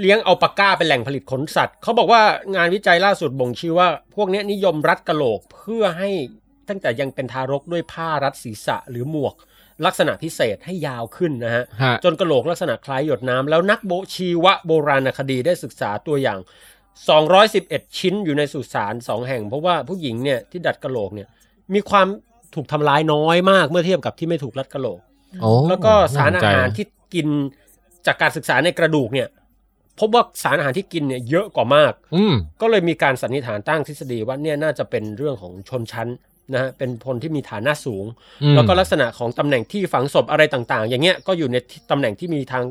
S3: เลี้ยงเอาปากก้าเป็นแหล่งผลิตขนสัตว์ เขาบอกว่างานวิจัยล่าสุดบ่งชี้ว่า พวกเนี้ยนิยมรัดกะโหลก เพื่อให้ตั้งแต่ยังเป็นทารกด้วยผ้ารัดศีรษะหรือหมวก ลักษณะพิเศษให้ยาวขึ้นนะฮะ
S6: ฮะ
S3: จนกระโหลกลักษณะคล้ายหยดน้ำแล้วนักโบชีวะโบราณคดีได้ศึกษาตัวอย่าง 211 ชิ้นอยู่ในสุสานสองแห่ง เพราะว่าผู้หญิงเนี่ยที่ดัดกระโหลกเนี่ยมีความถูกทำร้ายน้อยมากเมื่อเทียบกับที่ไม่ถูกรัดกระโหลก
S6: โอ้
S3: แล้วก็สาร
S6: น่
S3: อา
S6: สนใจ
S3: หารที่กินจากการศึกษาในกระดูกเนี่ยพบว่าสารอาหารที่กินเนี่ยเยอะกว่ามาก
S6: อืม
S3: ก็เลยมีการสันนิษฐานตั้งทฤษฎีว่าเนี่ยน่าจะเป็นเรื่องของชนชั้นนะฮะเป็นคนที่มีฐานะสูง
S6: อืม
S3: แล้วก็ลักษณะของตำแหน่งที่ฝังศพอะไรต่างๆ อย่างเงี้ยก็อยู่ในที่ตำแหน่งที่มีทาง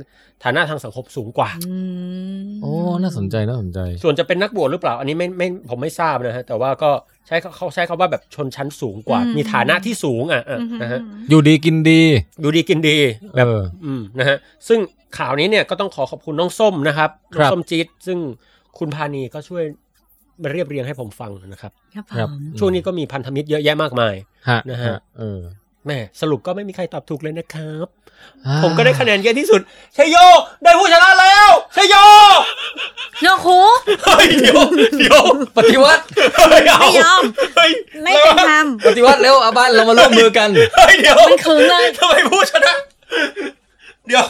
S3: ฐานะทางสังคมสูงกว่า
S2: อืม
S6: โอ้น่าสนใจน่าสนใจ
S3: ส่วนจะเป็นนักบวชหรือเปล่า อันนี้ไม่ไม่ผมไม่ทราบนะฮะแต่ว่าก็ใช้เขาใช้คำว่าแบบชนชั้นสูงกว่า มีฐานะที่สูงอ่ะอ่ะ
S2: อืม
S3: นะฮะ
S6: อยู่ดีกินดี
S3: อยู่ดีกินดี
S6: แบบ
S3: อืมนะฮะซึ่งข่าวนี้เนี่ยก็ต้องขอขอบคุณน้องส้มนะครับ
S6: ค
S3: น้
S6: รั
S3: อง
S6: บ
S3: ส้มจี๊ดซึ่งคุณพานีก็ช่วยมาเรียบเรียงให้ผมฟังนะครับ
S2: ครับผ
S6: ครับ
S2: ม
S3: ช่วงนี้ก็มีพันธมิตรเยอะแยะมากมาย
S6: ฮะ
S3: นะฮะ
S6: ฮะเออ
S3: แม่สรุปก็ไม่มีใครตอบถูกเลยนะครับ
S6: อ่า
S3: ผมก็ได้คะแนนเยอะที่สุดชัยโย ได้ผู้ชนะแล้วชัยโย
S2: เนื้อคู
S3: เฮ้ยเดี๋ยวเดี๋ยว
S6: ปฏิวัติ
S3: ไม่เอา
S2: ไม่ยอม
S3: เฮ้ย
S2: ไม่เป็นธรรม
S6: ปฏิวัติเร็วอาบ้านเรามาร่วมมือกัน
S3: เฮ้ยเดี๋ยว
S2: มันขึงเลย
S3: ทำไมผู้ชนะ เดี๋ยว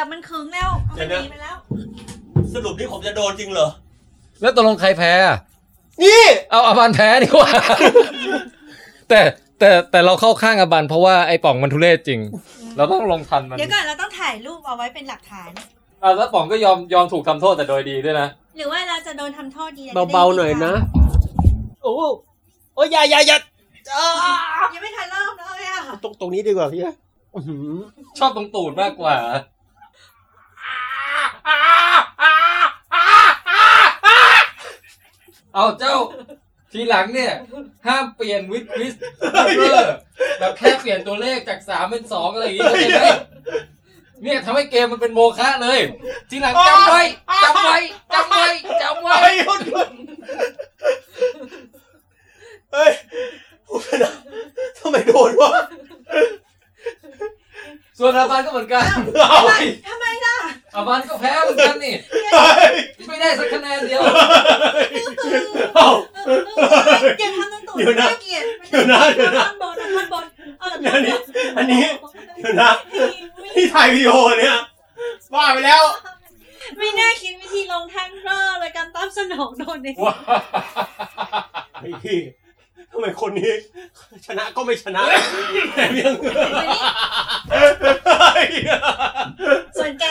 S2: จับมันขึงแล้วเอา
S3: เดี๋
S2: มั
S3: ย
S2: นห
S3: วนะ
S2: นีไปแล้ว
S3: สรุปนี่ผมจะโดนจริงเหรอ
S6: แล้วตกลงใครแพ้อะ
S3: นี่
S6: เอาอาบานแพ้ดีกว่า แต่แต่แต่เราเข้าข้างอาบานเพราะว่าไอ้ป่องมันทุเรศจริง เราต้องลงทันมัน
S2: เดี๋ยวก่อนเราต้องถ่ายรูปเอาไว้เป็นหลักฐาน
S6: อ่ะแล้วป่องก็ยอมยอมถูกทำโทษแต่โดยดีด้วยนะ
S2: หรือว่าเราจะโดนทำโทษดีะ
S3: เบาๆหน่อยนะ โอ้โอ้ยอย่าอย่าอย่าอ่า
S2: ยังไม่ทันเริ่มเลยอ่ะ
S3: ตรงตรงนี้ดีกว่าพี่อื้อหือ
S6: ชอบตรงตูดมากกว่า
S3: อ่าอ่าอ่าอ่าอ่า
S6: เอาเจ้า ทีหลังเนี่ย ห้ามเปลี่ยนวิดวิสเลอร์แบบแค่เปลี่ยนตัวเลขจากสามเป็นสองอะไรอย่างงี้เข้าใจไหมเนี่ยทำให้เกมมันเป็นโมฆะเลย ทีหลังจำไว้จำไว้จำไว้จำไว้
S3: เฮ้ยหยุดหยุดเฮ้ยผู้ชนะทำไมโดนวะ
S6: ส่วนอาบานก็เหมือนกัน
S3: เอาเฮ้ย
S2: ทำไมล่ะ
S6: อาบานก็แพ้เหมือนกันนี่
S3: เฮ้ย
S6: ไม่ได้สักคะแนนเดียว
S3: เอา
S2: เก็บทำตัวตัว
S3: เดี๋ยวนะ
S2: น่าเกลียด
S3: เดี๋ยวนะเดี๋ยวนะ
S2: ข้างบนอ่ะข้างบนเอาแต่
S3: อันนี้ อันนี้ เดี๋ยวนะ
S2: อุ๊ย
S3: ที่ถ่ายวิดีโอเนี่ยว่าไปแล้ว
S4: ไม่น่าคิดวิธีลงแท่งเรอเลยการตอบสนองโดนเอง
S3: ว้าเฮ้ยพี่ทำไมคนนี้ ชนะก็ไม่ชนะแต่ยังเฮ้ย
S4: ส่วนแก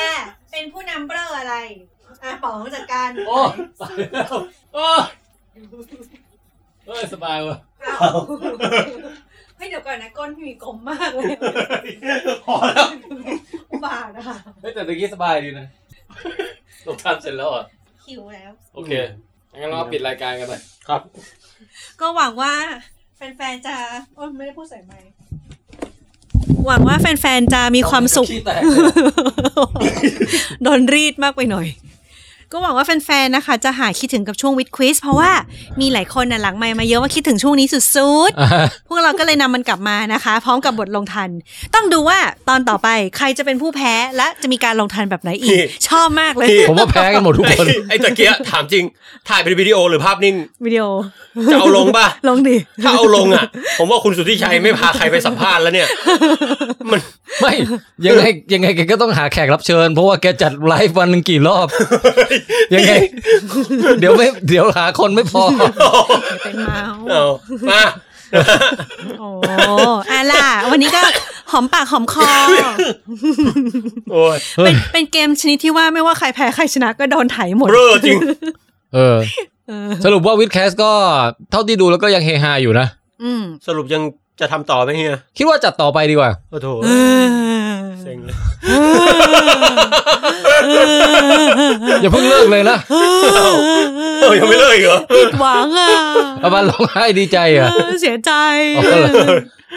S4: เป็นผู้นำเบอร์อะไรอ่ะป๋องจัดการ
S3: โอ้ตายแล้วโอ้เอ้ยสบายว่ะ
S4: เอาเฮ้ยเดี๋ยวก่อนนะก้นพี่มีกลมมากเลย
S3: พอแล้ว
S4: บาดอ่ะ
S3: เฮ้ยแต่ตะกี้สบายดีนะลงทานเสร็จแล้วอ่ะ
S4: หิวแล้ว
S3: โอเคงั้นเราปิดรายการกันไป
S2: ก็หวังว่า
S4: แฟนๆจะโอ้ยไม่ได้พูดใส่ไมค์
S2: หวังว่าแฟนๆจะมีความสุข
S3: ขี้แตก
S2: โดนรีดมากไปหน่อย ก็หวังว่าแฟนๆนะคะ จะหายคิดถึงกับช่วงวิดควิสเพราะว่ามีหลายคนน่ะหลังไมค์มาเยอะว่าคิดถึงช่วงนี้สุด
S6: อ่าฮะ
S2: ๆ พวกเราก็เลยนำมันกลับมานะคะ พร้อมกับบทลงทัน ต้องดูว่าตอนต่อไปใครจะเป็นผู้แพ้และจะมีการลงทันแบบไหนอี ก ชอบมากเลย
S6: ผมว่าแพ้กันหมดทุกคน
S3: ไอ้ตะเกียถามจริง ถ่ายเป็นวิดีโอหรือภาพนิ่ง
S2: วิดีโอ
S3: จะเอาลงป่ะ
S2: ลงดิ
S3: ถ้าเอาลงอ่ะ ผมว่าคุณสุทธิชัยไม่พาใครไปสัมภาษณ์แล้วเนี่ย มัน
S6: ไม่ยังไงยังไงแกก็ต้องหาแขกรับเชิญ เพราะว่าแกจัดไลฟ์วันหนึ่งกี่รอบ ยังไง เดี๋ยวไม่เดี๋ยวหาคนไม่พอ
S2: เป็นเมาส์
S3: เอามา
S2: โอ้อะล่ะ วันนี้ก็หอมปากหอมคอ
S3: โอ้ย
S6: เฮ้
S2: เป็น
S6: ย
S2: เป็นเกมชนิดที่ว่าไม่ว่าใครแพ้ใครชนะก็โดนไถหมด
S3: เบ้อจริง
S6: เออ
S2: เออ
S6: สรุปว่าวิดแคสก็เท่าที่ดูแล้วก็ยังเฮฮาอยู่นะ
S2: อืม
S3: สรุปยังจะทำต่อไหมเฮีย
S6: คิดว่าจัดต่อไปดีกว่า
S3: โอ้โห
S2: เออ
S3: เซ็งเลย
S6: อย่าเพิ่งเลิกเลยนะ
S3: เอ้ายังไม่เลิกอีกเหรอ
S2: ผิดหวังอ่ะ
S6: เอามาร้องไห้ดีใจอ่ะ
S2: เออเสียใจ
S6: อ๋อเหรอ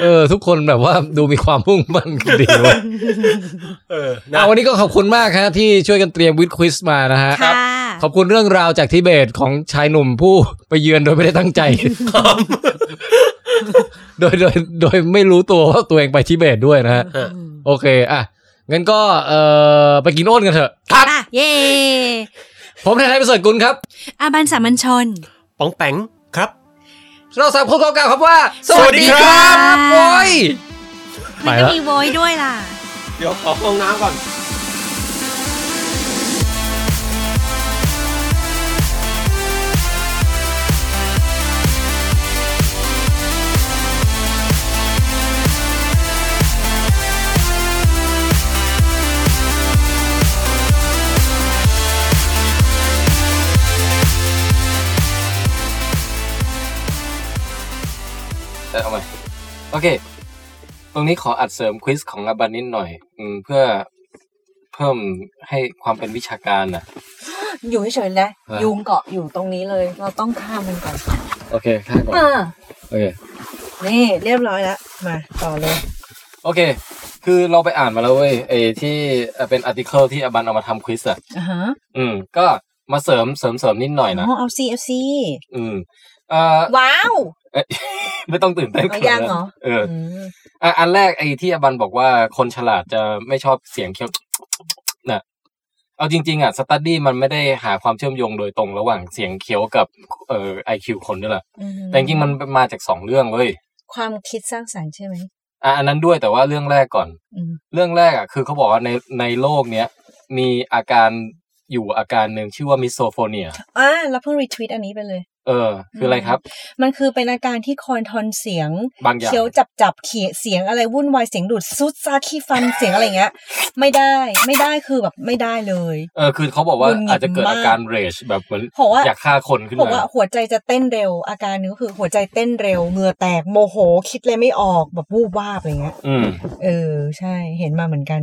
S6: เออ ทุกคนแบบว่าดูมีความมุ่งมั่นกันดีเว่ะ
S3: เออนะ
S6: เอา วันนี้ก็ขอบคุณมากฮะที่ช่วยกันเตรียมวิดควิสมานะฮะ
S2: ค่ะ
S6: ขอบคุณเรื่องราวจากทิเบตของชายหนุ่มผู้ไปเยือนโดยไม่ได้ตั้งใจ โดยโดยโดยไม่รู้ตัวว่าตัวเองไปทิเบตด้วยนะฮะ โอเค อ่ะ งั้นก็เออไปกินโอนกันเถอะ
S3: ครับ
S2: อ่ะเย่
S6: ผมนายไทยประเสริฐกุลครับ
S2: อาบันสามัญชน
S3: ป๋องแปงครับ
S6: เราสามคนขอกล่าวครับว่า
S3: สวัสดีครับ
S2: บ
S6: โอ้ย
S2: มัน
S6: ไป
S2: ก็
S6: ละ
S2: มีโวยด้วยล่ะ
S3: เดี๋ยวขอห้องน้ำก่อน
S6: จะทำไมโอเค ตรงนี้ขออัดเสริมควิสของอาบันนิดหน่อย อืม เพื่อเพิ่มให้ความเป็นวิชาการน่ะ
S4: อยู่เฉยๆแล้ว
S6: อ่ะ
S4: ยุงเกาะอยู่ตรงนี้เลย เราต้องข้ามมันก่อน
S6: โอเคข้าก่อน
S4: อ่า
S6: โอเค
S4: นี่เรียบร้อยแล้ว มาต่อเลย
S6: โอเค คือเราไปอ่านมาแล้วเว้ยไอ้ที่เอ่อเป็นอาร์ติเคิลที่อาบันเอามาทำควิสอ่ะ
S4: อ่าฮะ
S6: อืม ก็มาเสริมเสริมเสริมนิดหน่อยนะ
S4: อ๋อเอาซีเอาซี
S6: อืมเอ่อ
S4: ว้าว
S6: เอ้ย ไม่ต้องตื่นเต้น
S4: เอา
S6: ขิน
S4: ยังเหรอ
S6: เออ
S4: อืม
S6: อ่ะอันแรกไอ้ที่อาบันบอกว่าคนฉลาดจะไม่ชอบเสียงเคี้ยว น่ะ เอาจริง ๆ อ่ะสตัดดี้มันไม่ได้หาความเชื่อมโยงโดยตรงระหว่างเสียงเคี้ยวกับเอ่อไอคิวคนด้วยแหละ
S4: อื
S6: แต่จริงๆมันมาจากสองเรื่องเว้ย
S4: ความคิดสร้างสรรค์ใช่ไหม
S6: อ่ะอันนั้นด้วยแต่ว่าเรื่องแรกก่อน
S4: อืม
S6: เรื่องแรกอ่ะคือเขาบอกว่าในในโลกเนี้ยมีอาการอยู่อาการหนึ่งชื่อว่ามิโซโฟเนีย
S4: อ่าเราเพิ่งรีทวีตอันนี้ไปเลย
S6: เออ คืออะไรครับ
S4: มันคือเป็นอาการที่คอนทนเสียง
S6: บางอย่าง
S4: เคี้ยวจับจับเขียเสียงอะไรวุ่นวายเสียงดูดซุดซาขี้ฟันเสียงอะไรเงี้ย ไม่ได้ไม่ได้คือแบบไม่ได้เลย
S6: เออคือเขาบอกว่า
S4: หงุดหงิด
S6: อาจจะเกิด
S4: มาก
S6: อาการเรชแบบเหมือน
S4: เพราะว่า
S6: อยากฆ่าคนขึ้น
S4: เพราะ
S6: มา
S4: ว่าหัวใจจะเต้นเร็ว อาการหนึงก็คือหัวใจเต้นเร็วเหงื่อแตกโมโหคิดอะไรไม่ออกแบบวูบวาบอะไรเงี้ย
S6: อืม
S4: เออใช่เห็นมาเหมือนกัน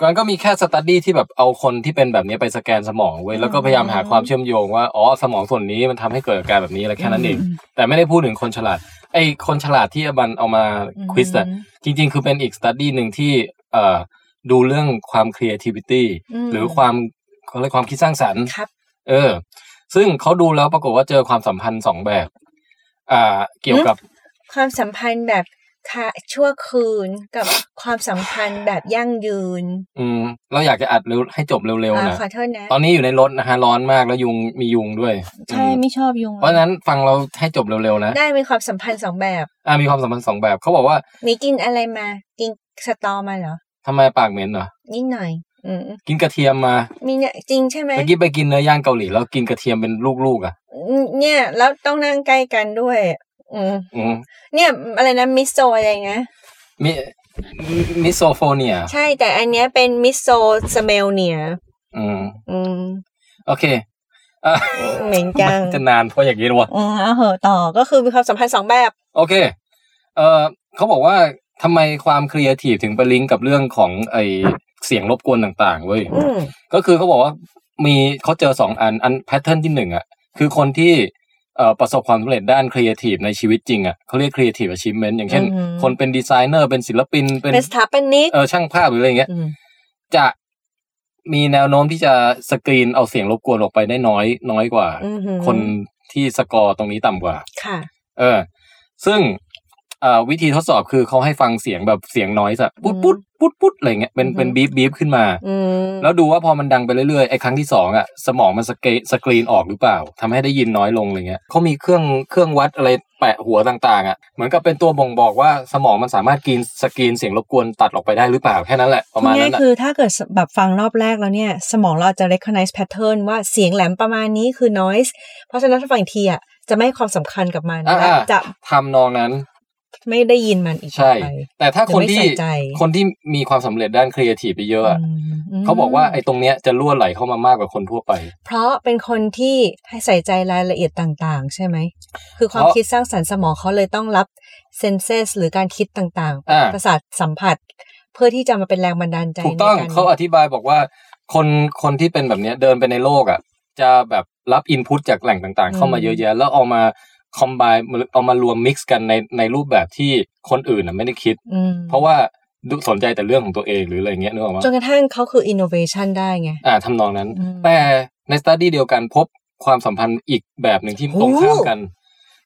S6: ก่อนก็มีแค่สตัดดี้ที่แบบเอาคนที่เป็นแบบนี้ไปสแกนสมองเว้ยแล้วก็พยายามหาความเชื่อมโยงว่าอ๋อสมองส่วนนี้มันทำให้เกิดอาการแบบนี้อะไรแค่นั้นเองแต่ไม่ได้พูดถึงคนฉลาด ไอ้คนฉลาดที่อบันเอามา
S4: อืม
S6: ควิสอะจริง ๆ คือเป็นอีกสตัดดี้หนึ่งที่เอ่อดูเรื่องความ creativity
S4: ม
S6: หรือความเขาเรียกความคิดสร้างสรรค์
S4: ครับ
S6: เออ ซึ่งเขาดูแล้วปรากฏว่าเจอความสัมพันธ์สองแบบ อ่า เกี่ยวกับ
S4: ความสัมพันธ์แบบค่ะชั่วคืนกับความสัมพันธ์แบบยั่งยืน
S6: อืม เราอยากจะอัดเร็วให้จบเร็ว
S4: อ่า
S6: ๆนะ
S4: ขอโทษนะ
S6: ตอนนี้อยู่ในรถนะฮะร้อนมากแล้วยุงมียุงด้วย
S4: ใช่
S6: อืม
S4: ไม่ชอบยุง
S6: เพราะฉะนั้นฟังเราให้จบเร็วๆนะ
S4: ได้มีความสัมพันธ์สองแบบ
S6: อ่ามีความสัมพันธ์สองแบบเขาบอกว่า
S4: นี่กินอะไรมา กินสตอมาเหรอ
S6: ทำไมปากเหม็นเหรอ
S4: นิดหน่อย อืม
S6: กินกระเทียมมา
S4: มีเนี่ยจริงใช่ไหม
S6: เมื่อกี้ไปกินเนื้อย่างเกาหลีแล้วกินกระเทียมเป็นลูกๆอ่ะ
S4: เนี่ย แล้วต้องนั่งใกล้กันด้วย อืม
S6: อืม
S4: เนี่ยอะไรนะมิโซอะไรนะ
S6: มิมิโซโฟเนีย
S4: ใช่แต่อันเนี้ยเป็นมิโซสเมลเนีย
S6: อืม
S4: อืม
S6: โอเคอ่ะ
S4: เหม็นจัง
S6: มันจะนานเพราะอย่างนี้หรอวะ
S4: อ่าเอาเหอะต่อก็คือมีความสัมพันธ์สองแบบ
S6: โอเค เอ่อเขาบอกว่าทำไมความครีเอทีฟถึงไปลิงก์กับเรื่องของไอเสียงรบกวนต่างๆเว้ย
S4: อืม
S6: ก็คือเขาบอกว่ามีเขาเจอสองอัน อันแพทเทิร์นที่หนึ่งอ่ะ คือคนที่เอ่อประสบความสำเร็จด้านครีเอทีฟในชีวิตจริงอ่ะเขาเรียกครีเอทีฟอาชีพเมนต์อย่างเช่น คนเป็นดีไซเนอร์เป็นศิลปิน เป็น
S4: เป็นสถาปนิก
S6: เออช่างภาพหรืออะไรเงี้ย
S4: อืม
S6: จะมีแนวโน้มที่จะสกรีนเอาเสียงรบกวนออกไปได้น้อยน้อยกว่า
S4: อืมหือ
S6: คนที่สกอร์ตรงนี้ต่ำกว่า
S4: ค่ะ
S6: เออ ซึ่งเอ่อวิธีทดสอบคือเขาให้ฟังเสียงแบบเสียงน้อยสะปุ๊ดปุ๊ดปุ๊ดปุ๊ดอะไรเงี้ยเป็นเป็น
S4: อืม
S6: บีบบีบขึ้นมา
S4: อืม
S6: แล้วดูว่าพอมันดังไปเรื่อยๆไอ้ครั้งที่สองอ่ะสมองมันสเกสกรีนออกหรือเปล่าทำให้ได้ยินน้อยลงอะไรเงี้ยเขามีเครื่องเครื่องวัดอะไรแปะหัวต่างๆ อ่ะ เหมือนกับเป็นตัวบ่งบอกว่าสมองมันสามารถกรีนสกรีนเสียงรบกวนตัดออกไปได้หรือเปล่าแค่นั้นแหละประมาณ
S4: ง่า
S6: นั้
S4: ย
S6: นอะ
S4: คือถ้าเกิดแบบฟังรอบแรกแล้วเนี่ย สมองเราจะ recognize pattern ว่าเสียงแหลมประมาณนี้คือ noise เพราะฉะนั้นถ้าฟังอีกทีอ่ะจะไม่ให้ความสำคัญกับมัน
S6: อ่า
S4: และ
S6: ๆ
S4: จะ
S6: ทำนองนั้น
S4: ไม่ได้ยินมันอีกต่อ
S6: ใช่
S4: ไป
S6: แต่ถ้าคน
S4: จะไม่
S6: ที่
S4: ใส่ใจ
S6: คนที่มีความสำเร็จด้านครีเอทีฟไปเยอะอะ
S4: อืม
S6: เขาบอกว่าไอ้ตรงเนี้ยจะล่วไหลเข้ามามากกว่าคนทั่วไป
S4: เพราะเป็นคนที่ให้ใส่ใจรายละเอียดต่างๆ ใช่ไหม คือความ
S6: เพราะ
S4: คิดสร้างสรรค์สมองเขาเลยต้องรับ senses หรือการคิดต่าง
S6: อ่า
S4: ประสาทสัมผัส เพื่อที่จะมาเป็นแรงบันดาลใจ
S6: ถูกต้อง
S4: ในร
S6: เขาอธิบายบอกว่า คนคนที่เป็นแบบเนี้ยเดินไปในโลกอ่ะ จะแบบรับอินพุตจากแหล่งต่างๆ เข้ามาเยอะแยะ แล้วเอามาคอมไบเอามารวมมิกซ์กันในในรูปแบบที่คนอื่นน่ะไม่ได้คิด
S4: อืม
S6: เพราะว่าดูสนใจแต่เรื่องของตัวเองหรืออะไรเงี้ยนึกออกมั้
S4: จนกระทั่งเขาคือ innovation ได้ไง
S6: อ่าทำนองนั้น
S4: อืม
S6: แต่ในสต u d ดี้เดียวกันพบความสัมพันธ์อีกแบบหนึ่งที่
S4: โอ้
S6: ตรงข้ามกัน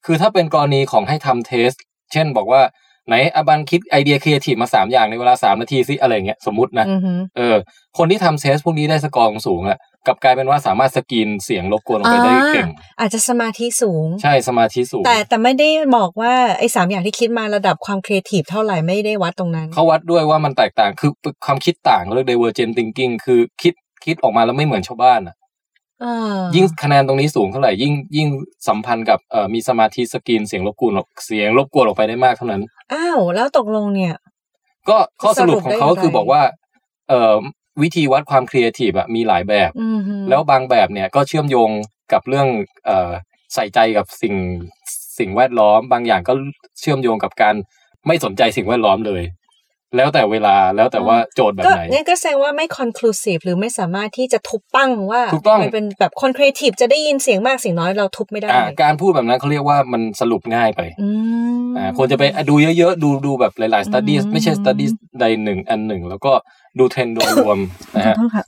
S6: คือถ้าเป็นกรณีของให้ทำเทส เช่นบอกว่าไหนอบันคิดไอเดียครีเอทีฟมาสามอย่างในเวลาสามนาทีซิอะไรเงี้ยสมมตินะ
S4: อือหือ
S6: เออ คนที่ทำเซสพวกนี้ได้สกอร์สูงอะกลับกลายเป็นว่าสามารถสกรีนเสียงรบกวนออกไปได้เก่ง
S4: อาจจะสมาธิสูง
S6: ใช่สมาธิสูง
S4: แต่แต่ไม่ได้บอกว่าไอ้สามอย่างที่คิดมาระดับความครีเอทีฟเท่าไหร่ไม่ได้วัดตรงนั้น
S6: เขาวัดด้วยว่ามันแตกต่างคือความคิดต่างเรียก divergent thinking คือคิดคิดออกมาแล้วไม่เหมือนชาวบ้านอะ
S4: เออ
S6: ยิ่งคะแนนตรงนี้สูงเท่าไหร่ยิ่งยิ่งสัมพันธ์กับเอ่อมีสมาธิสกรีนเสียงรบกวนออกเสียงรบกวนออกไปได้มากเท่านั้น
S4: อ้าวแล้วตกลงเนี่ย
S6: ก็ข้อสรุป
S4: สรุป
S6: ข
S4: ได้
S6: องเขาก็คือ
S4: ยังไง
S6: บอกว่าเอ่อวิธีวัดความครีเอทีฟอะมีหลายแบบ
S4: อือหือ
S6: แล้วบางแบบเนี่ยก็เชื่อมโยงกับเรื่องเอ่อใส่ใจกับสิ่งสิ่งแวดล้อม บางอย่างก็เชื่อมโยงกับการไม่สนใจสิ่งแวดล้อมเลย แล้วแต่เวลาแล้วแต่ว่าโจทย์แบบ
S4: ก็
S6: ไหน
S4: เนี่ยก็แสดงว่าไม่ conclusive หรือไม่สามารถที่จะทุบปั้งว่า
S6: ถูกต้อง
S4: มันเป็นแบบคนครีเอทีฟจะได้ยินเสียงมากเสียงน้อยเราทุบไม่ได้
S6: อ่าการพูดแบบนั้นเขาเรียกว่ามันสรุปง่ายไป
S4: อืม
S6: อ่าควรจะไปดูเยอะๆ ดูดูแบบหลายๆ study
S4: อืม
S6: ไม่ใช่ study ใดหนึ่งอันหนึ่ง แล้วก็ดูเทรนด์โดยรวมนะ
S4: ขอ
S6: ฮะ
S4: โทษค่ะ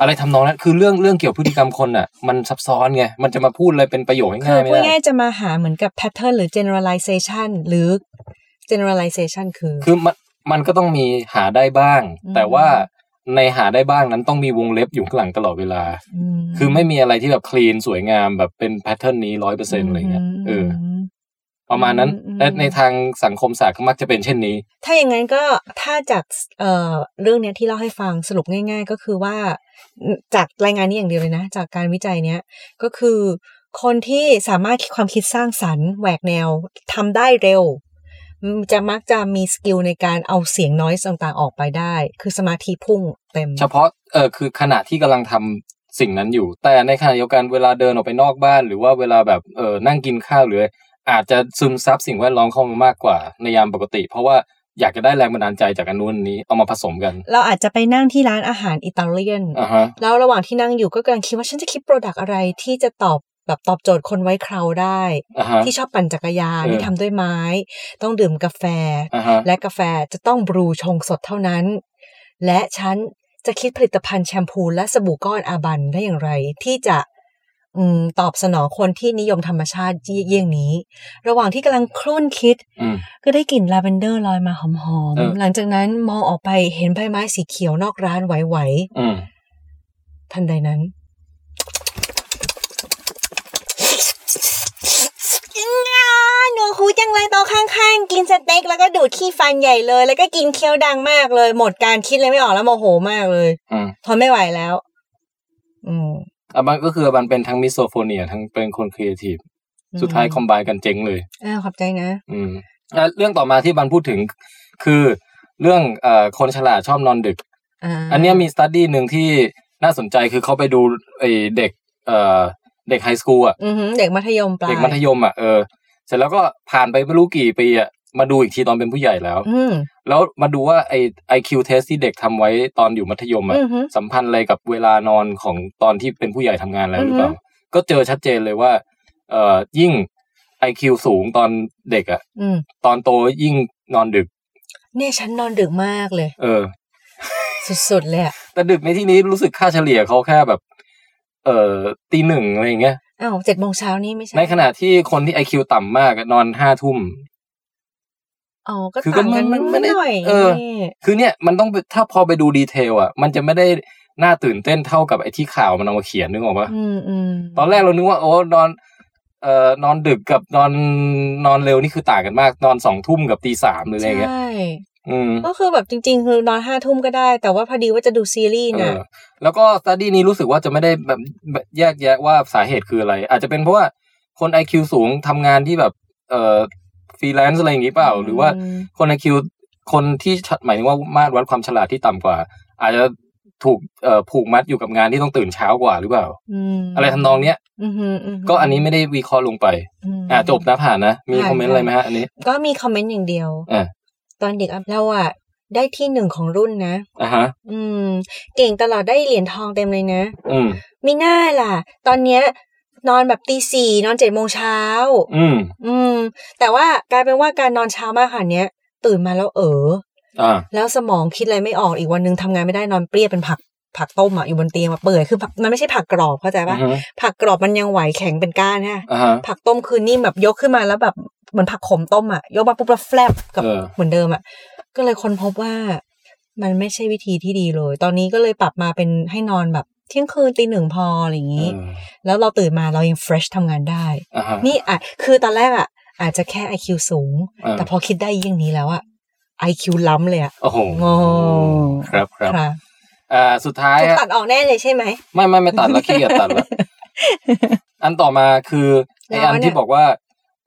S6: อะไรทำนองนั้นคือเรื่องเรื่องเกี่ยวพฤติกรรมคนน่ะ มันซับซ้อนไงมันจะมาพูดอะไรเป็นประโยค
S4: คื
S6: ง่า
S4: อ
S6: ๆ
S4: ย
S6: ไม่
S4: พูด
S6: ได้
S4: ง่ายๆจะมาหาเหมือนกับ pattern หรือ generalization หรือ generalization คือ
S6: คือมันมันก็ต้องมีหาได้บ้าง
S4: อืม
S6: แต่ว่าในหาได้บ้างนั้นต้องมีวงเล็บอยู่ข้างหลังตลอดเวลา
S4: ม
S6: คือไม่มีอะไรที่แบบคลีนสวยงามแบบเป็นแพทเทิร์นนี้ร้อยเปอร์เซ็นต์อะไรเงี้ยเออ
S4: ม
S6: ประมาณนั้น
S4: อืม
S6: และในทางสังคมศาสตร์ก็มักจะเป็นเช่นนี้
S4: ถ้าอย่างนั้นก็ถ้าจากเอ่อเรื่องเนี้ยที่เล่าให้ฟังสรุปง่าย ๆ ก็คือว่าจากรายงานนี้อย่างเดียวเลยนะ จากการวิจัยเนี้ยก็คือคนที่สามารถคิดความคิดสร้างสรรค์แหวกแนวทำได้เร็วอืมจะมักจะมีสกิลในการเอาเสียงน้อยต่างๆออกไปได้ คือสมาธิพุ่งเต็ม
S6: เฉพาะเออคือขณะที่กำลังทำสิ่งนั้นอยู่ แต่ในขณะเดียวกันเวลาเดินออกไปนอกบ้าน หรือว่าเวลาแบบเออนั่งกินข้าวหรือ อาจจะซึมซับสิ่งแวดล้อมเข้ามามากกว่าในยามปกติ เพราะว่าอยากจะได้แรงบันดาลใจจากอันนู้นอันนี้เอามาผสมกัน
S4: เราอาจจะไปนั่งที่ร้านอาหารอิตาเลียน
S6: อ่าฮะ
S4: แล้วระหว่างที่นั่งอยู่ก็กำลังคิดว่าฉันจะคิดโปรดักต์อะไรที่จะตอบแบบตอบโจทย์คนไว้คราวได้
S6: อ่าฮะ
S4: ที่ชอบปั่นจักรยาน
S6: เออ
S4: ที่ทำด้วยไม้ ต้องดื่มกาแฟ
S6: อ่าฮะ
S4: และกาแฟจะต้องบรูชงสดเท่านั้น และฉันจะคิดผลิตภัณฑ์แชมพูและสบู่ก้อนอาบันได้อย่างไร ที่จะอมตอบสนองคนที่นิยมธรรมชาติเยี่ยงนี้ ระหว่างที่กำลังครุ่นคิด
S6: อืม
S4: ก็ได้กลิ่นลาเวนเดอร์ลอยมาหอม
S6: เออ
S4: ๆหลังจากนั้นมองออกไปเห็นใบไม้สีเขียวนอกร้านไหว
S6: อืม
S4: ๆทันใดนั้น งาหนวกหูจ จังเลยโต๊ะข้างๆ กินสเต็กแล้วก็ดูดขี้ฟันใหญ่เลย แล้วก็กินเคี้ยวดังมากเลย หมดการคิดเลยไม่ออกแล้วโมโหมากเลย
S6: อืม
S4: ทนไม่ไหวแล้ว อืม
S6: อับันก็คืออับันเป็นทั้งมิโซโฟเนียทั้งเป็นคนครีเอทีฟ
S4: อืม
S6: สุดท้ายคอมไบกันเจ๊งเลย
S4: อ้าวขอบใจนะ
S6: อืมอ่ะเรื่องต่อมาที่บันพูดถึง คือเรื่องเอ่อคนฉลาดชอบนอนดึก
S4: อ่า
S6: อันเนี้ยมีสตัดดี้หนึ่งที่น่าสนใจคือเขาไปดูไอเด็กเอ่อเด็กไฮสคูลอ่ะ
S4: อือหือเด็กมัธยมปลาย
S6: เด็กมัธยมอ่ะเออเสร็จแล้วก็ผ่านไปไม่รู้กี่ปีอ่ะมาดูอีกทีตอนเป็นผู้ใหญ่แล้ว
S4: อืม
S6: แล้วมาดูว่าไอไอคิวเทสที่เด็กทำไว้ตอนอยู่มัธยมอ่ะ
S4: อือฮึ
S6: สัมพันธ์อะไรกับเวลานอนของตอนที่เป็นผู้ใหญ่ทำงานแล้วหรือเปล่า
S4: อือฮึ
S6: ก็เจอชัดเจนเลยว่าเอ่อยิ่งไอคิวสูงตอนเด็กอ่ะ
S4: อืม
S6: ตอนโตยิ่งนอนดึก
S4: เนี่ยฉันนอนดึกมากเลย
S6: เออ
S4: สุดๆเลยอะ
S6: แต่ดึกในที่นี้รู้สึกค่าเฉลี่ยเขาแค่แบบ เอ่อตีหนึ่งอะไรอย่างเงี้ย
S4: อ้าวเจ็ดโมงเช้านี่ไม่ใช่
S6: ในขณะที่คนที่ไอคิวต่ำมากอะนอนห้าทุ่ม
S4: อ๋อก็
S6: คือก็
S4: ต่างกัน
S6: มันมันไม่ได้
S4: หน่อย
S6: เออ
S4: นี่
S6: คือเนี่ยมันต้องไปถ้าพอไปดูดีเทลอะมันจะไม่ได้น่าตื่นเต้นเท่ากับไอที่ข่าวมันเอามาเขียนนึกออกปะ
S4: อืมอืม
S6: ตอนแรกเรานึกว่า โอ้นอน เอ่อนอนดึกกับนอนนอนเร็วนี่คือต่างกันมาก นอนสองทุ่มกับตีสามหรืออะไรอย่างเงี้ย
S4: ใช่
S6: อืม
S4: ก็คือแบบจริง ๆ คือนอนห้าทุ่มก็ได้ แต่ว่าพอดีว่าจะดูซีรีส์
S6: เอ
S4: น่ะ
S6: อแล้วก็สต u d ดี้นี้รู้สึกว่าจะไม่ได้แบบแบบแยกแยะว่าสาเหตุคืออะไร อาจจะเป็นเพราะว่าคน IQ สูงทำงานที่แบบเอ่อฟรีแลนซ์อะไรอย่างนี้เปล่า
S4: อืม
S6: หรือว่าคน IQ คนที่ฉะหมายถึงว่ามาตรวัดความฉลาดที่ต่ำกว่า อาจจะถูกเอ่อผูกมัดอยู่กับงานที่ต้องตื่นเช้ากว่าหรือเปล่า
S4: ม
S6: อะไรทำนองเนี้ย
S4: อือหือหื
S6: ก็อันนี้ไม่ได้วิเคราะห์ลงไป
S4: ม
S6: อ่าจบนะผ่านนะ มี
S4: ผ่าน
S6: คอมเมนต์
S4: ค่ะ
S6: อะไรไหมฮะอันนี้
S4: ก็มีคอมเมนต์อย่างเดียว
S6: อ่า
S4: ตอนเด็กอะเราอะได้ที่หนึ่งของรุ่นนะ
S6: อ่ะฮะ
S4: อืม เก่งตลอดได้เหรียญทองเต็มเลยนะ
S6: อืม
S4: มีหน้าล่ะ ตอนเนี้ย นอนแบบตีสี่นอนเจ็ดโมงเช้า
S6: อืม
S4: อืม แต่ว่ากลายเป็นว่าการนอนเช้ามากขนาดเนี้ย ตื่นมาแล้วเออ
S6: อ่า
S4: แล้วสมองคิดอะไรไม่ออกอีกวันหนึ่งทำงานไม่ได้นอนเปรี้ยเป็นผักผักต้มอะอยู่บนเตียงมาเปื่อยคือผักมันไม่ใช่ผักกรอบเข้าใจปะ
S6: อือฮึ
S4: ผักกรอบมันยังไหวแข็งเป็นก้านนะ
S6: อ่าฮะ
S4: ผักต้มคือนิ่มแบบยกขึ้นมาแล้วแบบเหมือนผักขมต้มอะยกมาปุ๊บแล้วแฟลบกับ
S6: เออ
S4: เหมือนเดิมอะก็เลยค้นพบว่า มันไม่ใช่วิธีที่ดีเลย ตอนนี้ก็เลยปรับมาเป็นให้นอนแบบเที่ยงคืนตีหนึ่งพออะไรอย่าง
S6: เอ
S4: นี้
S6: อ
S4: แล้วเราตื่นมาเรายัง fresh ทำงานได้
S6: อ่าฮะ
S4: นี่อ่ะคือตอนแรกอ่ะ อาจจะแค่ IQ สูง
S6: อ่า
S4: แต่พอคิดได้อย่างนี้แล้วอ่ะ IQ ล้ำเลยอ่ะ
S6: โอ้โห
S4: โอ้
S6: ครับครับ
S4: ค่ะ
S6: อ่าสุดท้าย
S4: ถูก
S6: ฮะ
S4: ตัดออกแน่เลยใช่ไหม
S6: ไม่ไม่ไม่ตัดละขี้เกียจตัด ละ อันต่อมาคือไอ
S4: แล้ว
S6: อัน
S4: เนี่ย
S6: ที่บอกว่า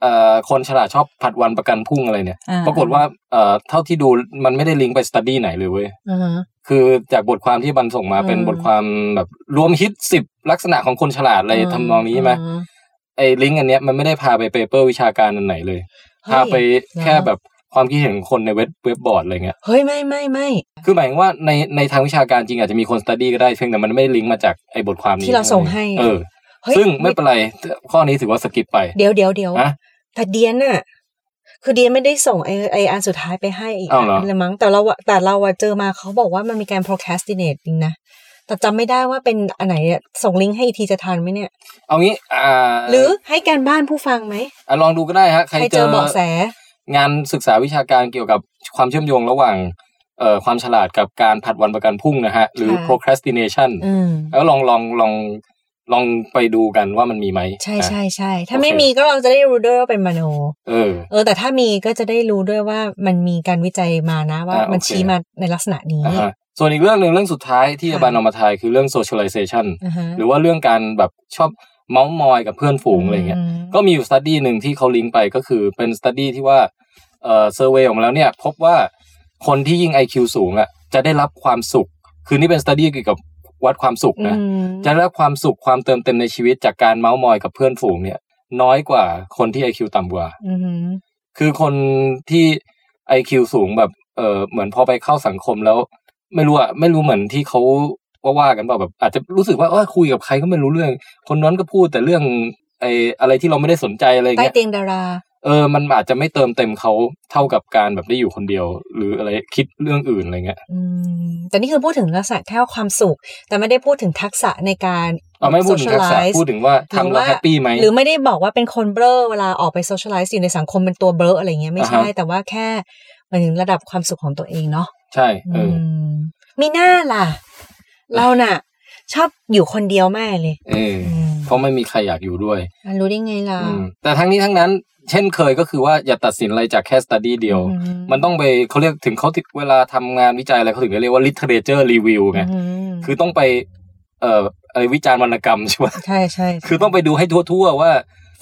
S6: เอ่อคนฉลาดชอบผัดวันประกันพรุ่งอะไรเนี่ย
S4: อ่า
S6: ปรากฏว่าเอ่อเท่าที่ดูมันไม่ได้ลิงก์ไปสตัดดี้ไหนเลยเว้ย
S4: อ่าฮะ
S6: คือจากบทความที่บันส่งมา
S4: อืม
S6: เป็นบทความแบบรวมฮิตสิบลักษณะของคนฉลาดอะไรทำนองนี้ใช่ไหมไอลิงก์อันเนี้ยมันไม่ได้พาไปเปเปอร์วิชาการอันไหนเลย
S4: เฮ้ย
S6: พาไปแค่
S4: เหรอ
S6: แบบความคิดเห็นของคนในเว็บเว็บบอร์ดอะไรเงี้ย
S4: เฮ้ยไม่ไม่ไม่
S6: คือหมายถึงว่าในในทางวิชาการจริงอาจจะมีคนสต u d ดี้ก็ได้เพียงแต่มันไม่ได้ลิงก์มาจากไอ้บทความนี้
S4: ที่เราส่งให้
S6: เออ
S4: เฮ้ย
S6: ซึ่งไม่เป็นไร ข้อนี้ถือว่าสกิปไป
S4: เดี๋ยวเดี๋ยวเดี๋ยว
S6: นะ
S4: แต่เดียนน่ะ คือเดียนไม่ได้ส่งไอไออันสุดท้ายไปให้อีก
S6: อ้าวเหรอ
S4: นเลยมั้งแต่เราอะแต่เราอะเจอมาเขาบอกว่ามันมีการ procrastinate จริงนะแต่จำไม่ได้ว่าเป็นอันไหนอะส่งลิงก์ให้อีกทีจะทันไหมเนี่ย
S6: เอางี้ อ่า
S4: หรือให้การบ้านผู้ฟังไหม
S6: อ่ะลองดูก็ได้ฮะ ใคร
S4: ใครเจอ
S6: เจอ
S4: เบาะแส
S6: งานศึกษาวิชาการเกี่ยวกับความเชื่อมโยงระหว่างเอ่อความฉลาดกับการผัดวันประกันพรุ่งนะฮะ หรือ
S4: ค่ะ
S6: procrastination
S4: อืม
S6: แล้วลองลองลองลองไปดูกันว่ามันมีไหม
S4: ใช่
S6: อ่ะ
S4: ใช่ใช่ถ้า
S6: โอเค
S4: ไม่มีก็เราจะได้รู้ด้วยว่าเป็นมโน
S6: เออ
S4: เออ แต่ถ้ามีก็จะได้รู้ด้วยว่ามันมีการวิจัยมานะว่า
S6: อ่ามั
S4: มัน
S6: โอเค
S4: ชี้มาในลักษณะนี้
S6: อ่ะฮะส่วนอีกเรื่องหนึ่งเรื่องสุดท้ายที่
S4: ค่ะ
S6: อาบานเอามาทายคือเรื่อง socialization
S4: อ่าฮะ
S6: หรือว่าเรื่องการแบบชอบเมาส์มอยกับเพื่อนฝูงอะไรเงี้ย
S4: ม
S6: ก็มีอยู่สตัดดี้หนึ่งที่เขาลิงก์ไปก็คือเป็นสตัดดี้ที่ว่าเอ่อเซอร์เวยออกมาแล้วเนี่ยพบว่าคนที่ยิ่ง IQ สูงอ่ะจะได้รับความสุข คือนี่เป็นสตัดดี้เกี่ยวกับวัดความสุข
S4: อื
S6: นะ
S4: ม
S6: จะได้รับความสุขความเติมเต็มในชีวิตจากการเมาส์มอยกับเพื่อนฝูงเนี่ยน้อยกว่าคนที่ IQ ต่ำกว่า
S4: อืม
S6: คือคนที่ IQ สูงแบบเออเหมือนพอไปเข้าสังคมแล้ว ไม่รู้อะไม่รู้เหมือนที่เขาว่าว่ากันเปล่าแบบ อาจจะรู้สึกว่าเอยคุยกับใครก็ไม่รู้เรื่อง คนนั้นก็พูดแต่เรื่องไอ้อะไรที่เราไม่ได้สนใจอะไรอย่าง
S4: ใต้
S6: เงี้ย
S4: เตียงดารา
S6: เออ มันอาจจะไม่เติมเต็มเขาเท่ากับการแบบได้อยู่คนเดียว หรืออะไรคิดเรื่องอื่นอะไรเงี้ย
S4: อืมแต่นี่คือพูดถึงลักษณะแค่ความสุข แต่ไม่ได้พูดถึงทักษะในการ
S6: เอาไม่พูดถึงทักษะ
S4: โซเชียลไลซ์
S6: พูดถึงว่าทำ
S4: รือ
S6: แล้ว
S4: ว่า
S6: แฮปปี้ไหม
S4: หรือไม่ได้บอกว่าเป็นคนเบลอเวลาออกไปโซเชียลไลซ์อยู่ในสังคมเป็นตัวเบลออะไรเงี้ยไม่ใช่
S6: อ่าฮะ
S4: แต่ว่าแค่หมายถึงระดับความสุขของตัวเองเนาะ
S6: ใช่เอออ
S4: มมีหน้าล่ะ เราน่ะ ชอบอยู่คนเดียวแม่เลย
S6: เออ
S4: อืม
S6: เพราะไม่มีใครอยากอยู่ด้วย
S4: มันรู้ได้ไงล่ะ
S6: อืมแต่ทั้งนี้ทั้งนั้น เช่นเคยก็คือว่าอย่าตัดสินอะไรจากแค่สตัดดี้เดียว
S4: อื
S6: มันต้องไปเขาเรียกถึงเขาถึงเวลาทำงานวิจัยอะไรเขาถึงได้เรียกว่า literature review ไง
S4: อืม
S6: คือต้องไปเอ่ออะไรวิจารณ์วรรณกรรมใช่ ปะ
S4: ใช่ใช่
S6: คือต้องไปดูให้ทั่วๆว่า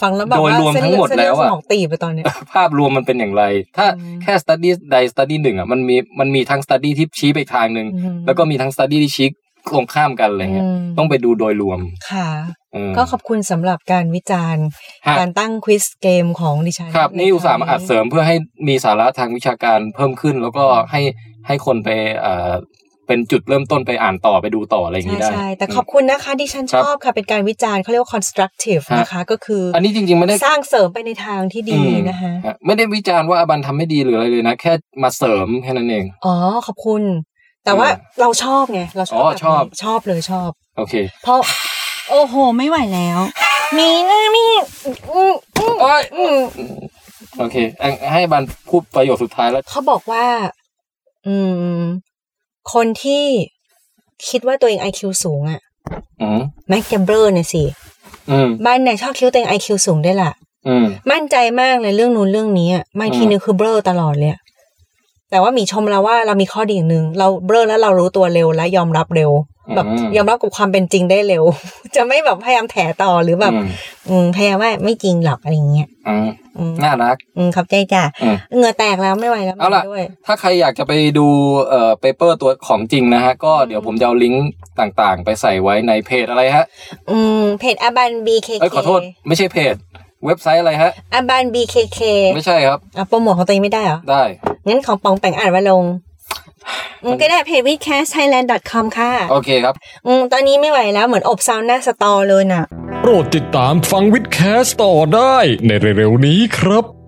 S4: ฟังแล้วแบบ
S6: โดยรวม
S4: เส้น
S6: ทั้งหมด
S4: เส้นเลือ
S6: แล้วอะ
S4: สมองตีบไปตอนเนี้ย
S6: ภาพรวมมันเป็นอย่างไร ถ้า
S4: อืม
S6: แค่ study ใด study หนึ่งอ่ะมันมีมันมีทั้ง study ที่ชี้ไปทางหนึ่ง
S4: อืม
S6: แล้วก็มีทั้ง study ที่ชี้ตรงข้ามกันอะไรเงี้ย
S4: ม
S6: ต้องไปดูโดยรวม
S4: ค่ะ
S6: เออ
S4: ก็ขอบคุณสำหรับการวิจารณ์
S6: ฮะ
S4: การตั้งควิสเกมของดิฉัน
S6: ครับ
S4: ใ
S6: นี่อุตส่าห์มาอัดเสริมเพื่อให้มีสาระทางวิชาการเพิ่มขึ้น แล้วก็ให้ให้คนไปเอ่อเป็นจุดเริ่มต้นไปอ่านต่อไปดูต่ออะไรอย่าง
S4: ใช่
S6: นี้ได้
S4: ใช่แต่ขอบคุณนะคะดิฉัน
S6: ค
S4: ช
S6: รับ
S4: อบค่ะ เป็นการวิจารณ์เขาเรียกว่า constructive
S6: ฮะ
S4: นะคะ ก็คืออ
S6: อันนี้จริงๆไม่ได้
S4: สร้างเสริมไปในทางที่ดีนะคะ
S6: อืมฮไม่ได้วิจารณ์ว่าอบันทำไม่ดีหรืออะไรเลยนะ แค่มาเสริมแค่นั้นเอง
S4: อ๋อขอบคุณ แต่ว่า
S6: อืม
S4: เราชอบไงเราชอบ
S6: อ๋อ
S4: แบบ
S6: ชอบ
S4: นี้ชอบเลยชอบ
S6: โอเค
S4: เพราะ โอ้โห ไม่ไหวแล้ว มีนะมีอืมอืม
S6: โอ้ย
S4: อืม
S6: โอเคอ่ะให้อบันพูดประโยคสุดท้ายแล้ว
S4: เขาบอกว่า อืม คนที่คิดว่าตัวเอง IQ สูงอะ
S6: อืม
S4: แม็กแกมเบอร์เนี่ยสิ
S6: อืม
S4: บ้านไหนชอบคิดว่าตัวเอง IQ สูงได้วยล่ะ
S6: อืม
S4: มั่นใจมากเลยเรื่องนู้นเรื่องนี้อะไม่
S6: อืม
S4: ทีนึงคือเบลอตลอดเลยอะแต่ว่าหมีชมเราว่าเรามีข้อดีอย่างหนึ่งเราเบลอแล้วเรารู้ตัวเร็วและยอมรับเร็ว แบบยอมรับกับความเป็นจริงได้เร็ว จะไม่แบบพยายามแถต่อหรือแบบ
S6: อืม
S4: อืมพยายามว่าไม่จริงหรอกอะไรอย่างเงี้ย
S6: อืม
S4: อืม
S6: น่ารัก
S4: อืมขอบใจจ้ะ
S6: อืม
S4: เหงื่อแตกแล้วไม่ไหวแล้ว
S6: เอาล่ะ
S4: ไม่ด้วย
S6: ถ้าใครอยากจะไปดูเอ่อเปเปอร์ตัวของจริงนะฮะ ก็เดี๋ยวผมจะเอาลิงก์ต่างๆ ไปใส่ไว้ในเพจอะไรฮะ
S4: อืมเพจอบัน BKK
S6: เอ้ยขอโทษ ไม่ใช่เพจ เว็บไซต์อะไรฮะ
S4: อบัน BKK
S6: ไม่ใช่ครับ
S4: อ่ะโปรโมทของตัวเองไม่ได้เหรอ
S6: ได้
S4: งั้นของปองแปงอ่านว่า ลงอืมก็ได้เพจ w e c a s t t h a i l a n d c o m ค่ะ
S6: โอเคครับ
S4: อืมตอนนี้ไม่ไหวแล้วเหมือนอบซาวน่าสตอเลยน่ะ
S7: โปรดติดตามฟังวิดแคสต์ต่อได้ในเร็วๆนี้ครับ